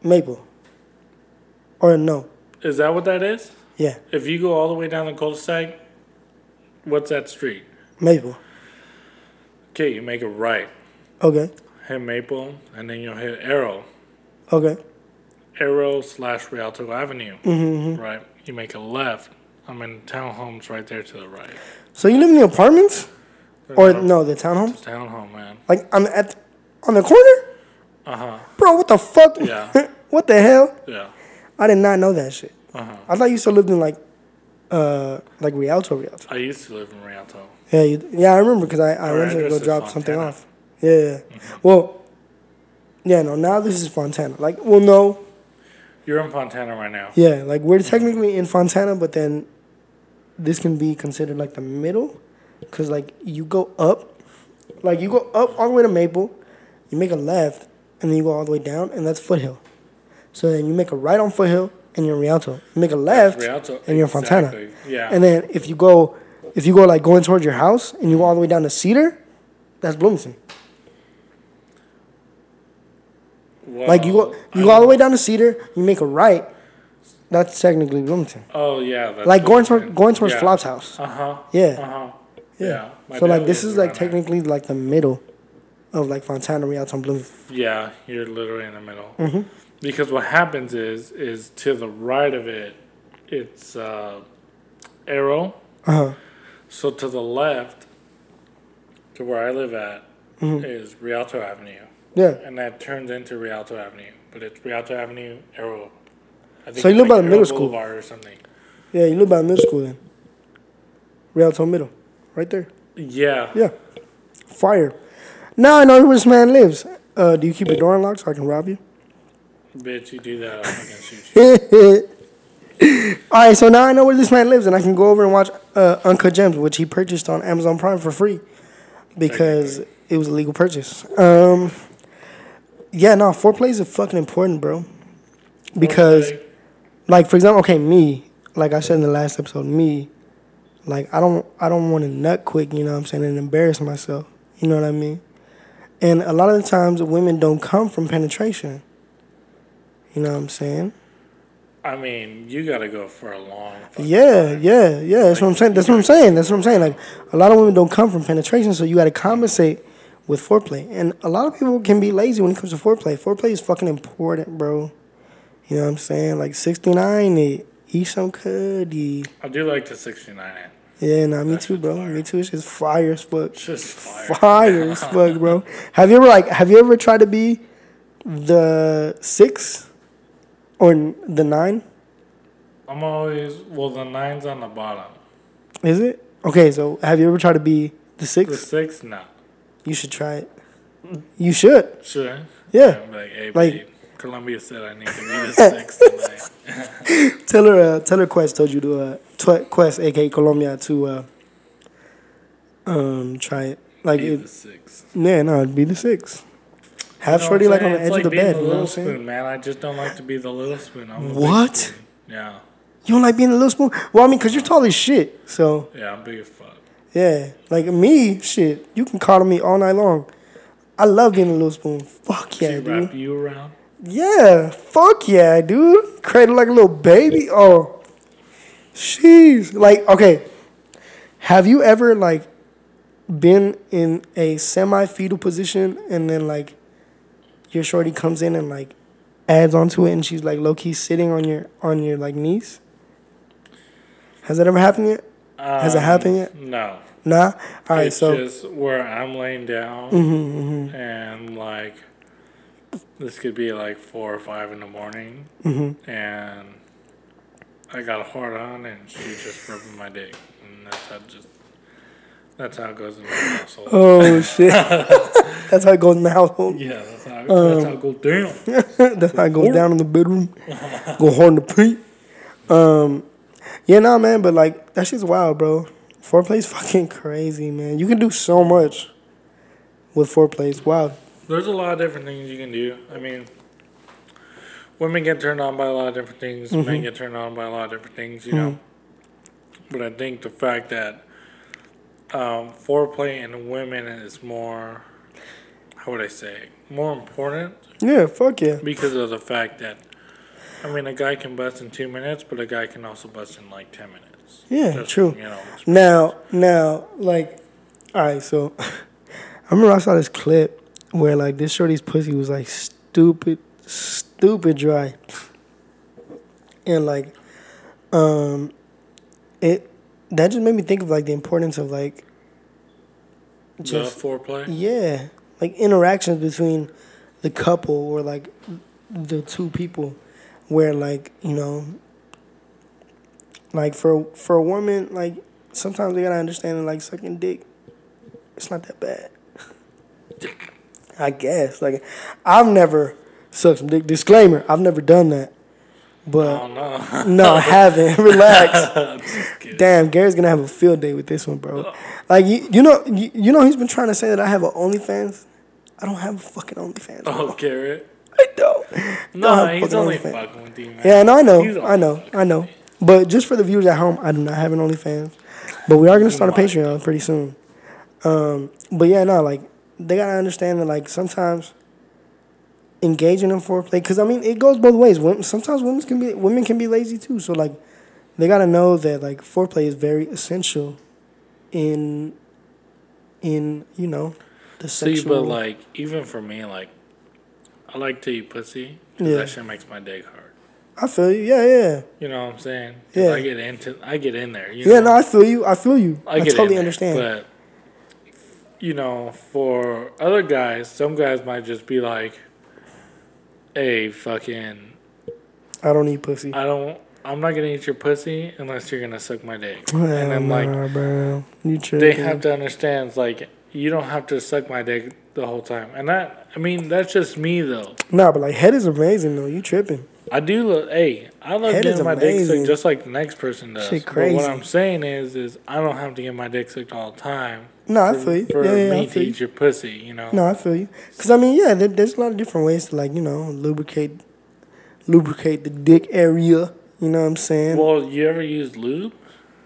[SPEAKER 2] Maple. Or no.
[SPEAKER 3] Is that what that is?
[SPEAKER 2] Yeah,
[SPEAKER 3] If you go all the way down the cul-de-sac, what's that street?
[SPEAKER 2] Maple.
[SPEAKER 3] Okay, you make a right,
[SPEAKER 2] Okay.
[SPEAKER 3] hit Maple, and then you'll hit Arrow,
[SPEAKER 2] Okay.
[SPEAKER 3] Arrow slash Rialto Avenue.
[SPEAKER 2] Mm-hmm,
[SPEAKER 3] Right, you make a left. I'm in townhomes right there to the right.
[SPEAKER 2] So you live in the apartments, or
[SPEAKER 3] not-
[SPEAKER 2] no, the townhomes?
[SPEAKER 3] Townhome, man.
[SPEAKER 2] Like I'm at on the corner,
[SPEAKER 3] Uh huh.
[SPEAKER 2] bro. What the fuck?
[SPEAKER 3] Yeah.
[SPEAKER 2] (laughs) what the hell?
[SPEAKER 3] Yeah.
[SPEAKER 2] I did not know that shit.
[SPEAKER 3] Uh huh.
[SPEAKER 2] I thought you still lived in like, uh, like Rialto, Rialto.
[SPEAKER 3] I used to live in Rialto.
[SPEAKER 2] Yeah, you, yeah, I remember because I I
[SPEAKER 3] Our
[SPEAKER 2] went to
[SPEAKER 3] address
[SPEAKER 2] go
[SPEAKER 3] is
[SPEAKER 2] drop something
[SPEAKER 3] Fontana.
[SPEAKER 2] off. Yeah. yeah. Well. Yeah. No. Now this is Fontana. Like, well, no.
[SPEAKER 3] You're in Fontana right now.
[SPEAKER 2] Yeah. Like we're technically in Fontana, but then this can be considered like the middle, because like you go up, like you go up all the way to Maple, you make a left, and then you go all the way down, and that's Foothill. So then you make a right on Foothill, and you're in Rialto. You make a left,
[SPEAKER 3] Rialto.
[SPEAKER 2] and you're in Fontana.
[SPEAKER 3] Exactly, Yeah.
[SPEAKER 2] And then if you go, if you go like going towards your house and you go all the way down to Cedar, that's Bloomington. Like you go,
[SPEAKER 3] Well,
[SPEAKER 2] you go all the way down to Cedar, you make a right, that's technically Bloomington.
[SPEAKER 3] Oh yeah. That's
[SPEAKER 2] Like going
[SPEAKER 3] Bloomington.
[SPEAKER 2] toward going towards
[SPEAKER 3] yeah.
[SPEAKER 2] Flop's house.
[SPEAKER 3] Uh huh. Uh
[SPEAKER 2] Yeah,
[SPEAKER 3] huh.
[SPEAKER 2] yeah.
[SPEAKER 3] yeah. My
[SPEAKER 2] So like
[SPEAKER 3] dad
[SPEAKER 2] this
[SPEAKER 3] lives
[SPEAKER 2] is like
[SPEAKER 3] around there.
[SPEAKER 2] technically like the middle of like Fontana, Rialto, and Bloomington.
[SPEAKER 3] Yeah, you're literally in the middle.
[SPEAKER 2] Mm-hmm.
[SPEAKER 3] Because what happens is, is to the right of it, it's uh, Arrow.
[SPEAKER 2] Uh huh.
[SPEAKER 3] So to the left, to where I live at,
[SPEAKER 2] Mm-hmm.
[SPEAKER 3] is Rialto Avenue,
[SPEAKER 2] Yeah.
[SPEAKER 3] and that turns into Rialto Avenue. But it's Rialto Avenue, Arrow. I think
[SPEAKER 2] So you
[SPEAKER 3] it's
[SPEAKER 2] live by the
[SPEAKER 3] Arrow
[SPEAKER 2] middle school?
[SPEAKER 3] Boulevard or something.
[SPEAKER 2] Yeah, you live by middle school then. Rialto Middle, right there.
[SPEAKER 3] Yeah.
[SPEAKER 2] Yeah. Fire. Now I know where this man lives. Uh, do you keep your door unlocked so I can rob you?
[SPEAKER 3] Bitch, you do that, I'll fucking shoot you.
[SPEAKER 2] (laughs) All right, so now I know where this man lives, and I can go over and watch uh, Uncut Gems, which he purchased on Amazon Prime for free because it was a legal purchase. Um, yeah, no, foreplay is fucking important, bro. Because,
[SPEAKER 3] Okay.
[SPEAKER 2] like, for example, okay, me, like I said in the last episode, me, like I don't, I don't want to nut quick, you know what I'm saying, and embarrass myself, you know what I mean. And a lot of the times, women don't come from penetration. You know what I'm saying?
[SPEAKER 3] I mean, you gotta go for a long. fucking
[SPEAKER 2] Yeah, yeah, yeah. That's what I'm saying. That's what I'm saying. That's what I'm saying. Like a lot of women don't come from penetration, so you got to compensate with foreplay. And a lot of people can be lazy when it comes to foreplay. Foreplay is fucking important, bro. You know what I'm saying? Like 69 it. Eat some cookie.
[SPEAKER 3] I do like the 69 it.
[SPEAKER 2] Yeah, nah, me too, bro. Me too. It's just fire as fuck.
[SPEAKER 3] Just fire.
[SPEAKER 2] Fire as fuck, bro. Have you ever like have you ever tried to be the six or n- the nine?
[SPEAKER 3] I'm always, well, the nine's on the bottom.
[SPEAKER 2] Is it? Okay, so have you ever tried to be the
[SPEAKER 3] The
[SPEAKER 2] six?
[SPEAKER 3] six, no.
[SPEAKER 2] You should try it. You should.
[SPEAKER 3] Sure.
[SPEAKER 2] Yeah.
[SPEAKER 3] I'm like, hey,
[SPEAKER 2] Like-
[SPEAKER 3] babe, Columbia said I need to be the six tonight.
[SPEAKER 2] Tell her. Uh, tell her Quest told you to. Uh, tw- Quest, aka Colombia, to uh, um try it. Like
[SPEAKER 3] Be
[SPEAKER 2] it,
[SPEAKER 3] the six.
[SPEAKER 2] yeah, no, it'd be the six.
[SPEAKER 3] You
[SPEAKER 2] Have
[SPEAKER 3] know
[SPEAKER 2] shorty like
[SPEAKER 3] what I'm
[SPEAKER 2] on the edge
[SPEAKER 3] saying?
[SPEAKER 2] of the
[SPEAKER 3] It's like being
[SPEAKER 2] bed. You know what
[SPEAKER 3] little
[SPEAKER 2] I'm saying?
[SPEAKER 3] spoon, man. I just don't like to be the little spoon. I'm a big
[SPEAKER 2] What?
[SPEAKER 3] spoon. Yeah.
[SPEAKER 2] You don't like being a little spoon. Well, I mean, cause you're tall as shit. So
[SPEAKER 3] Yeah, I'm big as fuck.
[SPEAKER 2] yeah, like me, shit. You can coddle me all night long. I love being a little spoon. Fuck yeah,
[SPEAKER 3] She
[SPEAKER 2] dude.
[SPEAKER 3] wrap you around.
[SPEAKER 2] Yeah, fuck yeah, dude. Cradle like a little baby. Oh, jeez. Like, okay, have you ever like been in a semi fetal position and then like your shorty comes in and like adds onto it and she's like low key sitting on your on your like knees? Has that ever happened yet? Has it
[SPEAKER 3] Um,
[SPEAKER 2] happened yet?
[SPEAKER 3] No.
[SPEAKER 2] Nah. All right,
[SPEAKER 3] it's
[SPEAKER 2] so Mm-hmm,
[SPEAKER 3] just where I'm laying down and like this could be like four or five in the morning
[SPEAKER 2] Mm-hmm.
[SPEAKER 3] and I got a hard on and she's just ripping my dick and that's how just that's how it goes in my household.
[SPEAKER 2] oh shit. (laughs) That's how it goes in the household.
[SPEAKER 3] Yeah, that's how, that's
[SPEAKER 2] um,
[SPEAKER 3] how it goes
[SPEAKER 2] (laughs)
[SPEAKER 3] down.
[SPEAKER 2] That's how it goes down in the bedroom. Go hard in the paint. Um, yeah, nah, man, but like that shit's wild, bro. Foreplay's (laughs) fucking crazy, man. You can do so much with foreplay. It's wild.
[SPEAKER 3] There's a lot of different things you can do. I mean, women get turned on by a lot of different things. Men
[SPEAKER 2] Mm-hmm.
[SPEAKER 3] get turned on by a lot of different things. You know, but I think the fact that um, foreplay in women is more, how would I say, more important
[SPEAKER 2] Yeah, fuck yeah.
[SPEAKER 3] because of the fact that, I mean, a guy can bust in two minutes, but a guy can also bust in like ten minutes.
[SPEAKER 2] Yeah,
[SPEAKER 3] Just,
[SPEAKER 2] true.
[SPEAKER 3] You know,
[SPEAKER 2] Now, now, like, all right. So, (laughs) I remember I saw this clip where like this shorty's pussy was like stupid, stupid dry, and like, um, it that just made me think of like the importance of like, just
[SPEAKER 3] the foreplay.
[SPEAKER 2] yeah, like interactions between the couple or like the two people, where like you know, like for for a woman, like sometimes they gotta understand that like sucking dick, it's not that bad. I guess like I've never sucked some dick. Disclaimer: I've never done that,
[SPEAKER 3] Oh
[SPEAKER 2] but
[SPEAKER 3] no! (laughs)
[SPEAKER 2] no, I haven't. (laughs) Relax.
[SPEAKER 3] Just kidding.
[SPEAKER 2] Damn, Gary's gonna have a field day with this one, bro. Like you, you know, you, you know, he's been trying to say that I have an OnlyFans. I don't have a fucking OnlyFans. bro.
[SPEAKER 3] oh, Garrett.
[SPEAKER 2] I
[SPEAKER 3] (laughs)
[SPEAKER 2] don't. Don't
[SPEAKER 3] No,
[SPEAKER 2] have a
[SPEAKER 3] he's
[SPEAKER 2] fucking
[SPEAKER 3] only
[SPEAKER 2] OnlyFans.
[SPEAKER 3] fucking with you, man.
[SPEAKER 2] Yeah, no, I
[SPEAKER 3] He's
[SPEAKER 2] know,
[SPEAKER 3] only
[SPEAKER 2] I know,
[SPEAKER 3] fucking
[SPEAKER 2] I know. But just for the viewers at home, I do not have an OnlyFans. But we are gonna start a
[SPEAKER 3] might.
[SPEAKER 2] Patreon pretty soon. Um, but yeah, no, like they gotta understand that like sometimes engaging in foreplay, because I mean it goes both ways. Women, sometimes women can be women can be lazy too. So like they gotta know that like foreplay is very essential in in you know the
[SPEAKER 3] See,
[SPEAKER 2] sexual.
[SPEAKER 3] but like, even for me, like, I like to eat pussy. 'cause
[SPEAKER 2] Yeah.
[SPEAKER 3] That shit makes my dick hard.
[SPEAKER 2] I feel you. Yeah, yeah,
[SPEAKER 3] You know what I'm saying? 'Cause
[SPEAKER 2] Yeah.
[SPEAKER 3] I get into, I get in there. You
[SPEAKER 2] yeah.
[SPEAKER 3] know?
[SPEAKER 2] No, I feel you. I feel you. I,
[SPEAKER 3] get in
[SPEAKER 2] totally
[SPEAKER 3] there,
[SPEAKER 2] understand.
[SPEAKER 3] But you know, for other guys, some guys might just be like, "Hey, fucking,
[SPEAKER 2] I don't need pussy.
[SPEAKER 3] I don't." I'm not gonna eat your pussy unless you're gonna suck my dick. And I'm like,
[SPEAKER 2] Nah, bro. You
[SPEAKER 3] they
[SPEAKER 2] tripping.
[SPEAKER 3] have to understand it's like you don't have to suck my dick the whole time and that i mean that's just me though
[SPEAKER 2] Nah, but like head is amazing though. You tripping?
[SPEAKER 3] i do look hey i love
[SPEAKER 2] Head is
[SPEAKER 3] getting my dick
[SPEAKER 2] amazing.
[SPEAKER 3] sucked just like the next person does
[SPEAKER 2] Shit
[SPEAKER 3] but
[SPEAKER 2] crazy.
[SPEAKER 3] what i'm saying is is i don't have to get my dick sucked all the time
[SPEAKER 2] Nah, I feel you.
[SPEAKER 3] for
[SPEAKER 2] yeah, yeah,
[SPEAKER 3] me
[SPEAKER 2] I
[SPEAKER 3] to
[SPEAKER 2] feel you.
[SPEAKER 3] eat your pussy you know
[SPEAKER 2] No, I feel you. Cause I mean, yeah, there, there's a lot of different ways to like you know lubricate, lubricate the dick area. You know what I'm saying?
[SPEAKER 3] well you ever use lube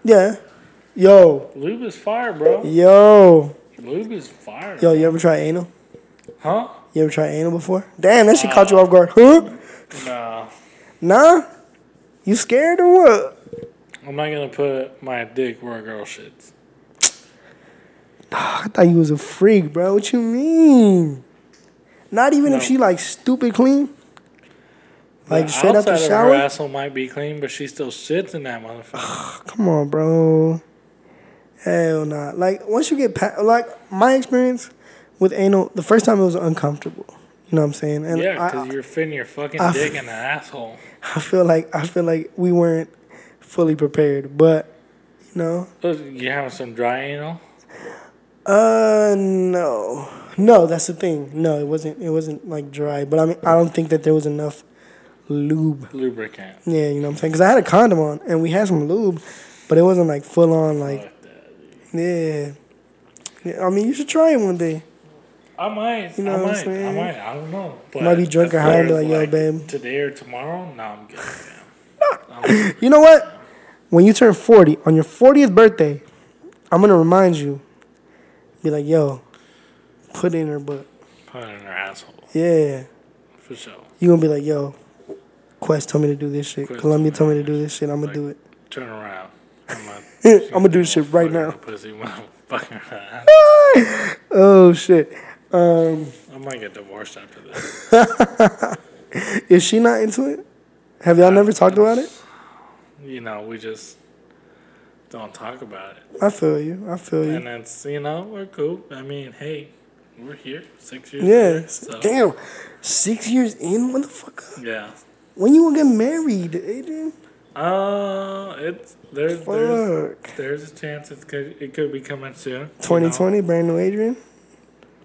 [SPEAKER 2] yeah. Yo,
[SPEAKER 3] lube is fire bro
[SPEAKER 2] yo,
[SPEAKER 3] lube is fire
[SPEAKER 2] yo. You ever try anal?
[SPEAKER 3] huh
[SPEAKER 2] You ever tried anal before? Damn, that shit caught you off guard, huh?
[SPEAKER 3] no
[SPEAKER 2] Nah. You scared or what?
[SPEAKER 3] i'm not gonna put my dick where a girl shits
[SPEAKER 2] I thought you was a freak, bro. What you mean? Not even if
[SPEAKER 3] No.
[SPEAKER 2] she like stupid clean. Like
[SPEAKER 3] The
[SPEAKER 2] straight out the
[SPEAKER 3] outside of
[SPEAKER 2] shower.
[SPEAKER 3] her asshole might be clean but she still shits in that motherfucker
[SPEAKER 2] Come on, bro. Hell nah. Like once you get past, like my experience with anal, the first time it was uncomfortable. You know what I'm saying? And
[SPEAKER 3] Yeah,
[SPEAKER 2] I,
[SPEAKER 3] because you're fitting your fucking
[SPEAKER 2] I-
[SPEAKER 3] dick in the asshole.
[SPEAKER 2] I feel like I feel like we weren't fully prepared, but you know,
[SPEAKER 3] You having some dry anal?
[SPEAKER 2] uh, no, no, that's the thing. No, it wasn't. It wasn't like dry, but I mean, I don't think that there was enough lube.
[SPEAKER 3] Lubricant.
[SPEAKER 2] Yeah, you know what I'm saying? Because I had a condom on and we had some lube, but it wasn't like full on. Like,
[SPEAKER 3] Fuck that.
[SPEAKER 2] yeah. yeah. I mean, you should try it one day.
[SPEAKER 3] I might.
[SPEAKER 2] You know what
[SPEAKER 3] I
[SPEAKER 2] I'm
[SPEAKER 3] might. I
[SPEAKER 2] saying?
[SPEAKER 3] might. I don't know. But
[SPEAKER 2] Might be drunk
[SPEAKER 3] as
[SPEAKER 2] or high and be
[SPEAKER 3] far as,
[SPEAKER 2] like, "Yo, babe."
[SPEAKER 3] Today or tomorrow? No, I'm good.
[SPEAKER 2] You know what? When you turn 40, on your 40th birthday, I'm going to remind you. Be like, yo, put it in her butt.
[SPEAKER 3] Put it in her asshole.
[SPEAKER 2] Yeah.
[SPEAKER 3] For sure.
[SPEAKER 2] you going to be like, yo, Quest told me to do this shit.
[SPEAKER 3] Quest
[SPEAKER 2] Columbia
[SPEAKER 3] told
[SPEAKER 2] told
[SPEAKER 3] me
[SPEAKER 2] me to do this shit. I'm going to do it.
[SPEAKER 3] Turn around. I'm not-
[SPEAKER 2] (laughs) I'ma do this shit right now.
[SPEAKER 3] Pussy when I'm (laughs) fucking around.
[SPEAKER 2] Oh, shit. Um,
[SPEAKER 3] I might get divorced after this.
[SPEAKER 2] is she not into it? Have y'all never talked about it?
[SPEAKER 3] You know, we just don't talk about it.
[SPEAKER 2] I feel you. I feel you.
[SPEAKER 3] And that's, you know, we're cool. I mean, hey, we're here six years
[SPEAKER 2] Yeah.
[SPEAKER 3] later, (laughs) so-
[SPEAKER 2] Damn. Six years in, motherfucker.
[SPEAKER 3] Yeah.
[SPEAKER 2] When you gonna get married, Adrian?
[SPEAKER 3] Uh, it's there's there's,
[SPEAKER 2] Fuck.
[SPEAKER 3] there's a chance it could it could be coming soon. you know?
[SPEAKER 2] Twenty twenty, brand new Adrian.
[SPEAKER 3] It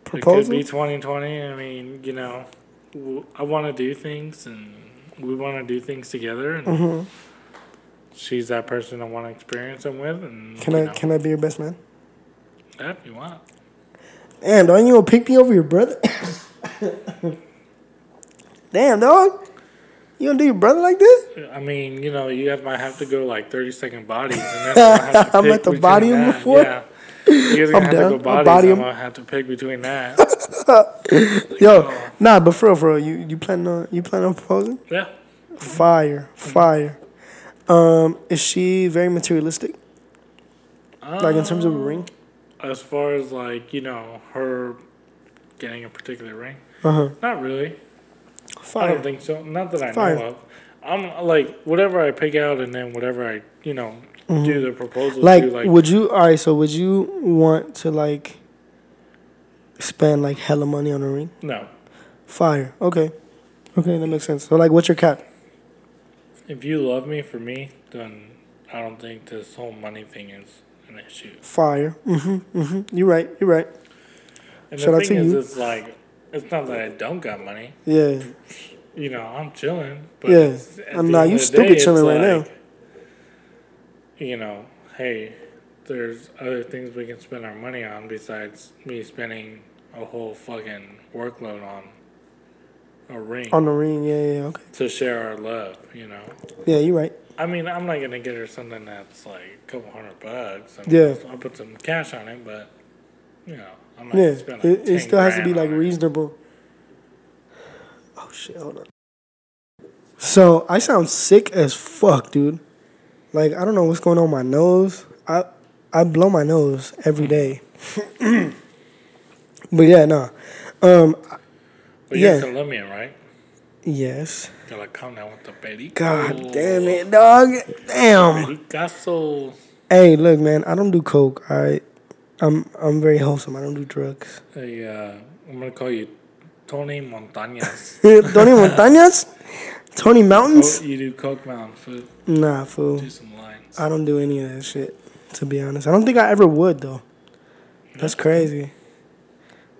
[SPEAKER 3] could
[SPEAKER 2] proposal.
[SPEAKER 3] be 2020. I mean, you know, w- I want to do things and we want to do things together. And
[SPEAKER 2] Mm-hmm.
[SPEAKER 3] She's that person I want to experience them with. And
[SPEAKER 2] Can
[SPEAKER 3] you
[SPEAKER 2] I
[SPEAKER 3] know,
[SPEAKER 2] can I be your best man?
[SPEAKER 3] yeah, if you want.
[SPEAKER 2] Damn, dog, you gonna pick me over your brother? (laughs) Damn, dog. You gonna do your brother like this?
[SPEAKER 3] I mean, you know, you have, might have to go like 30 second bodies.
[SPEAKER 2] (laughs)
[SPEAKER 3] And then
[SPEAKER 2] I'm at the body him before.
[SPEAKER 3] Yeah. You guys are
[SPEAKER 2] I'm
[SPEAKER 3] gonna have
[SPEAKER 2] down.
[SPEAKER 3] to
[SPEAKER 2] I'll
[SPEAKER 3] go bodies.
[SPEAKER 2] body
[SPEAKER 3] I'm
[SPEAKER 2] him.
[SPEAKER 3] gonna have to pick
[SPEAKER 2] (laughs)
[SPEAKER 3] between that.
[SPEAKER 2] Yo, nah, but for real, for real, you you plan on you plan on proposing?
[SPEAKER 3] yeah.
[SPEAKER 2] Fire, fire. Um, is she very materialistic? Like in terms of a ring?
[SPEAKER 3] As far as like you know, her getting a particular ring.
[SPEAKER 2] Uh huh.
[SPEAKER 3] Not really. I
[SPEAKER 2] Uh-huh. Fire.
[SPEAKER 3] don't Um, think so. Not that I
[SPEAKER 2] Fine.
[SPEAKER 3] know of. I'm like whatever I pick out, and then whatever I you know do the proposal.
[SPEAKER 2] Mm-hmm. like,
[SPEAKER 3] to, like
[SPEAKER 2] would you? All right, so would you want to like spend like hella money on a ring?
[SPEAKER 3] no.
[SPEAKER 2] Fire. Okay. Okay, that makes sense. So like, what's your cap?
[SPEAKER 3] If you love me for me, then I don't think this whole money thing is an issue.
[SPEAKER 2] Fire. Mm-hmm. Mm-hmm. You're right. You're right.
[SPEAKER 3] And
[SPEAKER 2] Shout
[SPEAKER 3] the
[SPEAKER 2] out
[SPEAKER 3] thing
[SPEAKER 2] to
[SPEAKER 3] is,
[SPEAKER 2] you.
[SPEAKER 3] it's like it's not that I don't got money.
[SPEAKER 2] Yeah.
[SPEAKER 3] You know, I'm chilling.
[SPEAKER 2] Yeah.
[SPEAKER 3] it's- at
[SPEAKER 2] Uh,
[SPEAKER 3] the
[SPEAKER 2] nah,
[SPEAKER 3] end
[SPEAKER 2] you
[SPEAKER 3] of the
[SPEAKER 2] stupid
[SPEAKER 3] it's
[SPEAKER 2] chilling right now.
[SPEAKER 3] You know, hey, there's other things we can spend our money on besides me spending a whole fucking workload on a ring
[SPEAKER 2] On the ring. Yeah. Yeah. yeah, Okay.
[SPEAKER 3] to share our love. You know,
[SPEAKER 2] Yeah. You're right.
[SPEAKER 3] I mean, I'm not gonna get her something that's like a couple hundred bucks. I mean,
[SPEAKER 2] Yeah.
[SPEAKER 3] I'll put some cash on it, but you know, I'm not
[SPEAKER 2] Yeah.
[SPEAKER 3] gonna spend like
[SPEAKER 2] It, it
[SPEAKER 3] 10
[SPEAKER 2] still has to be
[SPEAKER 3] grand
[SPEAKER 2] like
[SPEAKER 3] on it.
[SPEAKER 2] reasonable. Oh shit! Hold on. So I sound sick as fuck, dude. Like I don't know what's going on with my nose. I I blow my nose
[SPEAKER 3] Hmm.
[SPEAKER 2] every day. but yeah, no. Um.
[SPEAKER 3] But you're
[SPEAKER 2] yeah.
[SPEAKER 3] Colombian, right?
[SPEAKER 2] Yes.
[SPEAKER 3] You're like, come down with the perico.
[SPEAKER 2] God damn it, dog. Damn.
[SPEAKER 3] Pericazo.
[SPEAKER 2] Hey, look, man, I don't do coke. All right, I'm I'm very wholesome. I don't do drugs. (laughs)
[SPEAKER 3] Hey, uh, I'm gonna call you
[SPEAKER 2] (laughs)
[SPEAKER 3] Tony Montañas. (laughs)
[SPEAKER 2] Tony Montañas, Tony
[SPEAKER 3] oh,
[SPEAKER 2] Mountains.
[SPEAKER 3] you do Coke Mountain food.
[SPEAKER 2] Nah, fool.
[SPEAKER 3] Do some lines.
[SPEAKER 2] I don't do any of that shit. To be honest, I don't think I ever would though. That's crazy.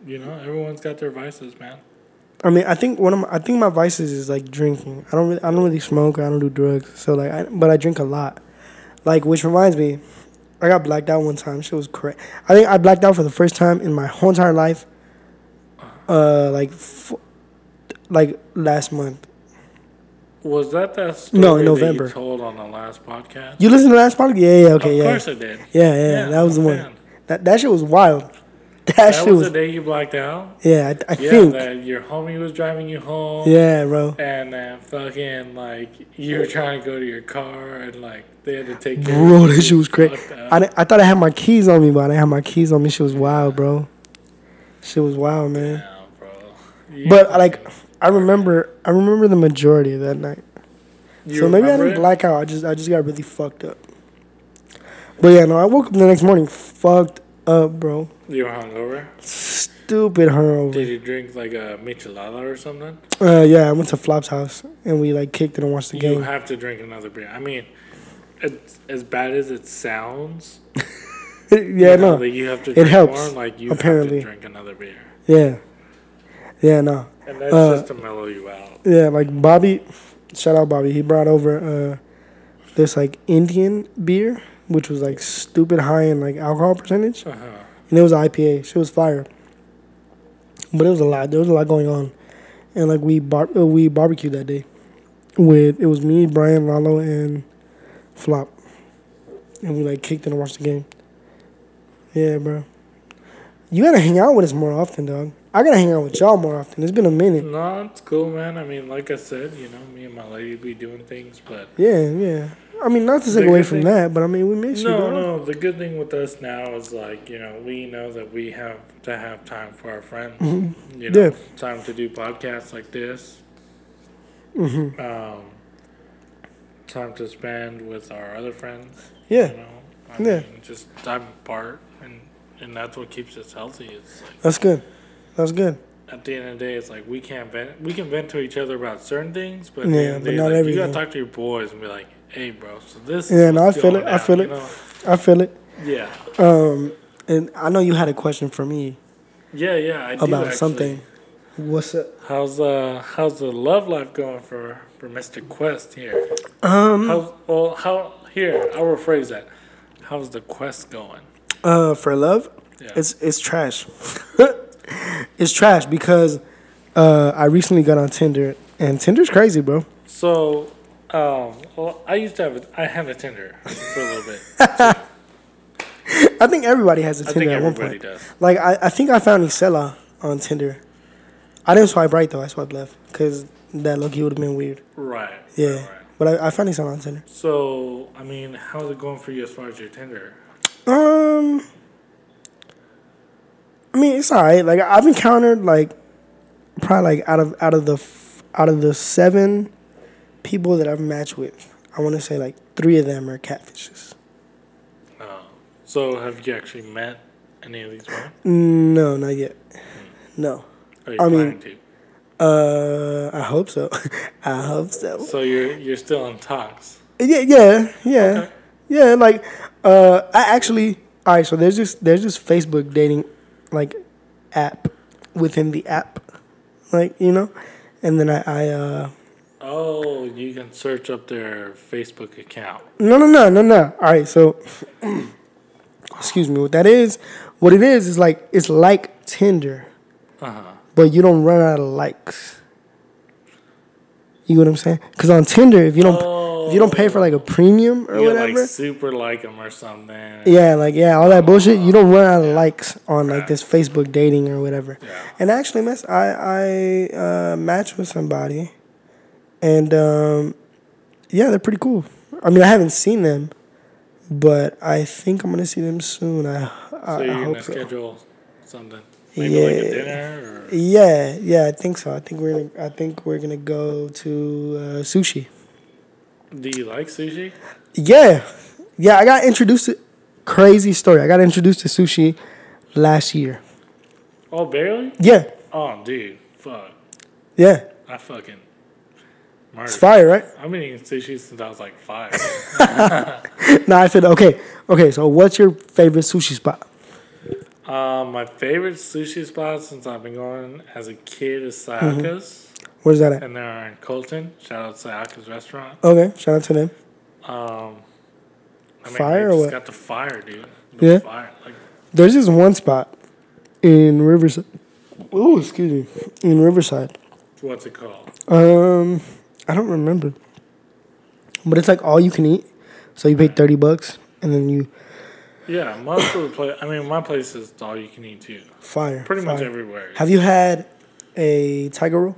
[SPEAKER 3] You know, everyone's got their vices, man.
[SPEAKER 2] I mean, I think one of my, I think my vices is like drinking. I don't really, I don't really smoke. I don't do drugs. So like, I, but I drink a lot. Like, which reminds me, I got blacked out one time. Shit was crazy. I think I blacked out for the first time in my whole entire life. Uh, like, f- like last month.
[SPEAKER 3] Was that that story
[SPEAKER 2] No,
[SPEAKER 3] that
[SPEAKER 2] in
[SPEAKER 3] you
[SPEAKER 2] November.
[SPEAKER 3] told on the last podcast?
[SPEAKER 2] You listened to the last podcast? Yeah, yeah, okay,
[SPEAKER 3] of
[SPEAKER 2] yeah.
[SPEAKER 3] course I did.
[SPEAKER 2] yeah, yeah,
[SPEAKER 3] Yeah,
[SPEAKER 2] that was the
[SPEAKER 3] I'm a
[SPEAKER 2] one.
[SPEAKER 3] fan.
[SPEAKER 2] That that shit was wild. (laughs) That,
[SPEAKER 3] That
[SPEAKER 2] shit
[SPEAKER 3] was
[SPEAKER 2] was,
[SPEAKER 3] the day you blacked out.
[SPEAKER 2] yeah. I, I
[SPEAKER 3] Yeah,
[SPEAKER 2] think
[SPEAKER 3] that your homie was driving you home.
[SPEAKER 2] yeah, bro.
[SPEAKER 3] And then fucking like you were trying to go to your car and like they had to take care
[SPEAKER 2] Bro,
[SPEAKER 3] of you.
[SPEAKER 2] that shit was crazy.
[SPEAKER 3] Fucked up.
[SPEAKER 2] I, di- I thought I had my keys on me, but I didn't have my keys on me. Shit was wild, bro. Shit was wild, man.
[SPEAKER 3] Yeah, bro.
[SPEAKER 2] But like, I remember, I remember the majority of that night.
[SPEAKER 3] You
[SPEAKER 2] so maybe I
[SPEAKER 3] remember
[SPEAKER 2] didn't
[SPEAKER 3] it?
[SPEAKER 2] black out. I just, I just got really fucked up. But yeah, no, I woke up the next morning fucked up, bro.
[SPEAKER 3] You were hungover.
[SPEAKER 2] Stupid hungover.
[SPEAKER 3] Did you drink like a michelada or something?
[SPEAKER 2] Uh, yeah, I went to Flop's house and we like kicked it and watched the
[SPEAKER 3] You
[SPEAKER 2] game.
[SPEAKER 3] have to drink another beer. I mean, it's, as bad as it sounds,
[SPEAKER 2] yeah,
[SPEAKER 3] you know,
[SPEAKER 2] no,
[SPEAKER 3] that you have to
[SPEAKER 2] It
[SPEAKER 3] drink
[SPEAKER 2] helps,
[SPEAKER 3] More, like you
[SPEAKER 2] apparently.
[SPEAKER 3] have to drink another beer,
[SPEAKER 2] yeah, yeah, no.
[SPEAKER 3] and that's
[SPEAKER 2] Uh,
[SPEAKER 3] just to mellow you out.
[SPEAKER 2] Yeah, like Bobby, shout out Bobby. He brought over uh, this like Indian beer, which was like stupid high in like alcohol percentage,
[SPEAKER 3] Uh-huh.
[SPEAKER 2] and it was IPA. Shit was fire, but it was a lot. There was a lot going on, and like we bar uh, we barbecued that day. With it was me, Brian, Lalo, and Flop, and we like kicked it and watched the game. Yeah, bro. You gotta hang out with us more often, dog. I gotta hang out with y'all more often. It's been a minute.
[SPEAKER 3] No, it's cool, man. I mean, like I said, you know, me and my lady be doing things, but
[SPEAKER 2] Yeah, yeah. I mean, not to take
[SPEAKER 3] Bigger
[SPEAKER 2] away from
[SPEAKER 3] thing.
[SPEAKER 2] that, but I mean, we miss you.
[SPEAKER 3] no,
[SPEAKER 2] dog.
[SPEAKER 3] no. The good thing with us now is like you know we know that we have to have time for our friends. You know,
[SPEAKER 2] Mm-hmm. Yeah.
[SPEAKER 3] time to do podcasts like this.
[SPEAKER 2] Mm-hmm.
[SPEAKER 3] Um, time to spend with our other friends.
[SPEAKER 2] Yeah.
[SPEAKER 3] You know, I
[SPEAKER 2] Yeah.
[SPEAKER 3] mean, just time apart, and and that's what keeps us healthy. It's like
[SPEAKER 2] That's good. That's good.
[SPEAKER 3] at the end of the day, it's like we can't vent. We can vent to each other about certain things, but at
[SPEAKER 2] Yeah,
[SPEAKER 3] the end of the
[SPEAKER 2] but
[SPEAKER 3] day,
[SPEAKER 2] not
[SPEAKER 3] like, you
[SPEAKER 2] everything.
[SPEAKER 3] gotta talk to your boys and be like, "Hey, bro, so this."
[SPEAKER 2] Yeah,
[SPEAKER 3] is
[SPEAKER 2] no, I
[SPEAKER 3] what's
[SPEAKER 2] feel
[SPEAKER 3] going
[SPEAKER 2] it. I
[SPEAKER 3] down,"
[SPEAKER 2] feel
[SPEAKER 3] you
[SPEAKER 2] it.
[SPEAKER 3] know?
[SPEAKER 2] I feel it.
[SPEAKER 3] Yeah.
[SPEAKER 2] Um, and I know you had a question for me.
[SPEAKER 3] Yeah, yeah, I do
[SPEAKER 2] about
[SPEAKER 3] actually.
[SPEAKER 2] something. What's up?
[SPEAKER 3] How's uh how's the love life going for for Mr. Quest here?
[SPEAKER 2] Um,
[SPEAKER 3] How well how here I'll rephrase that. How's the quest going?
[SPEAKER 2] uh, for love,
[SPEAKER 3] Yeah.
[SPEAKER 2] it's it's trash. (laughs) it's trash because uh, I recently got on Tinder and Tinder's crazy, bro.
[SPEAKER 3] So, um, well, I used to have a, I had a Tinder for a little
[SPEAKER 2] (laughs)
[SPEAKER 3] bit.
[SPEAKER 2] I think everybody has a
[SPEAKER 3] I
[SPEAKER 2] Tinder
[SPEAKER 3] think
[SPEAKER 2] at one
[SPEAKER 3] everybody
[SPEAKER 2] point.
[SPEAKER 3] does.
[SPEAKER 2] Like I, I think I found Isela on Tinder. I didn't swipe right though. I swiped left because that look would have been weird.
[SPEAKER 3] Right.
[SPEAKER 2] Yeah,
[SPEAKER 3] Right, right.
[SPEAKER 2] but I, I found Isela on Tinder.
[SPEAKER 3] So, I mean, how's it going for you as far as your Tinder?
[SPEAKER 2] Um, I mean it's alright. Like I've encountered like probably like out of out of the f- out of the seven people that I've matched with, I want to say like three of them are catfishes.
[SPEAKER 3] So, have you actually met any of these women?
[SPEAKER 2] No, not yet. No.
[SPEAKER 3] Are you
[SPEAKER 2] I
[SPEAKER 3] planning
[SPEAKER 2] mean- Uh,
[SPEAKER 3] to?
[SPEAKER 2] I hope so. (laughs) I hope so.
[SPEAKER 3] So you're you're still in talks.
[SPEAKER 2] Yeah, yeah, yeah, yeah. Like, uh, I actually. All right, so there's this there's this Facebook dating, like, app within the app, like you know, and then I, I uh,
[SPEAKER 3] Oh, you can search up their Facebook account.
[SPEAKER 2] no, no, no, no, no. All right, so, (clears throat) excuse me. What that is, what it is, is like it's like Tinder,
[SPEAKER 3] Uh huh.
[SPEAKER 2] but you don't run out of likes. You know what I'm saying? Because on Tinder, if you don't if you don't pay for like a premium or
[SPEAKER 3] You gotta,
[SPEAKER 2] whatever,
[SPEAKER 3] like super like them or something.
[SPEAKER 2] Yeah, like yeah, all that bullshit. You don't run out of likes on like this Facebook dating or whatever. And actually, miss, I I uh, matched with somebody, and um, yeah, they're pretty cool. I mean, I haven't seen them, but I think I'm gonna see them soon. I I,
[SPEAKER 3] So you're
[SPEAKER 2] I
[SPEAKER 3] gonna
[SPEAKER 2] hope so.
[SPEAKER 3] schedule something. Maybe like a
[SPEAKER 2] Yeah.
[SPEAKER 3] dinner or
[SPEAKER 2] Yeah, yeah, I think so. I think we're gonna, I think we're gonna go to uh, sushi.
[SPEAKER 3] do you like sushi?
[SPEAKER 2] Yeah, yeah. I got introduced to crazy story. I got introduced to sushi last year.
[SPEAKER 3] Oh barely?
[SPEAKER 2] Yeah,
[SPEAKER 3] Oh dude, fuck.
[SPEAKER 2] yeah.
[SPEAKER 3] I fucking
[SPEAKER 2] It's
[SPEAKER 3] murdered.
[SPEAKER 2] fire, right? (clears throat)
[SPEAKER 3] I've been eating sushi since I was like five. (laughs)
[SPEAKER 2] No, I feel okay. Okay, so what's your favorite sushi spot?
[SPEAKER 3] um, my favorite sushi spot since I've been going as a kid is
[SPEAKER 2] Mm-hmm.
[SPEAKER 3] Sayaka's.
[SPEAKER 2] Where's that at?
[SPEAKER 3] And they're in Colton. Shout out to Sayaka's restaurant.
[SPEAKER 2] Okay, shout out to them.
[SPEAKER 3] I mean,
[SPEAKER 2] Fire or
[SPEAKER 3] they just
[SPEAKER 2] what?
[SPEAKER 3] got the fire, dude. The
[SPEAKER 2] Yeah?
[SPEAKER 3] fire. Like
[SPEAKER 2] There's this one spot in Riverside. Oh, excuse me, in Riverside.
[SPEAKER 3] what's it called?
[SPEAKER 2] Um, I don't remember, but it's like all you can eat. So you pay thirty bucks and then you
[SPEAKER 3] Yeah, most of the place. I mean, my place is all you can eat too.
[SPEAKER 2] fire.
[SPEAKER 3] Pretty much
[SPEAKER 2] fire.
[SPEAKER 3] everywhere.
[SPEAKER 2] Have you had a tiger roll?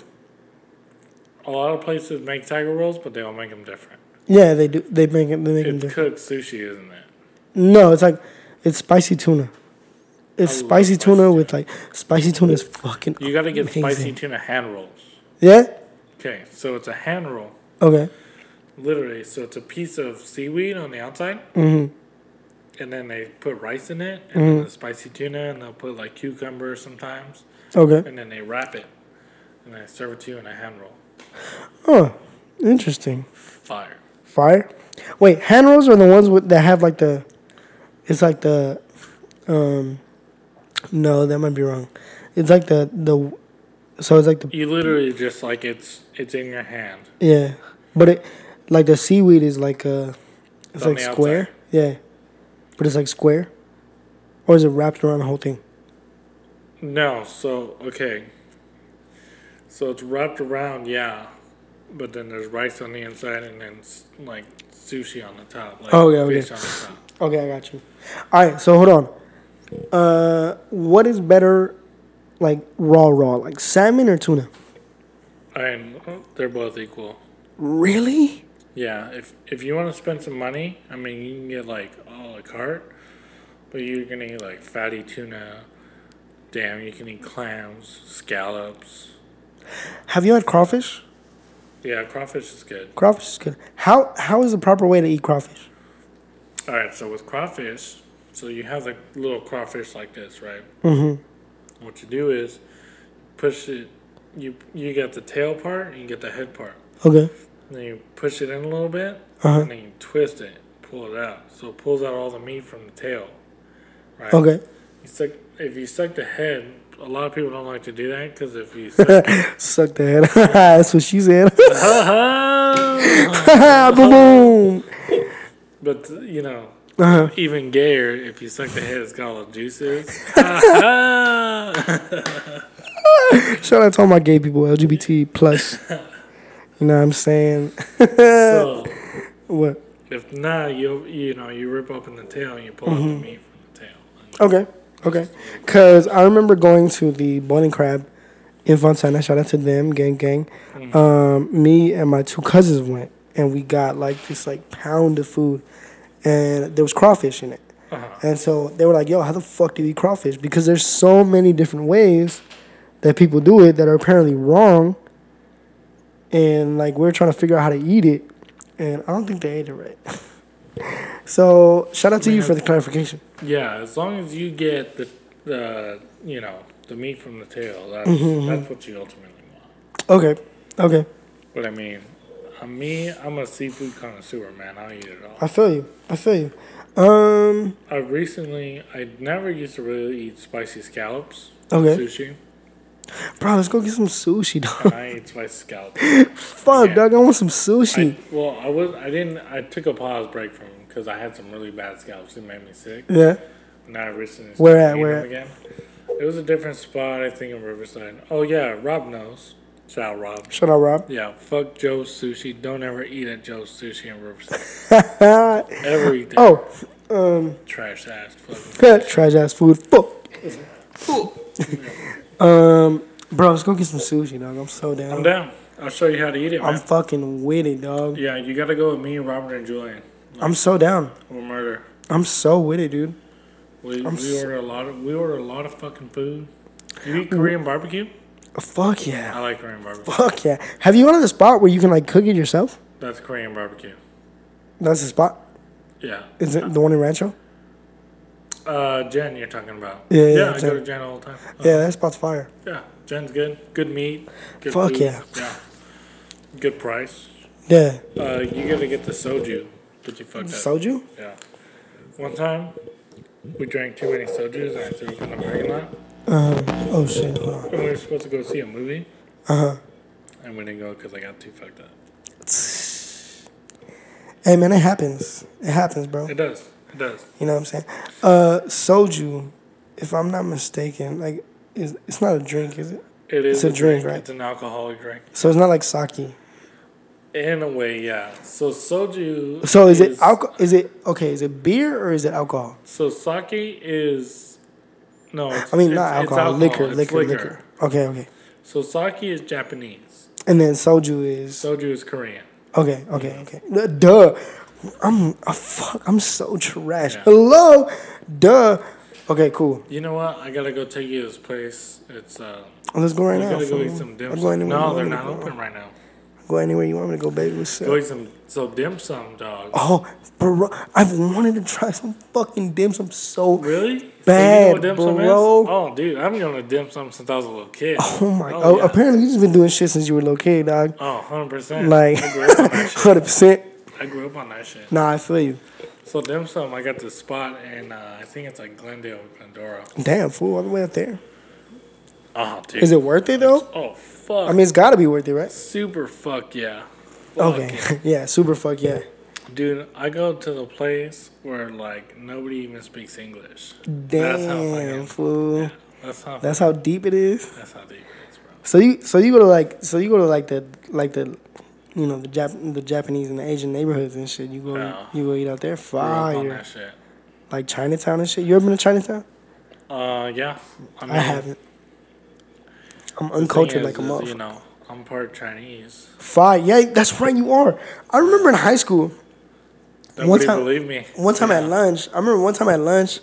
[SPEAKER 3] A lot of places make tiger rolls, but they all make them different.
[SPEAKER 2] Yeah, they do. They make it. They make them
[SPEAKER 3] It's
[SPEAKER 2] different.
[SPEAKER 3] cooked sushi, isn't it?
[SPEAKER 2] No, it's like it's spicy tuna. It's
[SPEAKER 3] I love
[SPEAKER 2] spicy
[SPEAKER 3] spicy
[SPEAKER 2] tuna with like spicy tuna is fucking.
[SPEAKER 3] You got to get spicy
[SPEAKER 2] amazing.
[SPEAKER 3] tuna hand rolls.
[SPEAKER 2] Yeah.
[SPEAKER 3] Okay, so it's a hand roll,
[SPEAKER 2] Okay.
[SPEAKER 3] literally. So it's a piece of seaweed on the outside,
[SPEAKER 2] Mm-hmm.
[SPEAKER 3] and then they put rice in it, and then the spicy tuna, and they'll put like cucumber sometimes,
[SPEAKER 2] Okay.
[SPEAKER 3] and then they wrap it, and then serve it to you in a hand roll.
[SPEAKER 2] Huh. Interesting.
[SPEAKER 3] Fire.
[SPEAKER 2] Fire. Wait, hand rolls are the ones with, that have like the. It's like the. Um, no, that might be wrong. It's like the the. So it's like the
[SPEAKER 3] You literally just like it's it's in your hand.
[SPEAKER 2] yeah, but it like the seaweed is like uh It's
[SPEAKER 3] on
[SPEAKER 2] like
[SPEAKER 3] the
[SPEAKER 2] square.
[SPEAKER 3] outside.
[SPEAKER 2] Yeah, but it's like square. Or is it wrapped around the whole thing?
[SPEAKER 3] No, so okay. So it's wrapped around, yeah, but then there's rice on the inside and then s- like sushi on the top, like
[SPEAKER 2] Oh, yeah,
[SPEAKER 3] fish
[SPEAKER 2] okay.
[SPEAKER 3] on the top.
[SPEAKER 2] Okay, I got you. All right, so hold on. Uh, what is better, like raw, raw, like salmon or tuna?
[SPEAKER 3] And uh, they're both equal.
[SPEAKER 2] Really?
[SPEAKER 3] Yeah, if if you want to spend some money, I mean, you can get like a la carte, but you're gonna get like fatty tuna. Damn, you can eat clams, scallops.
[SPEAKER 2] Have you had crawfish?
[SPEAKER 3] Yeah, crawfish is good.
[SPEAKER 2] Crawfish is good. How how is the proper way to eat crawfish?
[SPEAKER 3] All right, so with crawfish, so you have the little crawfish like this, right? Mm-hmm. What you do is push it. You you get the tail part and you get the head part.
[SPEAKER 2] Okay.
[SPEAKER 3] And then you push it in a little bit,
[SPEAKER 2] Uh-huh.
[SPEAKER 3] and then you twist it, pull it out. So it pulls out all the meat from the tail. Right.
[SPEAKER 2] Okay.
[SPEAKER 3] You suck, if you suck the head, a lot of people don't like to do that because if
[SPEAKER 2] (laughs)
[SPEAKER 3] you suck, (laughs)
[SPEAKER 2] Suck the head. (laughs) That's what she said. (laughs)
[SPEAKER 3] but
[SPEAKER 2] Boom.
[SPEAKER 3] you know,
[SPEAKER 2] Uh-huh.
[SPEAKER 3] even gayer if you suck the head, it's got all
[SPEAKER 2] (laughs)
[SPEAKER 3] the juices. (laughs)
[SPEAKER 2] Shout out to all my gay people, LGBT plus. You know what I'm saying?
[SPEAKER 3] so
[SPEAKER 2] (laughs) What?
[SPEAKER 3] if not, you you know you rip open the tail and you pull
[SPEAKER 2] Mm-hmm.
[SPEAKER 3] out the meat from the tail.
[SPEAKER 2] Okay, okay. Cause I remember going to the Boiling Crab in Fontana. Shout out to them, gang, gang. Um, me and my two cousins went, and we got like this like pound of food, and there was crawfish in it.
[SPEAKER 3] Uh-huh.
[SPEAKER 2] And so they were like, "Yo, how the fuck do you eat crawfish?" Because there's so many different ways that people do it that are apparently wrong, and like we're trying to figure out how to eat it, and I don't think they ate it right. (laughs) so shout out to you for the clarification.
[SPEAKER 3] Yeah, as long as you get the the you know the meat from the tail, that's
[SPEAKER 2] Mm-hmm,
[SPEAKER 3] that's what you ultimately want.
[SPEAKER 2] Okay, okay.
[SPEAKER 3] But I mean, i me, I'm a seafood connoisseur, man. I'll eat it all.
[SPEAKER 2] I feel you. I feel you. Um.
[SPEAKER 3] I recently, I never used to really eat spicy scallops. on
[SPEAKER 2] Okay,
[SPEAKER 3] Sushi.
[SPEAKER 2] bro, let's go get some sushi, (laughs) dog.
[SPEAKER 3] And I ate
[SPEAKER 2] (laughs)
[SPEAKER 3] spicy scallops.
[SPEAKER 2] Fuck,
[SPEAKER 3] Yeah.
[SPEAKER 2] dog, I want some
[SPEAKER 3] I,
[SPEAKER 2] sushi.
[SPEAKER 3] well, I was, I didn't, I took a pause break from because I had some really bad scallops. It made me sick.
[SPEAKER 2] yeah.
[SPEAKER 3] Now I recently
[SPEAKER 2] Where
[SPEAKER 3] started
[SPEAKER 2] at,
[SPEAKER 3] eating
[SPEAKER 2] where
[SPEAKER 3] them again. It was a different spot, I think, in Riverside. Oh yeah, Rob knows. Shout out, Rob.
[SPEAKER 2] Shut up, Rob. (laughs)
[SPEAKER 3] Yeah, fuck Joe's Sushi. Don't ever eat at Joe's Sushi in Riverside.
[SPEAKER 2] oh,
[SPEAKER 3] Ever eat that
[SPEAKER 2] um,
[SPEAKER 3] trash ass fucking.
[SPEAKER 2] trash ass food. Fuck. (laughs) um, bro, let's go get some sushi, dog. I'm so down.
[SPEAKER 3] I'm down. I'll show you how to eat it,
[SPEAKER 2] I'm
[SPEAKER 3] man.
[SPEAKER 2] fucking with it, dog.
[SPEAKER 3] Yeah, you gotta go with me, Robert, and Julian.
[SPEAKER 2] I'm so down.
[SPEAKER 3] We'll murder.
[SPEAKER 2] I'm so with it, dude.
[SPEAKER 3] We,
[SPEAKER 2] I'm
[SPEAKER 3] we
[SPEAKER 2] s- Mm.
[SPEAKER 3] order a lot of we order a lot of fucking food. You eat Korean barbecue?
[SPEAKER 2] Oh, Fuck yeah.
[SPEAKER 3] I like Korean barbecue.
[SPEAKER 2] Fuck yeah. Have you gone to the spot where you can like cook it yourself?
[SPEAKER 3] That's Korean barbecue.
[SPEAKER 2] That's the spot.
[SPEAKER 3] Yeah.
[SPEAKER 2] Is it the one in Rancho?
[SPEAKER 3] Uh, Jen, you're talking about.
[SPEAKER 2] Yeah, yeah,
[SPEAKER 3] Yeah, I
[SPEAKER 2] Jen.
[SPEAKER 3] go to Jen all the time. Uh,
[SPEAKER 2] Yeah, that spot's fire.
[SPEAKER 3] yeah, Jen's good. Good meat. Good
[SPEAKER 2] Fuck
[SPEAKER 3] food.
[SPEAKER 2] yeah.
[SPEAKER 3] Yeah. Good price.
[SPEAKER 2] Yeah.
[SPEAKER 3] Uh, you gotta get the soju that you fucked up.
[SPEAKER 2] Soju?
[SPEAKER 3] Yeah. One time, we drank too many soju's and I threw up in the parking lot.
[SPEAKER 2] Uh, oh shit. Hold on.
[SPEAKER 3] And we were supposed to go see a movie,
[SPEAKER 2] Uh-huh.
[SPEAKER 3] and we didn't go because I got too fucked up.
[SPEAKER 2] Hey man, it happens. It happens, bro.
[SPEAKER 3] It does. It does.
[SPEAKER 2] You know what I'm saying? Uh, soju, if I'm not mistaken, like is it's not a drink, is it?
[SPEAKER 3] It
[SPEAKER 2] It's
[SPEAKER 3] is.
[SPEAKER 2] a drink, right?
[SPEAKER 3] It's an alcoholic drink.
[SPEAKER 2] So it's not like sake.
[SPEAKER 3] In a way, yeah. So soju.
[SPEAKER 2] So is it alcohol? Is it okay? Is it beer or is it alcohol?
[SPEAKER 3] So sake is. No, it's,
[SPEAKER 2] I mean,
[SPEAKER 3] it's-
[SPEAKER 2] not
[SPEAKER 3] it's
[SPEAKER 2] alcohol, liquor,
[SPEAKER 3] It's
[SPEAKER 2] liquor, liquor, Okay, okay.
[SPEAKER 3] So sake is Japanese.
[SPEAKER 2] And then soju is
[SPEAKER 3] Soju is Korean.
[SPEAKER 2] okay, okay, okay. Uh, Duh, I'm uh, fuck. I'm so trash.
[SPEAKER 3] Yeah.
[SPEAKER 2] Hello, duh. Okay, cool.
[SPEAKER 3] You know what? I gotta go take you to this place. It's uh,
[SPEAKER 2] Let's go right
[SPEAKER 3] you
[SPEAKER 2] now.
[SPEAKER 3] gotta go
[SPEAKER 2] fool.
[SPEAKER 3] eat some dim
[SPEAKER 2] I'll go
[SPEAKER 3] sum.
[SPEAKER 2] anywhere
[SPEAKER 3] No,
[SPEAKER 2] you
[SPEAKER 3] they're
[SPEAKER 2] want me
[SPEAKER 3] not
[SPEAKER 2] to go.
[SPEAKER 3] open right now.
[SPEAKER 2] Go anywhere you want me to go, baby. What's up?
[SPEAKER 3] Go eat some so dim sum, dog.
[SPEAKER 2] Oh, bro, I've wanted to try some fucking dim sum so.
[SPEAKER 3] Really?
[SPEAKER 2] Bad, bro.
[SPEAKER 3] is? Oh, dude, I've been going to dim sum since I was a little kid.
[SPEAKER 2] Oh my! Oh,
[SPEAKER 3] yeah.
[SPEAKER 2] apparently you just been doing shit since you were a little kid, dog.
[SPEAKER 3] Oh, 100%.
[SPEAKER 2] Like,
[SPEAKER 3] I grew up on that shit.
[SPEAKER 2] hundred percent.
[SPEAKER 3] I grew up on that shit.
[SPEAKER 2] Nah, I feel you.
[SPEAKER 3] So dim sum, I got this spot in, uh, I think it's like Glendale or Glendora.
[SPEAKER 2] Damn, fool, all the way up there.
[SPEAKER 3] Oh, dude.
[SPEAKER 2] Is it worth it though?
[SPEAKER 3] Oh, fuck.
[SPEAKER 2] I mean, it's got to be worth it, right?
[SPEAKER 3] super fuck yeah. Fuck
[SPEAKER 2] Okay, (laughs) yeah, super fuck yeah.
[SPEAKER 3] yeah. Dude, I go to the place where, like, nobody even speaks English. That's how
[SPEAKER 2] Damn,
[SPEAKER 3] fucking-
[SPEAKER 2] fool,
[SPEAKER 3] That's how,
[SPEAKER 2] that's how deep it is.
[SPEAKER 3] that's how deep it is, bro.
[SPEAKER 2] So you, so you go to like, so you go to like the, like the, you know, the Jap- the Japanese and the Asian neighborhoods and shit. You go,
[SPEAKER 3] Yeah.
[SPEAKER 2] you go eat out there,
[SPEAKER 3] Grew up on
[SPEAKER 2] fire,
[SPEAKER 3] that shit.
[SPEAKER 2] like Chinatown and shit. You ever been to Chinatown?
[SPEAKER 3] Uh, yeah. I, mean,
[SPEAKER 2] I haven't. I'm
[SPEAKER 3] the thing
[SPEAKER 2] uncultured
[SPEAKER 3] is,
[SPEAKER 2] like a
[SPEAKER 3] is,
[SPEAKER 2] motherfucker.
[SPEAKER 3] You know, I'm part Chinese.
[SPEAKER 2] Five. Yeah, that's right. You are. I remember in high school,
[SPEAKER 3] Nobody
[SPEAKER 2] One time-
[SPEAKER 3] believe me.
[SPEAKER 2] one time at lunch. I remember one time at lunch,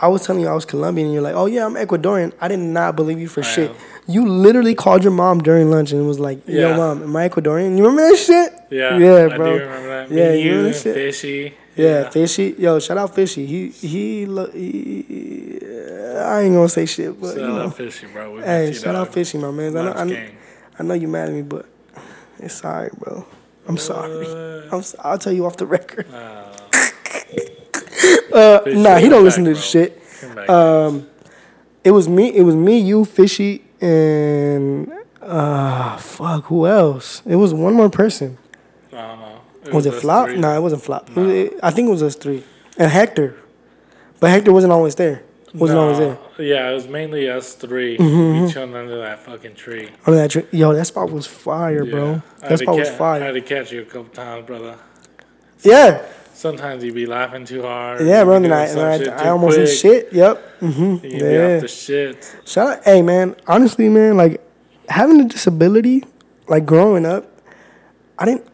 [SPEAKER 2] I was telling you I was Colombian, and you're like, "Oh yeah, I'm Ecuadorian." I did not believe you for shit.
[SPEAKER 3] am.
[SPEAKER 2] You literally called your mom during lunch and was like, "Yo,
[SPEAKER 3] Yeah.
[SPEAKER 2] mom, am I Ecuadorian?" You remember that shit?
[SPEAKER 3] (laughs) Yeah,
[SPEAKER 2] yeah,
[SPEAKER 3] I
[SPEAKER 2] bro.
[SPEAKER 3] do remember that.
[SPEAKER 2] Yeah,
[SPEAKER 3] Yeah,
[SPEAKER 2] you
[SPEAKER 3] you
[SPEAKER 2] remember
[SPEAKER 3] and
[SPEAKER 2] that shit?
[SPEAKER 3] Fishy.
[SPEAKER 2] Yeah, fishy. Yo, shout out fishy. He he. Lo- he I ain't gonna say shit, but
[SPEAKER 3] Shout
[SPEAKER 2] you know.
[SPEAKER 3] out Fishy, bro. We
[SPEAKER 2] Hey,
[SPEAKER 3] miss you,
[SPEAKER 2] shout out
[SPEAKER 3] dog.
[SPEAKER 2] fishy, my man. I know,
[SPEAKER 3] Lots
[SPEAKER 2] I,
[SPEAKER 3] of
[SPEAKER 2] know,
[SPEAKER 3] gang.
[SPEAKER 2] I know you mad at me, but it's alright, bro. I'm sorry.
[SPEAKER 3] Uh,
[SPEAKER 2] I'm, so- I'll tell you off the record.
[SPEAKER 3] uh,
[SPEAKER 2] Uh,
[SPEAKER 3] Fishy,
[SPEAKER 2] nah, he
[SPEAKER 3] come
[SPEAKER 2] don't listen
[SPEAKER 3] back,
[SPEAKER 2] to this
[SPEAKER 3] bro.
[SPEAKER 2] shit. Uh,
[SPEAKER 3] come back.
[SPEAKER 2] Um, It was me. It was me, you, Fishy, and uh, fuck, who else? It was one more person.
[SPEAKER 3] I don't know.
[SPEAKER 2] Was it
[SPEAKER 3] us
[SPEAKER 2] Flop?
[SPEAKER 3] three.
[SPEAKER 2] No, it wasn't Flop. It was- it- I think it was us three and Hector, but Hector wasn't always there. Wasn't always there.
[SPEAKER 3] Uh, Yeah, it was mainly us 3
[SPEAKER 2] Mm-hmm.
[SPEAKER 3] We chilling under that fucking tree.
[SPEAKER 2] Under that tree. Yo, that spot was fire, bro.
[SPEAKER 3] I
[SPEAKER 2] That
[SPEAKER 3] had to
[SPEAKER 2] spot was
[SPEAKER 3] ca- I had
[SPEAKER 2] fire.
[SPEAKER 3] to catch you a couple times, brother.
[SPEAKER 2] Yeah,
[SPEAKER 3] Sometimes you be laughing too hard.
[SPEAKER 2] yeah, bro.
[SPEAKER 3] you
[SPEAKER 2] And
[SPEAKER 3] be
[SPEAKER 2] then I,
[SPEAKER 3] doing some
[SPEAKER 2] and
[SPEAKER 3] shit
[SPEAKER 2] I, I
[SPEAKER 3] too
[SPEAKER 2] almost hit
[SPEAKER 3] quick,
[SPEAKER 2] shit. Yep. Mm-hmm.
[SPEAKER 3] You be
[SPEAKER 2] Yeah.
[SPEAKER 3] off the shit.
[SPEAKER 2] Shout out, hey man. Honestly, man, like having a disability, like growing up, I didn't,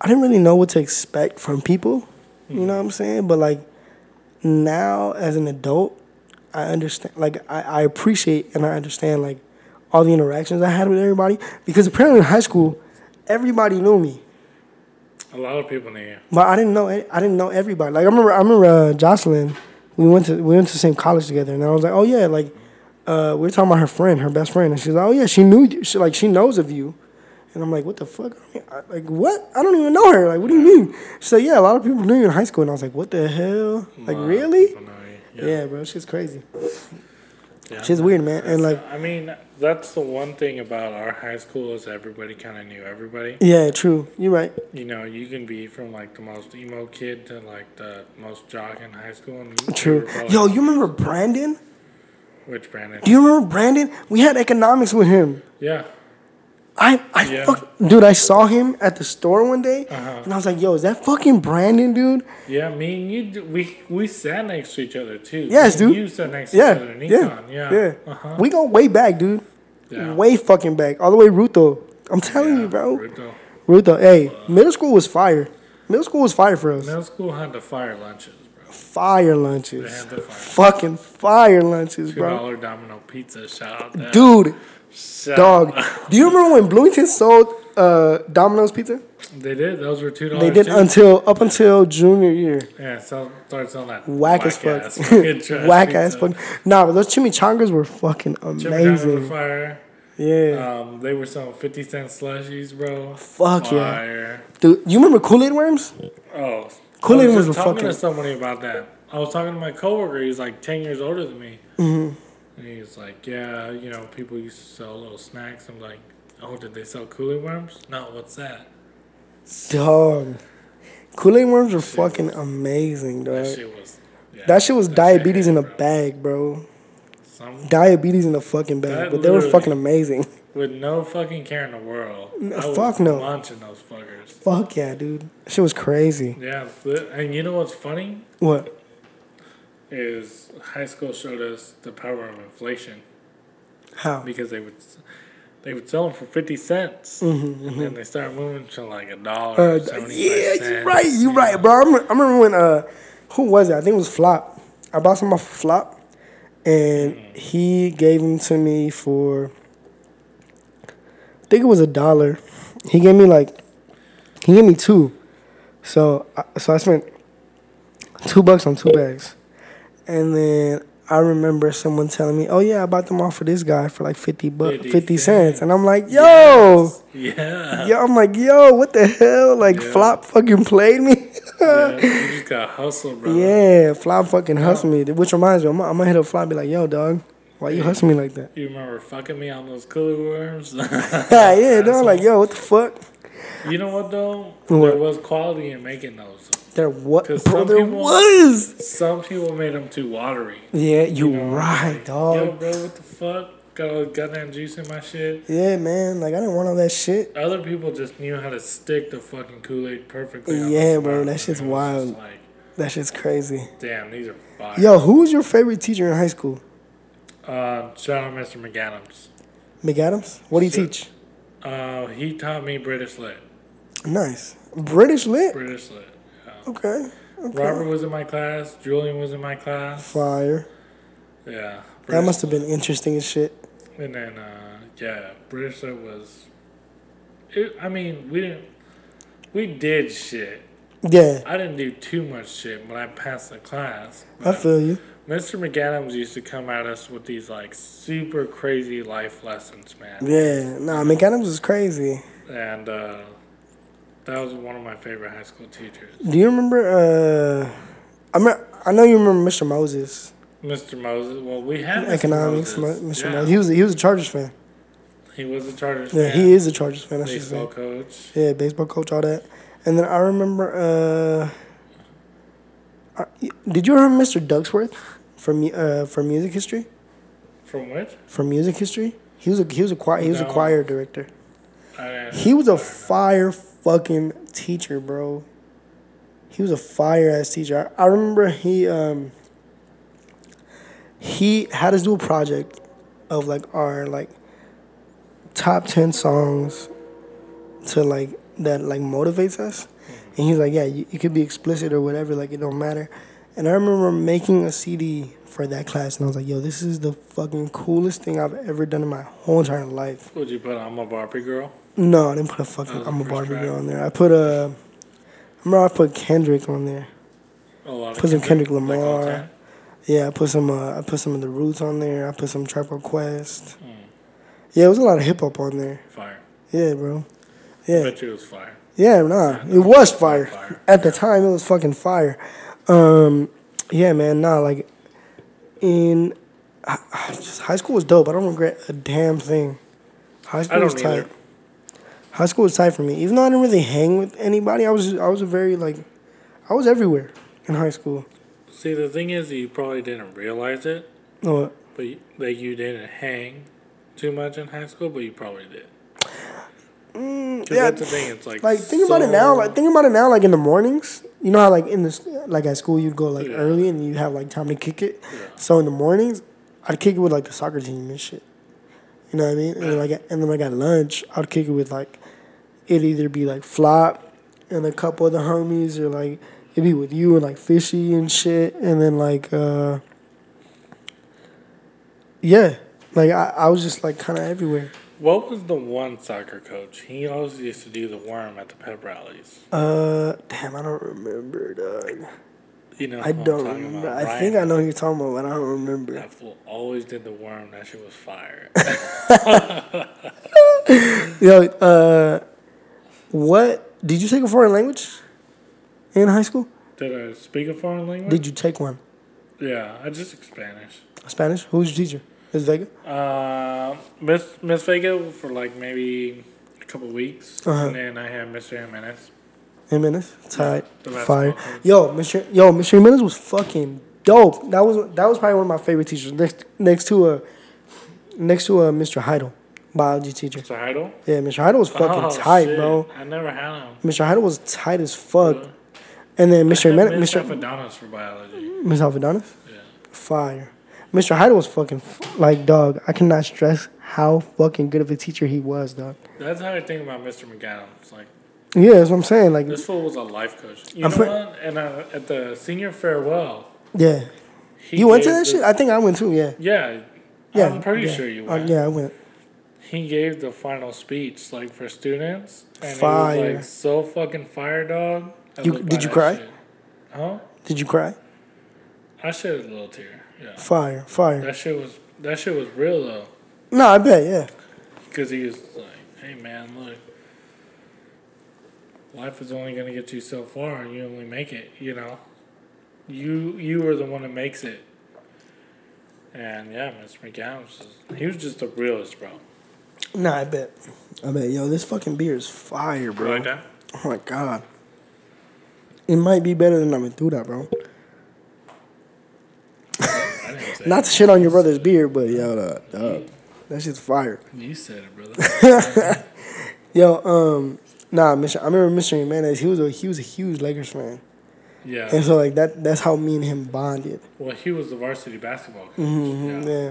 [SPEAKER 2] I didn't really know what to expect from people. You know what I'm saying? But like now, as an adult, I understand. Like I, I appreciate and I understand like all the interactions I had with everybody because apparently in high school, everybody knew me,
[SPEAKER 3] A lot of people knew you.
[SPEAKER 2] but I didn't know I didn't know everybody. Like I remember, I remember uh, Jocelyn. We went to we went to the same college together, and I was like, oh yeah, like uh, we were talking about her friend, her best friend, and she's like, oh yeah, she knew you. She like she knows of you, and I'm like, what the fuck? I mean, I- like what? I don't even know her. Like what do you mean? She's like, yeah, a lot of people knew you in high school, and I was like, what the hell? Like
[SPEAKER 3] A lot of
[SPEAKER 2] really?
[SPEAKER 3] people knew you.
[SPEAKER 2] Yeah, bro, she's crazy.
[SPEAKER 3] Yeah.
[SPEAKER 2] She's weird, man, and like
[SPEAKER 3] I mean, that's the one thing about our high school is everybody kind of knew everybody.
[SPEAKER 2] yeah, true. You're right.
[SPEAKER 3] You know, you can be from like the most emo kid to like the most jock in high school. And you- you were
[SPEAKER 2] True.
[SPEAKER 3] probably-
[SPEAKER 2] Yo, you remember Brandon?
[SPEAKER 3] which Brandon?
[SPEAKER 2] Do you remember Brandon? We had economics with him.
[SPEAKER 3] yeah,
[SPEAKER 2] I, I
[SPEAKER 3] Yeah.
[SPEAKER 2] fuck, dude, I saw him at the store one day,
[SPEAKER 3] Uh-huh.
[SPEAKER 2] and I was like, yo, is that fucking Brandon, dude?
[SPEAKER 3] yeah. Me and you, d- we we sat next to each other too.
[SPEAKER 2] Yes,
[SPEAKER 3] Me and
[SPEAKER 2] dude.
[SPEAKER 3] You sat next
[SPEAKER 2] Yeah,
[SPEAKER 3] to each other. in
[SPEAKER 2] yeah,
[SPEAKER 3] Econ.
[SPEAKER 2] yeah.
[SPEAKER 3] yeah, Uh-huh.
[SPEAKER 2] We go way back, dude.
[SPEAKER 3] Yeah.
[SPEAKER 2] Way fucking back, all the way Ruto. I'm telling
[SPEAKER 3] Yeah,
[SPEAKER 2] you, bro.
[SPEAKER 3] Ruto.
[SPEAKER 2] Ruto, hey, middle school was fire. Middle school was fire for us.
[SPEAKER 3] Middle school had the fire lunches, bro.
[SPEAKER 2] Fire
[SPEAKER 3] They
[SPEAKER 2] lunches,
[SPEAKER 3] had the fire.
[SPEAKER 2] fucking fire lunches,
[SPEAKER 3] Two
[SPEAKER 2] bro.
[SPEAKER 3] dollar Domino pizza. Shout out that
[SPEAKER 2] Dude,
[SPEAKER 3] Shout (laughs)
[SPEAKER 2] dog.
[SPEAKER 3] out.
[SPEAKER 2] Do you remember when Bloomington sold uh, Domino's pizza?
[SPEAKER 3] They did. Those were two dollars.
[SPEAKER 2] They did
[SPEAKER 3] too.
[SPEAKER 2] until up until junior year.
[SPEAKER 3] Yeah, so starts on that
[SPEAKER 2] Whack, as fuck.
[SPEAKER 3] ass
[SPEAKER 2] (laughs)
[SPEAKER 3] fucking trash
[SPEAKER 2] Whack ass
[SPEAKER 3] pizza.
[SPEAKER 2] fuck. Nah, but those chimichangas were fucking
[SPEAKER 3] Chimichangas were
[SPEAKER 2] amazing.
[SPEAKER 3] Fire.
[SPEAKER 2] Yeah.
[SPEAKER 3] Um, they were selling fifty cent slushies, bro.
[SPEAKER 2] Fuck yeah.
[SPEAKER 3] Fire.
[SPEAKER 2] Dude, you remember Kool Aid worms?
[SPEAKER 3] Oh,
[SPEAKER 2] Kool-Aid
[SPEAKER 3] I
[SPEAKER 2] was
[SPEAKER 3] was just
[SPEAKER 2] a
[SPEAKER 3] talking to
[SPEAKER 2] fucking-
[SPEAKER 3] somebody about that. I was talking to my coworker. He's like ten years older than me,
[SPEAKER 2] Mm-hmm.
[SPEAKER 3] and he's like, "Yeah, you know, people used to sell little snacks." I'm like, "Oh, did they sell Kool-Aid worms? No, what's that?
[SPEAKER 2] Dog. Kool Aid worms were fucking amazing, dog.
[SPEAKER 3] That shit was." Yeah,
[SPEAKER 2] That shit was diabetes
[SPEAKER 3] hit,
[SPEAKER 2] in a
[SPEAKER 3] bro.
[SPEAKER 2] bag, bro.
[SPEAKER 3] Some,
[SPEAKER 2] Diabetes in a fucking bag.
[SPEAKER 3] That
[SPEAKER 2] but they were
[SPEAKER 3] literally-
[SPEAKER 2] fucking amazing. (laughs)
[SPEAKER 3] with no fucking care in the world. I was
[SPEAKER 2] fuck no.
[SPEAKER 3] Launching those fuckers.
[SPEAKER 2] Fuck yeah, dude. That shit was crazy.
[SPEAKER 3] Yeah, but- and you know what's funny
[SPEAKER 2] What?
[SPEAKER 3] is high school showed us the power of inflation
[SPEAKER 2] How?
[SPEAKER 3] because they would they would sell them for fifty cents, and then they started moving to like a dollar.
[SPEAKER 2] Mm-hmm, Uh,
[SPEAKER 3] seventy five
[SPEAKER 2] yeah, you're
[SPEAKER 3] cents.
[SPEAKER 2] right. You're right, bro. I remember, I remember when uh, who was it? I think it was Flop. I bought some off of Flop, and he gave them to me for. I think it was a dollar. He gave me like, he gave me two, so I, so I spent two bucks on two bags, and then. I remember someone telling me, "Oh yeah, I bought them off for this guy for like fifty bucks,
[SPEAKER 3] 50
[SPEAKER 2] 50, cents," and I'm like, "Yo,
[SPEAKER 3] Yeah.
[SPEAKER 2] Yo, I'm like, yo, what the hell? Like,
[SPEAKER 3] Yeah.
[SPEAKER 2] Flop fucking played me. (laughs)
[SPEAKER 3] yeah, you just got hustled, bro.
[SPEAKER 2] yeah, Flop fucking hustled me. Which reminds me, I'm, I'm gonna hit up Flop and be like, yo, dog, why you hustling me like that? (laughs)
[SPEAKER 3] You remember fucking me on those cooler worms?
[SPEAKER 2] Yeah, yeah, dog, like, yo, what the fuck?
[SPEAKER 3] you know what though? There
[SPEAKER 2] What?
[SPEAKER 3] was quality in making those.
[SPEAKER 2] There what?
[SPEAKER 3] 'Cause
[SPEAKER 2] Bro,
[SPEAKER 3] some
[SPEAKER 2] there
[SPEAKER 3] people-
[SPEAKER 2] was.
[SPEAKER 3] Some people made them too watery.
[SPEAKER 2] Yeah, you,
[SPEAKER 3] know,
[SPEAKER 2] right,
[SPEAKER 3] Yo,
[SPEAKER 2] dog.
[SPEAKER 3] bro, what the fuck? Got all the goddamn juice in my shit.
[SPEAKER 2] Yeah, man, like, I didn't want all that shit.
[SPEAKER 3] Other people just knew how to stick the fucking Kool Aid perfectly. on
[SPEAKER 2] Yeah,
[SPEAKER 3] the
[SPEAKER 2] bro,
[SPEAKER 3] spot,
[SPEAKER 2] that shit's
[SPEAKER 3] It was just
[SPEAKER 2] wild.
[SPEAKER 3] Like,
[SPEAKER 2] That shit's crazy.
[SPEAKER 3] damn, these are fire.
[SPEAKER 2] Yo, who was your favorite teacher in high school?
[SPEAKER 3] Uh, shout out, Mr. McAdams.
[SPEAKER 2] McAdams? What do you
[SPEAKER 3] Shit.
[SPEAKER 2] teach?
[SPEAKER 3] Uh, he taught me British lit.
[SPEAKER 2] Nice. British lit?
[SPEAKER 3] British lit. yeah.
[SPEAKER 2] Okay. Okay.
[SPEAKER 3] Robert was in my class. Julian was in my class.
[SPEAKER 2] Fire.
[SPEAKER 3] Yeah.
[SPEAKER 2] That
[SPEAKER 3] British
[SPEAKER 2] must have been interesting as shit.
[SPEAKER 3] lit. And then, uh, yeah, British lit was. It, I mean, we didn't. We did shit.
[SPEAKER 2] Yeah,
[SPEAKER 3] I didn't do too much shit when I passed the class.
[SPEAKER 2] I feel you.
[SPEAKER 3] Mr. McAdams used to come at us with these like super crazy life lessons, man.
[SPEAKER 2] Yeah, nah, McAdams was crazy.
[SPEAKER 3] And uh, that was one of my favorite high school teachers.
[SPEAKER 2] Do you remember? Uh, I mean, I know you remember Mr. Moses.
[SPEAKER 3] Mr. Moses. Well, we had Mr.
[SPEAKER 2] Economics,
[SPEAKER 3] Moses.
[SPEAKER 2] Mo- Mr.
[SPEAKER 3] Yeah.
[SPEAKER 2] Moses. He was he was a Chargers fan.
[SPEAKER 3] He was a Chargers
[SPEAKER 2] Yeah,
[SPEAKER 3] fan.
[SPEAKER 2] he is a Chargers fan. I should
[SPEAKER 3] Baseball
[SPEAKER 2] say.
[SPEAKER 3] coach.
[SPEAKER 2] Yeah, baseball coach, all that. And then I remember. Uh, are- did you remember Mr. Dugsworth from mu- uh, from music history?
[SPEAKER 3] From what?
[SPEAKER 2] From music history, he was a he was a choir he was a
[SPEAKER 3] No.
[SPEAKER 2] choir director.
[SPEAKER 3] I don't know.
[SPEAKER 2] He was a fire fucking teacher, bro. He was a fire ass teacher. I, I remember he um he had us do a project of like our like top ten songs to like that like motivates us. And he's like, Yeah, you, you could be explicit or whatever, like it don't matter. And I remember making a CD for that class and I was like, yo, this is the fucking coolest thing I've ever done in my whole entire life.
[SPEAKER 3] Would you put I'm a Barbie girl?
[SPEAKER 2] No, I didn't put a fucking
[SPEAKER 3] That was
[SPEAKER 2] I'm a
[SPEAKER 3] the first
[SPEAKER 2] Barbie
[SPEAKER 3] track.
[SPEAKER 2] girl on there. I put a. I remember I put Kendrick on there.
[SPEAKER 3] A lot of
[SPEAKER 2] Put some Kendrick
[SPEAKER 3] like all
[SPEAKER 2] Lamar.
[SPEAKER 3] time?
[SPEAKER 2] Yeah, I put some. Uh, I put some of the Roots on there. I put some Trap Quest.
[SPEAKER 3] Hmm.
[SPEAKER 2] Yeah, it was a lot of hip hop on there.
[SPEAKER 3] Fire.
[SPEAKER 2] Yeah, bro.
[SPEAKER 3] I
[SPEAKER 2] Yeah,
[SPEAKER 3] bet you it was fire.
[SPEAKER 2] yeah, nah. It was fire
[SPEAKER 3] Fire.
[SPEAKER 2] at the time. It was fucking fire. Um, yeah, man, nah. Like, in (sighs) I- I just high school was dope. I don't regret a damn thing. High school
[SPEAKER 3] I
[SPEAKER 2] was
[SPEAKER 3] don't
[SPEAKER 2] tight.
[SPEAKER 3] either.
[SPEAKER 2] High school was tight for me. Even though I didn't really hang with anybody, I was I was a very like, I was everywhere in high school.
[SPEAKER 3] See, the thing is, you probably didn't realize it,
[SPEAKER 2] Oh,
[SPEAKER 3] but you, that you didn't hang too much in high school, but you probably did. 'Cause
[SPEAKER 2] Mm, yeah,
[SPEAKER 3] that's the thing. It's like
[SPEAKER 2] like think about it now. Like think about it now. Like in the mornings, you know how like in the s- like at school you'd go like
[SPEAKER 3] Yeah.
[SPEAKER 2] early and you have like time to kick it. So in the mornings, I'd kick it with like the soccer team and shit. You know what I mean? And then like at- and then like at lunch, I'd kick it with like it'd either be like flop and a couple of the homies or like it'd be with you and like fishy and shit and then like uh yeah like i, I was just like kind of everywhere
[SPEAKER 3] what was the one soccer coach? He always used to do the worm at the pep rallies.
[SPEAKER 2] uh damn i don't remember dog
[SPEAKER 3] You know,
[SPEAKER 2] i
[SPEAKER 3] who I'm
[SPEAKER 2] don't
[SPEAKER 3] talking
[SPEAKER 2] remember
[SPEAKER 3] about,
[SPEAKER 2] i
[SPEAKER 3] Ryan
[SPEAKER 2] think i know who you're talking about but i don't remember
[SPEAKER 3] That fool always did the worm. That shit
[SPEAKER 2] (laughs)
[SPEAKER 3] was fire.
[SPEAKER 2] yo uh what did you take a foreign language in high school
[SPEAKER 3] Did I speak a foreign language?
[SPEAKER 2] did you take one
[SPEAKER 3] Yeah, I just speak Spanish.
[SPEAKER 2] spanish who was your teacher is vega
[SPEAKER 3] Uh, Miss Miss Vega for like maybe a couple weeks,
[SPEAKER 2] Uh-huh.
[SPEAKER 3] and then I had Mr. Jimenez.
[SPEAKER 2] Jimenez, tight,
[SPEAKER 3] The last
[SPEAKER 2] fire.
[SPEAKER 3] one, huh?
[SPEAKER 2] Yo, Mr. Yo, Mr. Jimenez was fucking dope. That was that was probably one of my favorite teachers. Next next to a next to a Mr. Heidel, biology teacher.
[SPEAKER 3] Mr. Heidel. Oh,
[SPEAKER 2] Yeah, Mr. Heidel was fucking tight,
[SPEAKER 3] shit.
[SPEAKER 2] bro.
[SPEAKER 3] I never had him.
[SPEAKER 2] Mr. Heidel was tight as fuck.
[SPEAKER 3] Really?
[SPEAKER 2] And then Mr. (laughs)
[SPEAKER 3] I had
[SPEAKER 2] Jimenez,
[SPEAKER 3] Miss
[SPEAKER 2] Mr.
[SPEAKER 3] Papadopoulos for biology.
[SPEAKER 2] Ms. Alvedanis?
[SPEAKER 3] Yeah.
[SPEAKER 2] Fire. Mr. Heidel was fucking f- like dog. I cannot stress how fucking good of a teacher he was, dog.
[SPEAKER 3] That's how I think about Mr. McAdams. Like
[SPEAKER 2] Yeah, that's what I'm saying. Like,
[SPEAKER 3] this fool was a life coach. You
[SPEAKER 2] I'm
[SPEAKER 3] know
[SPEAKER 2] pre-
[SPEAKER 3] what? And uh, at the senior farewell,
[SPEAKER 2] yeah.
[SPEAKER 3] he
[SPEAKER 2] You went to
[SPEAKER 3] gave
[SPEAKER 2] that
[SPEAKER 3] the-
[SPEAKER 2] shit? I think I went too. Yeah.
[SPEAKER 3] Yeah,
[SPEAKER 2] Yeah.
[SPEAKER 3] I'm pretty
[SPEAKER 2] yeah.
[SPEAKER 3] sure you
[SPEAKER 2] Uh,
[SPEAKER 3] went.
[SPEAKER 2] yeah, I went.
[SPEAKER 3] he gave the final speech like for students, and it was
[SPEAKER 2] Fire.
[SPEAKER 3] like so fucking fire, dog. I
[SPEAKER 2] You-
[SPEAKER 3] live
[SPEAKER 2] did
[SPEAKER 3] by
[SPEAKER 2] you
[SPEAKER 3] that
[SPEAKER 2] cry?
[SPEAKER 3] shit. Huh?
[SPEAKER 2] Did you cry?
[SPEAKER 3] I shed a little tear. Yeah,
[SPEAKER 2] Fire, fire.
[SPEAKER 3] that shit was that shit was real though,
[SPEAKER 2] No, I bet, yeah.
[SPEAKER 3] because he was like, "Hey man, look, life is only gonna get you so far, and you only make it. You know, you you are the one that makes it." And yeah, Mr. McAdams, was- he was just the realest, bro.
[SPEAKER 2] No, I bet. I bet, yo, this fucking beer is fire,
[SPEAKER 3] You
[SPEAKER 2] bro.
[SPEAKER 3] like that?
[SPEAKER 2] Oh my god. It might be better than I've been through that, bro.
[SPEAKER 3] I didn't say
[SPEAKER 2] Not to shit on your brother's beer, but yo, uh, dog, that shit's fire.
[SPEAKER 3] it. You said it, brother.
[SPEAKER 2] (laughs) Yo, um, nah, Mr. I remember Mr. Jimenez. He was a he was a huge Lakers fan,
[SPEAKER 3] Yeah.
[SPEAKER 2] and so like that that's how me and him bonded.
[SPEAKER 3] Well, he was the varsity basketball coach.
[SPEAKER 2] Mhm,
[SPEAKER 3] Yeah.
[SPEAKER 2] Yeah,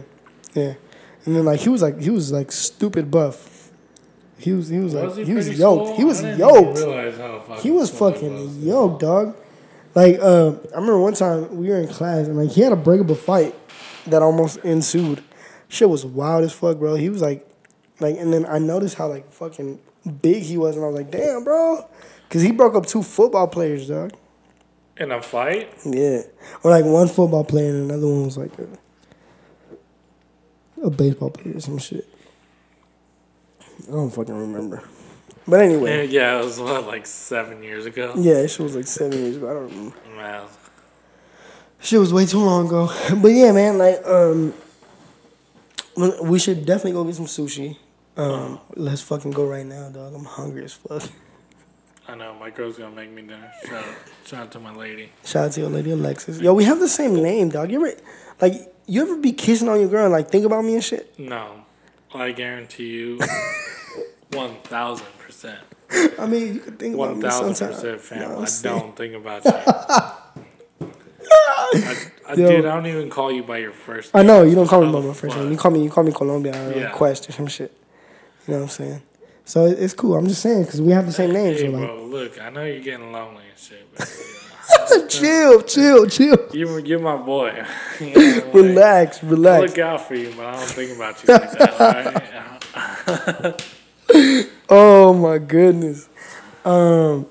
[SPEAKER 2] yeah. And then like he was like he was like stupid buff. He was he was like
[SPEAKER 3] Was he,
[SPEAKER 2] he was
[SPEAKER 3] pretty
[SPEAKER 2] yoked.
[SPEAKER 3] small?
[SPEAKER 2] He was
[SPEAKER 3] I didn't
[SPEAKER 2] yoked.
[SPEAKER 3] Even realize how fucking
[SPEAKER 2] He was
[SPEAKER 3] small
[SPEAKER 2] fucking
[SPEAKER 3] was.
[SPEAKER 2] yoked, dog. Like uh, I remember one time we were in class and like he had a breakable fight that almost ensued. Shit was wild as fuck, bro. He was like, like, and then I noticed how like fucking big he was, and I was like, damn, bro, because he broke up two football players, dog.
[SPEAKER 3] in a fight.
[SPEAKER 2] Yeah, or like one football player and another one was like a, a baseball player or some shit. I don't fucking remember, but
[SPEAKER 3] Yeah,
[SPEAKER 2] anyway,
[SPEAKER 3] yeah, it was what, like seven years ago.
[SPEAKER 2] yeah, this shit was like seven years, but I don't remember.
[SPEAKER 3] Man,
[SPEAKER 2] Shit was way too long ago. (laughs) But yeah, man, like um we- we should definitely go get some sushi. Um let's fucking go right now, dog. I'm hungry as fuck. (laughs)
[SPEAKER 3] I know my girl's gonna make me dinner. Shout out, shout out to my lady.
[SPEAKER 2] Shout out to your lady Alexis. Yo, we have the same name, dog. You ever like you ever be kissing on your girl and like think about me and shit?
[SPEAKER 3] No, I guarantee
[SPEAKER 2] (laughs)
[SPEAKER 3] you, one thousand percent,
[SPEAKER 2] I mean, you could think about
[SPEAKER 3] one
[SPEAKER 2] me
[SPEAKER 3] thousand
[SPEAKER 2] sometimes.
[SPEAKER 3] percent, fam.
[SPEAKER 2] You know what I'm
[SPEAKER 3] I
[SPEAKER 2] saying?
[SPEAKER 3] don't think about you. I,
[SPEAKER 2] (laughs)
[SPEAKER 3] I,
[SPEAKER 2] Yo.
[SPEAKER 3] dude, I don't even call you by your first.
[SPEAKER 2] I
[SPEAKER 3] name.
[SPEAKER 2] know you don't call me
[SPEAKER 3] Oh,
[SPEAKER 2] by my first
[SPEAKER 3] fuck.
[SPEAKER 2] name. You call me you call me Colombia or
[SPEAKER 3] Yeah.
[SPEAKER 2] Quest or some shit. You know what I'm saying? So it- it's cool. I'm just saying because we have the same names.
[SPEAKER 3] Hey,
[SPEAKER 2] so like,
[SPEAKER 3] bro, look, I know you're getting lonely and shit,
[SPEAKER 2] (laughs)
[SPEAKER 3] but
[SPEAKER 2] chill, chill, chill.
[SPEAKER 3] you, you're my boy. (laughs) You know, like,
[SPEAKER 2] Relax,
[SPEAKER 3] I
[SPEAKER 2] relax.
[SPEAKER 3] look out for you, but I don't think about you like that.
[SPEAKER 2] (laughs)
[SPEAKER 3] alright?
[SPEAKER 2] Oh my goodness. Um.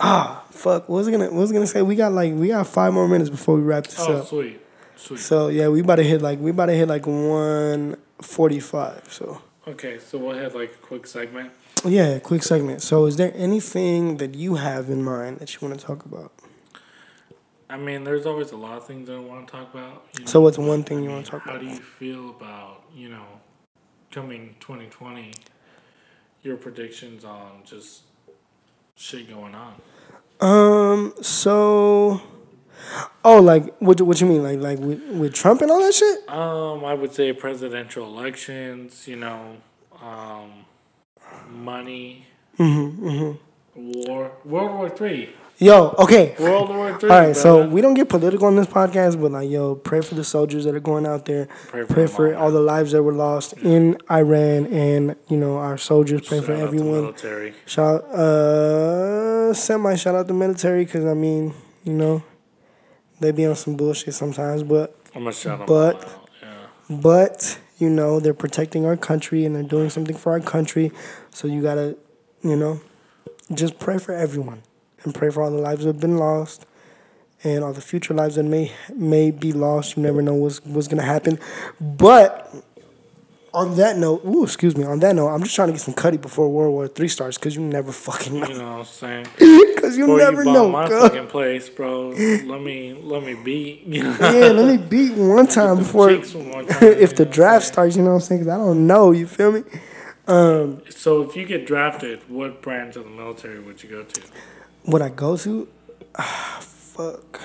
[SPEAKER 2] Ah, fuck. What was I gonna What was I gonna say? We got like we got five more minutes before we wrap this
[SPEAKER 3] Oh,
[SPEAKER 2] up.
[SPEAKER 3] sweet, sweet.
[SPEAKER 2] So yeah, we about to hit like we about to hit like one forty five. So
[SPEAKER 3] Okay, so we'll have like a quick segment.
[SPEAKER 2] yeah, quick segment. So is there anything that you have in mind that you want to talk about?
[SPEAKER 3] I mean, there's always a lot of things I want to talk about. you
[SPEAKER 2] So
[SPEAKER 3] know,
[SPEAKER 2] what's one thing
[SPEAKER 3] I
[SPEAKER 2] you
[SPEAKER 3] mean,
[SPEAKER 2] want to talk
[SPEAKER 3] How
[SPEAKER 2] about?
[SPEAKER 3] do you feel about you know, coming 2020? Your predictions on just shit going on.
[SPEAKER 2] Um. So. Oh, like what? What you mean? Like like with, with Trump and all that shit?
[SPEAKER 3] Um, I would say presidential elections. You know, um, money,
[SPEAKER 2] Mm-hmm, mm-hmm.
[SPEAKER 3] war, World War Three,
[SPEAKER 2] Yo. Okay.
[SPEAKER 3] World War Three.
[SPEAKER 2] All right, so
[SPEAKER 3] brother.
[SPEAKER 2] we don't get political on this podcast, but like, yo, pray for the soldiers that are going out there.
[SPEAKER 3] Pray
[SPEAKER 2] Pray
[SPEAKER 3] for
[SPEAKER 2] for,
[SPEAKER 3] them all,
[SPEAKER 2] all the lives that were lost in Iran, and you know our soldiers. Pray for
[SPEAKER 3] Shout out to
[SPEAKER 2] everyone.
[SPEAKER 3] military.
[SPEAKER 2] Shout uh, semi shout out the military because I mean, you know, they be on some bullshit sometimes, but
[SPEAKER 3] I'm gonna shout 'em
[SPEAKER 2] But-
[SPEAKER 3] all out. Yeah.
[SPEAKER 2] but you know they're protecting our country and they're doing something for our country, so you gotta, you know, just pray for everyone and pray for all the lives that have been lost. And all the future lives that may may be lost, you never know what's what's gonna happen. But on that note, ooh, excuse me. On that note, I'm just trying to get some cutty before World War Three starts, cause you never fucking know.
[SPEAKER 3] You know what I'm saying?
[SPEAKER 2] (laughs) Cause you
[SPEAKER 3] (laughs) Before
[SPEAKER 2] never
[SPEAKER 3] bought
[SPEAKER 2] know.
[SPEAKER 3] my
[SPEAKER 2] cuz.
[SPEAKER 3] fucking place, bro. Let me let me be. You know?
[SPEAKER 2] yeah, let me beat
[SPEAKER 3] (laughs)
[SPEAKER 2] one time before
[SPEAKER 3] cheeks one more
[SPEAKER 2] (laughs) if
[SPEAKER 3] time, you
[SPEAKER 2] the
[SPEAKER 3] know what I'm
[SPEAKER 2] draft
[SPEAKER 3] saying?
[SPEAKER 2] starts. You know what I'm saying? 'Cause I don't know. You feel me? Um,
[SPEAKER 3] So if you get drafted, what branch of the military would you go to?
[SPEAKER 2] would I go to? Ah, fuck.